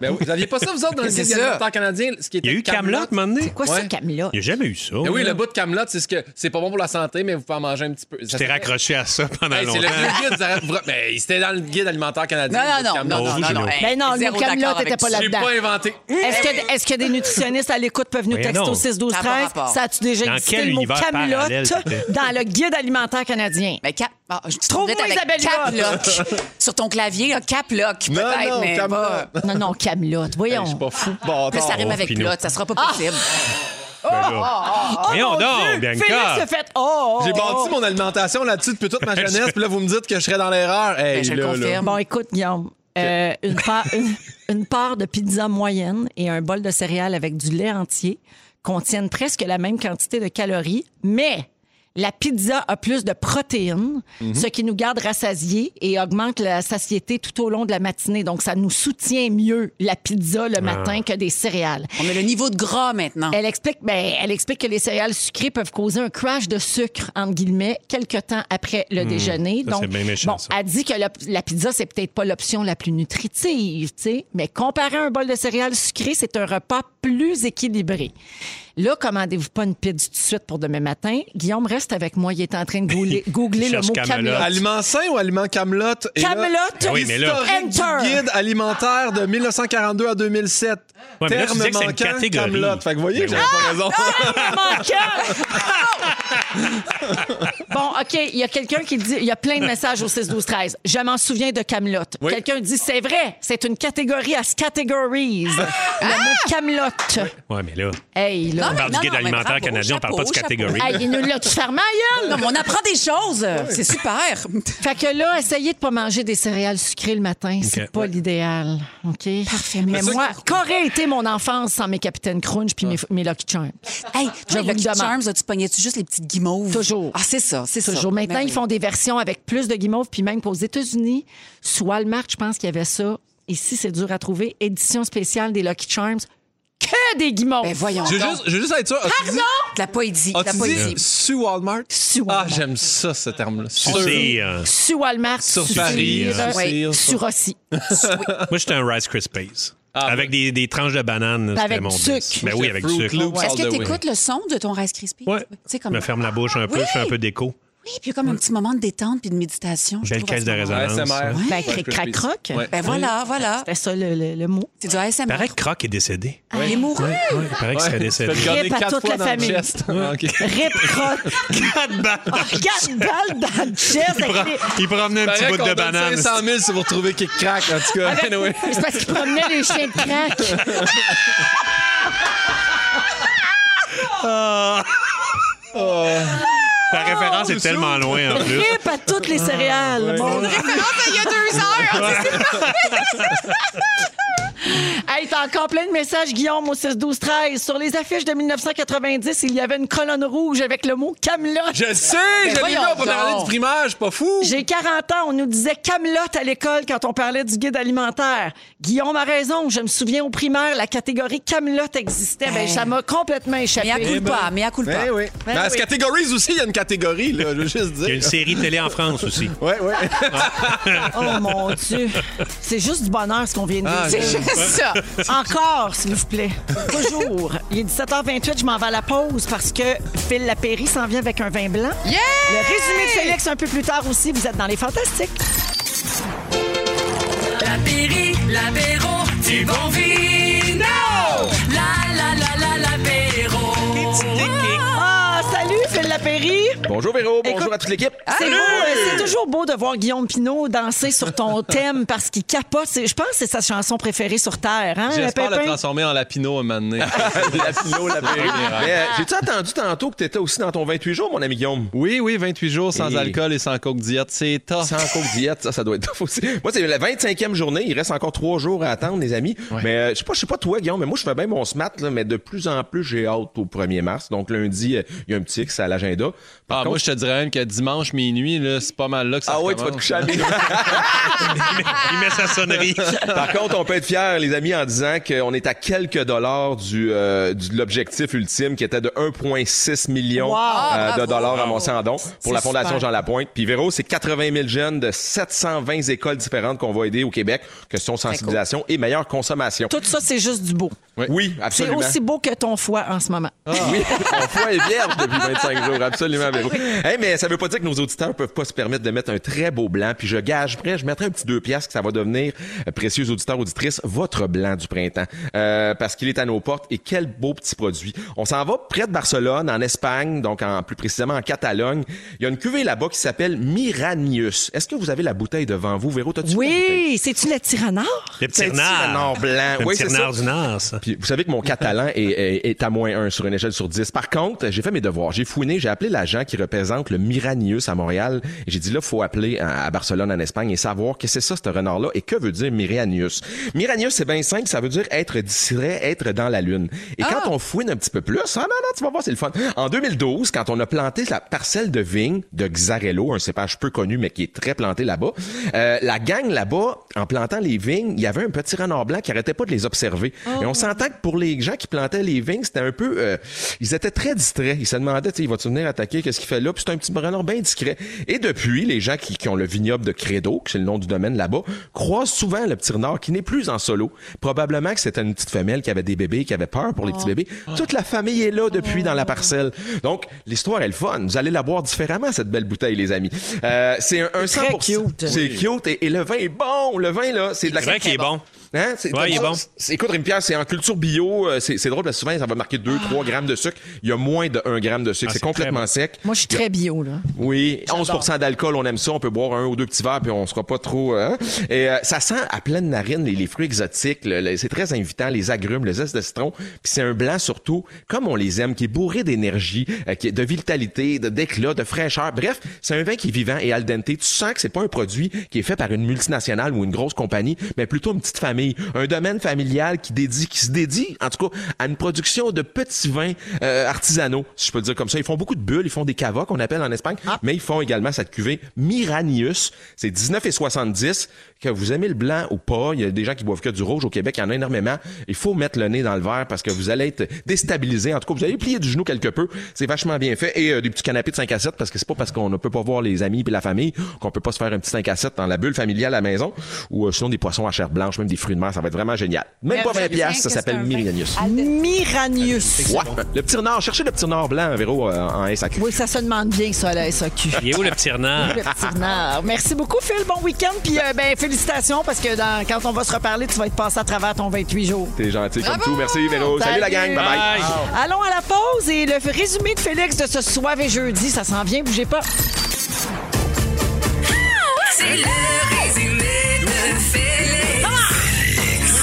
Speaker 4: Ben oui, vous aviez pas ça, vous autres, dans le
Speaker 3: C'est
Speaker 4: guide
Speaker 3: ça.
Speaker 4: alimentaire canadien? Ce qui était
Speaker 3: Il y a eu Camelot, maintenant. C'est
Speaker 1: quoi ça, Camelot?
Speaker 3: Il n'y a jamais eu ça.
Speaker 4: Ben oui,
Speaker 3: là.
Speaker 4: le bout de camelot, c'est ce que c'est pas bon pour la santé, mais vous pouvez en manger un petit peu.
Speaker 3: Je t'ai raccroché à ça pendant
Speaker 4: Hey, c'est le
Speaker 3: longtemps.
Speaker 4: vieux guide. Zara- Vra- Mais Ben, c'était dans le guide alimentaire canadien.
Speaker 1: Non, non,
Speaker 4: le bout
Speaker 1: non,
Speaker 4: de Camelot.
Speaker 1: non, non, non, non. Hey, Ben non, le zéro Camelot d'accord était avec pas ça. là-dedans.
Speaker 4: J'ai pas inventé.
Speaker 1: Est-ce que, est-ce que des nutritionnistes à l'écoute peuvent nous
Speaker 4: Voyons
Speaker 1: texter au
Speaker 4: donc.
Speaker 1: 6 12
Speaker 4: Ça a
Speaker 1: 13
Speaker 4: pas rapport.
Speaker 1: Ça a-tu déjà
Speaker 4: Dans
Speaker 1: existé
Speaker 4: quel
Speaker 1: le mot
Speaker 4: univers parallèle,
Speaker 1: camelote
Speaker 4: c'était?
Speaker 1: dans le guide alimentaire canadien?
Speaker 2: Mais cap... ah, je te
Speaker 1: Trouve-moi
Speaker 2: trouvais avec
Speaker 1: Isabelle
Speaker 2: Caploc.
Speaker 1: Huot.
Speaker 2: Sur ton clavier, là, Caploc,
Speaker 1: Non,
Speaker 2: peut-être,
Speaker 1: non,
Speaker 2: mais
Speaker 1: Camelot.
Speaker 2: pas...
Speaker 1: Non, non, Camelot, voyons.
Speaker 4: Ben, Je suis pas fou.
Speaker 2: Plus ça rime
Speaker 1: Oh,
Speaker 2: avec
Speaker 1: Pinot.
Speaker 2: plot, ça sera pas possible.
Speaker 4: Ben
Speaker 1: Oh,
Speaker 4: là.
Speaker 1: oh, oh,
Speaker 4: Voyons
Speaker 1: mon
Speaker 4: donc,
Speaker 1: Dieu,
Speaker 4: Bianca.
Speaker 1: Félix se fait... Oh, oh,
Speaker 4: J'ai
Speaker 1: oh.
Speaker 4: bâti mon alimentation là-dessus depuis toute ma jeunesse, puis là, vous me dites que je serais dans l'erreur.
Speaker 1: Ben,
Speaker 4: Hey, là, là.
Speaker 1: Bon, écoute, Guillaume, euh, une, part, une, une part de pizza moyenne et un bol de céréales avec du lait entier contiennent presque la même quantité de calories, mais la pizza a plus de protéines,
Speaker 13: Mhm.
Speaker 1: ce qui nous garde rassasiés et augmente la satiété tout au long de la matinée. Donc, ça nous soutient mieux la pizza le
Speaker 2: Ah.
Speaker 1: matin que des céréales.
Speaker 2: On a le niveau de gras maintenant.
Speaker 3: Ah.
Speaker 1: Elle explique, ben, elle explique que les céréales sucrées peuvent causer un crash de sucre, entre guillemets, quelques temps après le
Speaker 3: Hmm,
Speaker 1: déjeuner.
Speaker 3: ça,
Speaker 1: Donc,
Speaker 3: c'est bien méchant,
Speaker 1: bon,
Speaker 3: ça.
Speaker 1: elle dit que la, la pizza, c'est peut-être pas l'option la plus nutritive, tu sais, mais comparé à un bol de céréales sucrées, c'est un repas plus équilibré. Là, commandez-vous pas une pizza tout de suite pour demain matin. Guillaume reste avec moi. Il est en train de googler, googler le mot camelot.
Speaker 4: Aliment sain ou aliment camelot? Et là,
Speaker 1: Camelot,
Speaker 3: Ah
Speaker 4: l'historique
Speaker 1: Oui, mais là-
Speaker 4: du guide alimentaire de 1942 à 2007.
Speaker 3: Ouais, mais là, tu
Speaker 4: Terme
Speaker 3: disais que c'est une
Speaker 4: manquant,
Speaker 3: catégorie. Ben
Speaker 4: Camelot. Fait que vous voyez,
Speaker 3: Mais
Speaker 4: j'avais
Speaker 3: oui.
Speaker 4: pas raison.
Speaker 1: Ah, Bon, OK, il y a quelqu'un qui dit, il y a plein de messages au 6 12 13. Je m'en souviens de Camelot.
Speaker 4: Oui.
Speaker 1: Quelqu'un dit c'est vrai, c'est une catégorie à categories. Le mot Camelot.
Speaker 3: Ouais, mais là.
Speaker 1: Hey, là.
Speaker 2: Ah! Non,
Speaker 3: on parle
Speaker 2: non,
Speaker 3: du guide
Speaker 2: non, mais
Speaker 3: alimentaire
Speaker 2: bravo,
Speaker 3: canadien, on parle pas
Speaker 2: chapeau,
Speaker 3: du catégorie.
Speaker 2: chapeau.
Speaker 1: Hey, il nous l'a-tu fermé à gueule?
Speaker 2: Non, mais on apprend des choses. C'est super.
Speaker 1: Fait que là, essayez de pas manger des céréales sucrées le matin. C'est pas l'idéal. OK? Parfait.
Speaker 2: Mais
Speaker 1: Mais moi,
Speaker 2: ça-
Speaker 1: qu'aurait été mon enfance sans mes Capitaines Crunch puis mes, mes Lucky Charms?
Speaker 2: Hey,
Speaker 1: Je
Speaker 2: toi,
Speaker 1: vous
Speaker 2: Lucky
Speaker 1: le demande.
Speaker 2: Charms, tu pognais-tu juste les petites guimauves? Toujours. Ah, c'est ça, c'est ça.
Speaker 1: Toujours. Maintenant,
Speaker 2: Ben oui.
Speaker 1: ils font des versions avec plus de guimauve, puis même qu'aux États-Unis, sous Walmart, je pense qu'il y avait ça. Ici, c'est dur à trouver. Édition spéciale des Lucky Charms. Que des guimauves! Ben
Speaker 2: voyons
Speaker 9: Je veux juste, je veux juste être sûr. as-tu dit-
Speaker 2: De la poésie, de la
Speaker 9: As-tu
Speaker 2: poésie.
Speaker 3: Euh,
Speaker 9: dit su Walmart?
Speaker 1: Walmart.
Speaker 9: Ah, j'aime ça, ce terme-là.
Speaker 3: ben
Speaker 9: Sur-
Speaker 3: euh,
Speaker 1: Sur Walmart,
Speaker 9: euh, Sur Paris, euh,
Speaker 1: sur-
Speaker 9: sur-
Speaker 1: oui,
Speaker 9: sur-
Speaker 1: sur Rossi.
Speaker 3: Moi, j'étais un Rice Krispies. avec des, des tranches de banane,
Speaker 2: Puis
Speaker 3: c'était
Speaker 2: avec
Speaker 3: mon
Speaker 2: du
Speaker 3: dix.
Speaker 2: sucre.
Speaker 3: Ben oui,
Speaker 2: J'étais
Speaker 3: avec
Speaker 2: Fruit
Speaker 3: du sucre.
Speaker 2: Loops Est-ce que tu écoutes le son de ton Rice Krispies? Oui. Tu sais,
Speaker 3: Je
Speaker 2: comme...
Speaker 3: me ferme la bouche un peu, je fais un peu d'écho.
Speaker 2: Oui, puis il y a comme un petit moment de détente puis de méditation. je
Speaker 3: Belle
Speaker 2: trouve, à
Speaker 3: caisse
Speaker 2: ce
Speaker 3: de
Speaker 2: moment-là.
Speaker 3: résonance.
Speaker 2: Ouais.
Speaker 1: Ben, cric, crac, croc.
Speaker 2: Ben voilà, voilà.
Speaker 1: C'était ça le, le- le mot.
Speaker 2: C'est du ASMR.
Speaker 3: Il paraît que Croc est décédé.
Speaker 2: Ah, il est mort.
Speaker 3: Ouais, ouais, il paraît qu'il serait décédé.
Speaker 1: Rip à toute la famille.
Speaker 4: Ah,
Speaker 1: Rip croc.
Speaker 3: Quatre balles.
Speaker 1: Quatre balles dans le chest.
Speaker 3: Il,
Speaker 1: avec
Speaker 3: pro-
Speaker 1: des-
Speaker 3: il promenait un petit
Speaker 9: Paraît
Speaker 3: bout
Speaker 9: qu'on
Speaker 3: de
Speaker 9: donne
Speaker 3: banane.
Speaker 9: 500 000 si vous retrouvez qui craque, en tout cas.
Speaker 1: Avec-
Speaker 9: Anyway.
Speaker 1: C'est parce qu'il promenait les chiens de crack.
Speaker 3: Ah. Oh. La référence est
Speaker 9: Oh,
Speaker 3: tellement loin en plus.
Speaker 1: Rip à toutes les céréales. Bon.
Speaker 2: il y a deux heures!
Speaker 1: Hey, t'as encore plein de messages, Guillaume, au 6 12 13 Sur les affiches de 1990, il y avait une colonne rouge avec le mot Camelot.
Speaker 9: Je sais,
Speaker 1: Ben
Speaker 9: je l'ai vu
Speaker 1: voyons
Speaker 9: en première
Speaker 1: donc.
Speaker 9: année du primaire, je suis pas fou.
Speaker 1: J'ai 40 ans, on nous disait Camelot à l'école quand on parlait du guide alimentaire. Guillaume a raison, je me souviens au primaire, la catégorie Camelot existait. Ben,
Speaker 2: Ben.
Speaker 1: ça m'a complètement échappé.
Speaker 2: Mais à coup pas, mais à coup pas.
Speaker 9: Ben oui.
Speaker 1: Ben
Speaker 9: Dans
Speaker 1: oui.
Speaker 9: ce catégories aussi, il y a une catégorie, là, je veux juste dire.
Speaker 3: Il y a une série télé en France aussi.
Speaker 9: Ouais, ouais.
Speaker 1: Oh mon Dieu. C'est juste du bonheur ce qu'on vient de dire.
Speaker 9: Ah, C'est
Speaker 2: juste ça.
Speaker 1: Encore, s'il vous plaît. Toujours. Il est 17h28, je m'en vais à la pause parce que Phil Lapéry s'en vient avec un vin blanc.
Speaker 2: Yeah!
Speaker 1: Le résumé de Félix un peu plus tard aussi. Vous êtes dans les fantastiques.
Speaker 6: La Péri, l'apéro, du bon vino. La la la la l'apéro.
Speaker 1: Ah, salut Phil Lapéry.
Speaker 4: Bonjour Véro, bonjour
Speaker 1: Écoute-
Speaker 4: à toute l'équipe.
Speaker 1: C'est beau, euh, c'est toujours beau de voir Guillaume Pinot danser sur ton thème parce qu'il capote. C'est- Je pense que c'est sa chanson préférée sur Terre. Hein,
Speaker 9: J'espère le
Speaker 1: Pépin?
Speaker 9: transformer en lapino un moment donné. lapino, lapéry.
Speaker 4: Mais, euh, J'ai-tu entendu tantôt que t'étais aussi dans ton 28 jours, mon ami Guillaume?
Speaker 9: Oui, oui, 28 jours sans
Speaker 4: Et-
Speaker 9: alcool et sans coke diète, c'est tough. Ah,
Speaker 4: Sans coke diète, ça, ça doit être tough aussi. Moi, c'est la 25e journée. Il reste encore trois jours à attendre, les amis. Mais euh, je sais pas, je sais pas toi, Guillaume, mais moi, je fais bien mon smat, là, mais de plus en plus, j'ai hâte au 1er mars. Donc, lundi, euh, il y a un petit X à l'agenda. Par
Speaker 9: Ah, moi, je te dirais même que dimanche minuit, là, c'est pas mal là que ça
Speaker 4: ah oui, tu vas te
Speaker 9: recommence.
Speaker 4: coucher à minuit.
Speaker 3: Il met sa sonnerie.
Speaker 4: Par contre, on peut être fiers, les amis, en disant qu'on est à quelques dollars du, euh, du- de l'objectif ultime qui était de 1,6 million
Speaker 1: Wow, Ah,
Speaker 4: euh,
Speaker 2: bravo.
Speaker 4: de dollars ramassés en dons
Speaker 1: C'est
Speaker 4: pour la Fondation
Speaker 1: super.
Speaker 4: Jean Lapointe. Puis Véro, c'est 80 000 jeunes de 720 écoles différentes qu'on va aider au Québec, que sont sensibilisation et meilleure consommation.
Speaker 1: Tout ça, c'est juste du beau.
Speaker 4: Oui,
Speaker 1: C'est
Speaker 4: absolument.
Speaker 1: aussi beau que ton foie en ce moment.
Speaker 4: Oui, mon foie est vierge depuis 25 jours, absolument, Véro. Hey, mais ça veut pas dire que nos auditeurs peuvent pas se permettre de mettre un très beau blanc, puis je gage prêt, je mettrai un petit deux piastres que ça va devenir, euh, précieux auditeurs, auditrices, votre blanc du printemps, Euh, parce qu'il est à nos portes, et quel beau petit produit. On s'en va près de Barcelone, en Espagne, donc en, plus précisément en Catalogne. Il y a une cuvée là-bas qui s'appelle Miranius. Est-ce que vous avez la bouteille devant vous, Véro? T'as-tu la bouteille?
Speaker 1: Oui, c'est-tu le tyranard?
Speaker 3: Le petit
Speaker 4: C'est un petit renard
Speaker 3: renard.
Speaker 4: blanc.
Speaker 3: Le
Speaker 4: Oui,
Speaker 3: petit
Speaker 4: c'est ça.
Speaker 3: renard du Nord, ça.
Speaker 4: Puis vous savez que mon catalan est, est- est à moins 1 sur une échelle sur 10. Par contre, j'ai fait mes devoirs. J'ai fouiné, j'ai appelé l'agent qui représente le Miranius à Montréal. Et J'ai dit là, faut appeler euh, à, à Barcelone, en Espagne, et savoir que c'est ça, ce renard-là, et que veut dire Miranius. Miranius, c'est bien simple, ça veut dire être distrait, être dans la lune. Et quand on fouine un petit peu plus, ah non, non, tu vas voir, c'est le fun. En 2012, quand on a planté la parcelle de vigne de Xarello, un cépage peu connu, mais qui est très planté là-bas, euh, la gang là-bas, en plantant les vignes, il y avait un petit renard blanc qui arrêtait pas de les observer.
Speaker 1: Oh
Speaker 4: Et on s'entend que pour les gens qui plantaient les vignes, c'était un peu... euh, ils étaient très distraits. Ils se demandaient, tu sais, il va-tu venir attaquer? Qu'est-ce qu'il fait là? Puis c'est un petit renard bien discret. Et depuis, les gens qui, qui ont le vignoble de Credo, que c'est le nom du domaine là-bas, croisent souvent le petit renard qui n'est plus en solo. Probablement que c'était une petite femelle qui avait des bébés, qui avait peur pour les
Speaker 1: Oh.
Speaker 4: petits bébés. Toute la famille est là depuis dans la parcelle. Donc, l'histoire est le fun. Vous allez la boire différemment, cette belle bouteille, les amis. Euh, c'est un, un
Speaker 1: C'est très
Speaker 4: 100%.
Speaker 1: cute.
Speaker 4: C'est cute. Et, et le vin est bon. Le vin, là, c'est de la
Speaker 3: C'est vrai qu'il est bon.
Speaker 4: Hein? C'est,
Speaker 3: Ouais, il est
Speaker 4: ça,
Speaker 3: bon.
Speaker 4: c'est- écoute, Rémi-Pierre, c'est en culture bio. euh, C'est, c'est drôle parce que souvent, ça va marquer 2-3 grammes de sucre. Il y a moins de 1 gramme de
Speaker 3: Ah,
Speaker 4: sucre. c'est complètement sec.
Speaker 1: Moi, je suis très bio, là.
Speaker 4: Oui, 11 d'alcool, on aime ça. On peut boire un ou deux petits verres, puis on sera pas trop... hein. Et euh, ça sent à pleine narine les, les fruits exotiques. le- le- c'est très invitant, les agrumes, le zeste de citron. Puis c'est un blanc surtout, comme on les aime, qui est bourré d'énergie, euh, qui est de vitalité, de d'éclat, de fraîcheur. Bref, c'est un vin qui est vivant et al dente. Tu sens que c'est pas un produit qui est fait par une multinationale ou une grosse compagnie, mais plutôt une petite famille. Un domaine familial qui dédie, qui se dédie, en tout cas, à une production de petits vins euh, artisanaux, si je peux le dire comme ça. Ils font beaucoup de bulles, ils font des cavas qu'on appelle en Espagne, mais ils font également cette cuvée Miranius. C'est 19,70. Que vous aimez le blanc ou pas, il y a des gens qui boivent que du rouge au Québec, il y en a énormément. Il faut mettre le nez dans le verre parce que vous allez être déstabilisé. En tout cas, vous allez plier du genou quelque peu. C'est vachement bien fait. Et euh, des petits canapés de 5 à 7 parce que c'est pas parce qu'on ne peut pas voir les amis et la famille qu'on peut pas se faire un petit 5 à 7 dans la bulle familiale à la maison ou euh, sinon des poissons à chair blanche, même des fruits de mer. Ça va être vraiment génial. Même pas 20 piastres, ça s'appelle Miranius.
Speaker 14: Miranius.
Speaker 4: Ouais. Le petit renard, cherchez le petit renard blanc, Véro, euh, en SAQ.
Speaker 1: Oui, ça se demande bien, ça, à la SAQ.
Speaker 3: Il est où le petit renard?
Speaker 1: Le petit renard. Merci beaucoup, Phil. Bon week-end. Puis, euh, ben, félicitations parce que dans- quand on va se reparler, tu vas être passé à travers ton 28 jours.
Speaker 4: T'es gentil comme tout. Merci, Véro. Salut, la gang. Bye bye.
Speaker 1: Allons à la pause et le résumé de Félix de ce soir et jeudi, ça s'en vient, bougez pas.
Speaker 2: C'est le résumé de Félix.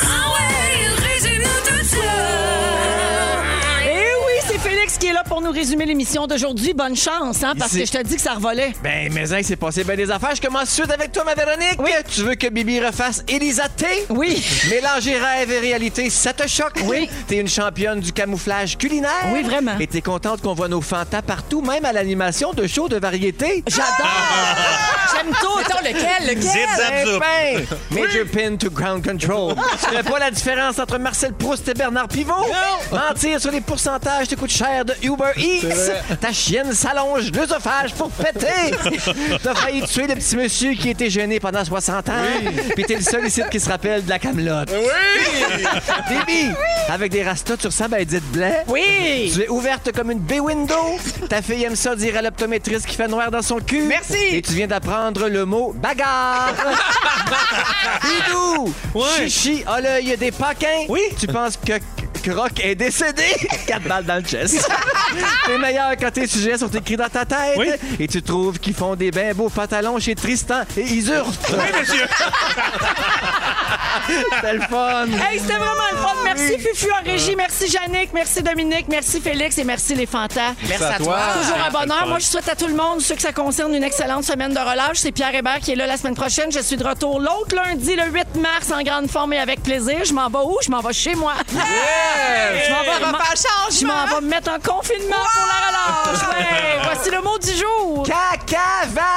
Speaker 2: Ah ouais, il résume nous tout ça.
Speaker 1: Et Eh oui, c'est Félix qui est là pour nous résumer l'émission d'aujourd'hui. Bonne chance, hein, parce
Speaker 9: Ici.
Speaker 1: que je te dis que ça revolait.
Speaker 9: Ben, mais hey, c'est passé bien des affaires. Je commence tout de suite avec toi, ma Véronique. Tu veux que Bibi refasse Elisa T?
Speaker 1: Oui.
Speaker 9: Mélanger rêve et réalité, ça te choque? Oui. T'es une championne du camouflage culinaire. Oui, vraiment. Et t'es contente qu'on voit nos fantas partout, même à l'animation de shows de variété.
Speaker 1: J'adore! J'aime tout. Attends, lequel, lequel?
Speaker 9: Zip,
Speaker 1: Eh
Speaker 9: zap, zoup.
Speaker 1: ben.
Speaker 9: Major pin to ground control. tu fais pas la différence entre Marcel Proust et Bernard Pivot. Mentir sur les pourcentages te coûte cher de Uber Eats. Ta chienne s'allonge l'œsophage pour péter. T'as failli tuer le petit monsieur qui était gêné pendant 60 ans. Puis t'es le seul ici qui se rappelle de la camelote.
Speaker 15: Oui!
Speaker 9: Bibi, avec des rastas, tu ressembles à Edith Blais.
Speaker 1: Oui!
Speaker 9: Tu es ouverte comme une B-window. Ta fille aime ça dire à l'optométriste qui fait noir dans son cul. Merci! Et tu viens d'apprendre le mot bagarre. Bidou! Chichi a l'œil des paquins. Oui? Tu penses que C- Croc est décédé? Quatre balles dans le chest. t'es meilleur quand tes sujets sont écrits dans ta tête. Et tu trouves qu'ils font des bien beaux pantalons chez Tristan et Isurte.
Speaker 15: Oui, monsieur.
Speaker 9: C'était le fun.
Speaker 1: Hey, c'était vraiment le
Speaker 9: Ah
Speaker 1: fun. Merci Fufu en
Speaker 9: Euh.
Speaker 1: régie, merci Yannick, merci Dominique, merci Félix et merci les fantas.
Speaker 9: Merci à toi.
Speaker 1: Toujours un bonheur.
Speaker 9: Fun.
Speaker 1: Moi, je souhaite à tout le monde, ceux que ça concerne, une excellente semaine de relâche. C'est Pierre Hébert qui est là la semaine prochaine. Je suis de retour l'autre lundi, le 8 mars, en grande forme et avec plaisir. Je m'en vais où? Je m'en vais chez moi.
Speaker 15: Yeah!
Speaker 1: Je m'en vais
Speaker 15: On va
Speaker 1: m'en-
Speaker 15: faire
Speaker 1: Je m'en vais me mettre en confinement pour la relâche. Ouais. Voici le mot du jour.
Speaker 9: Cacava!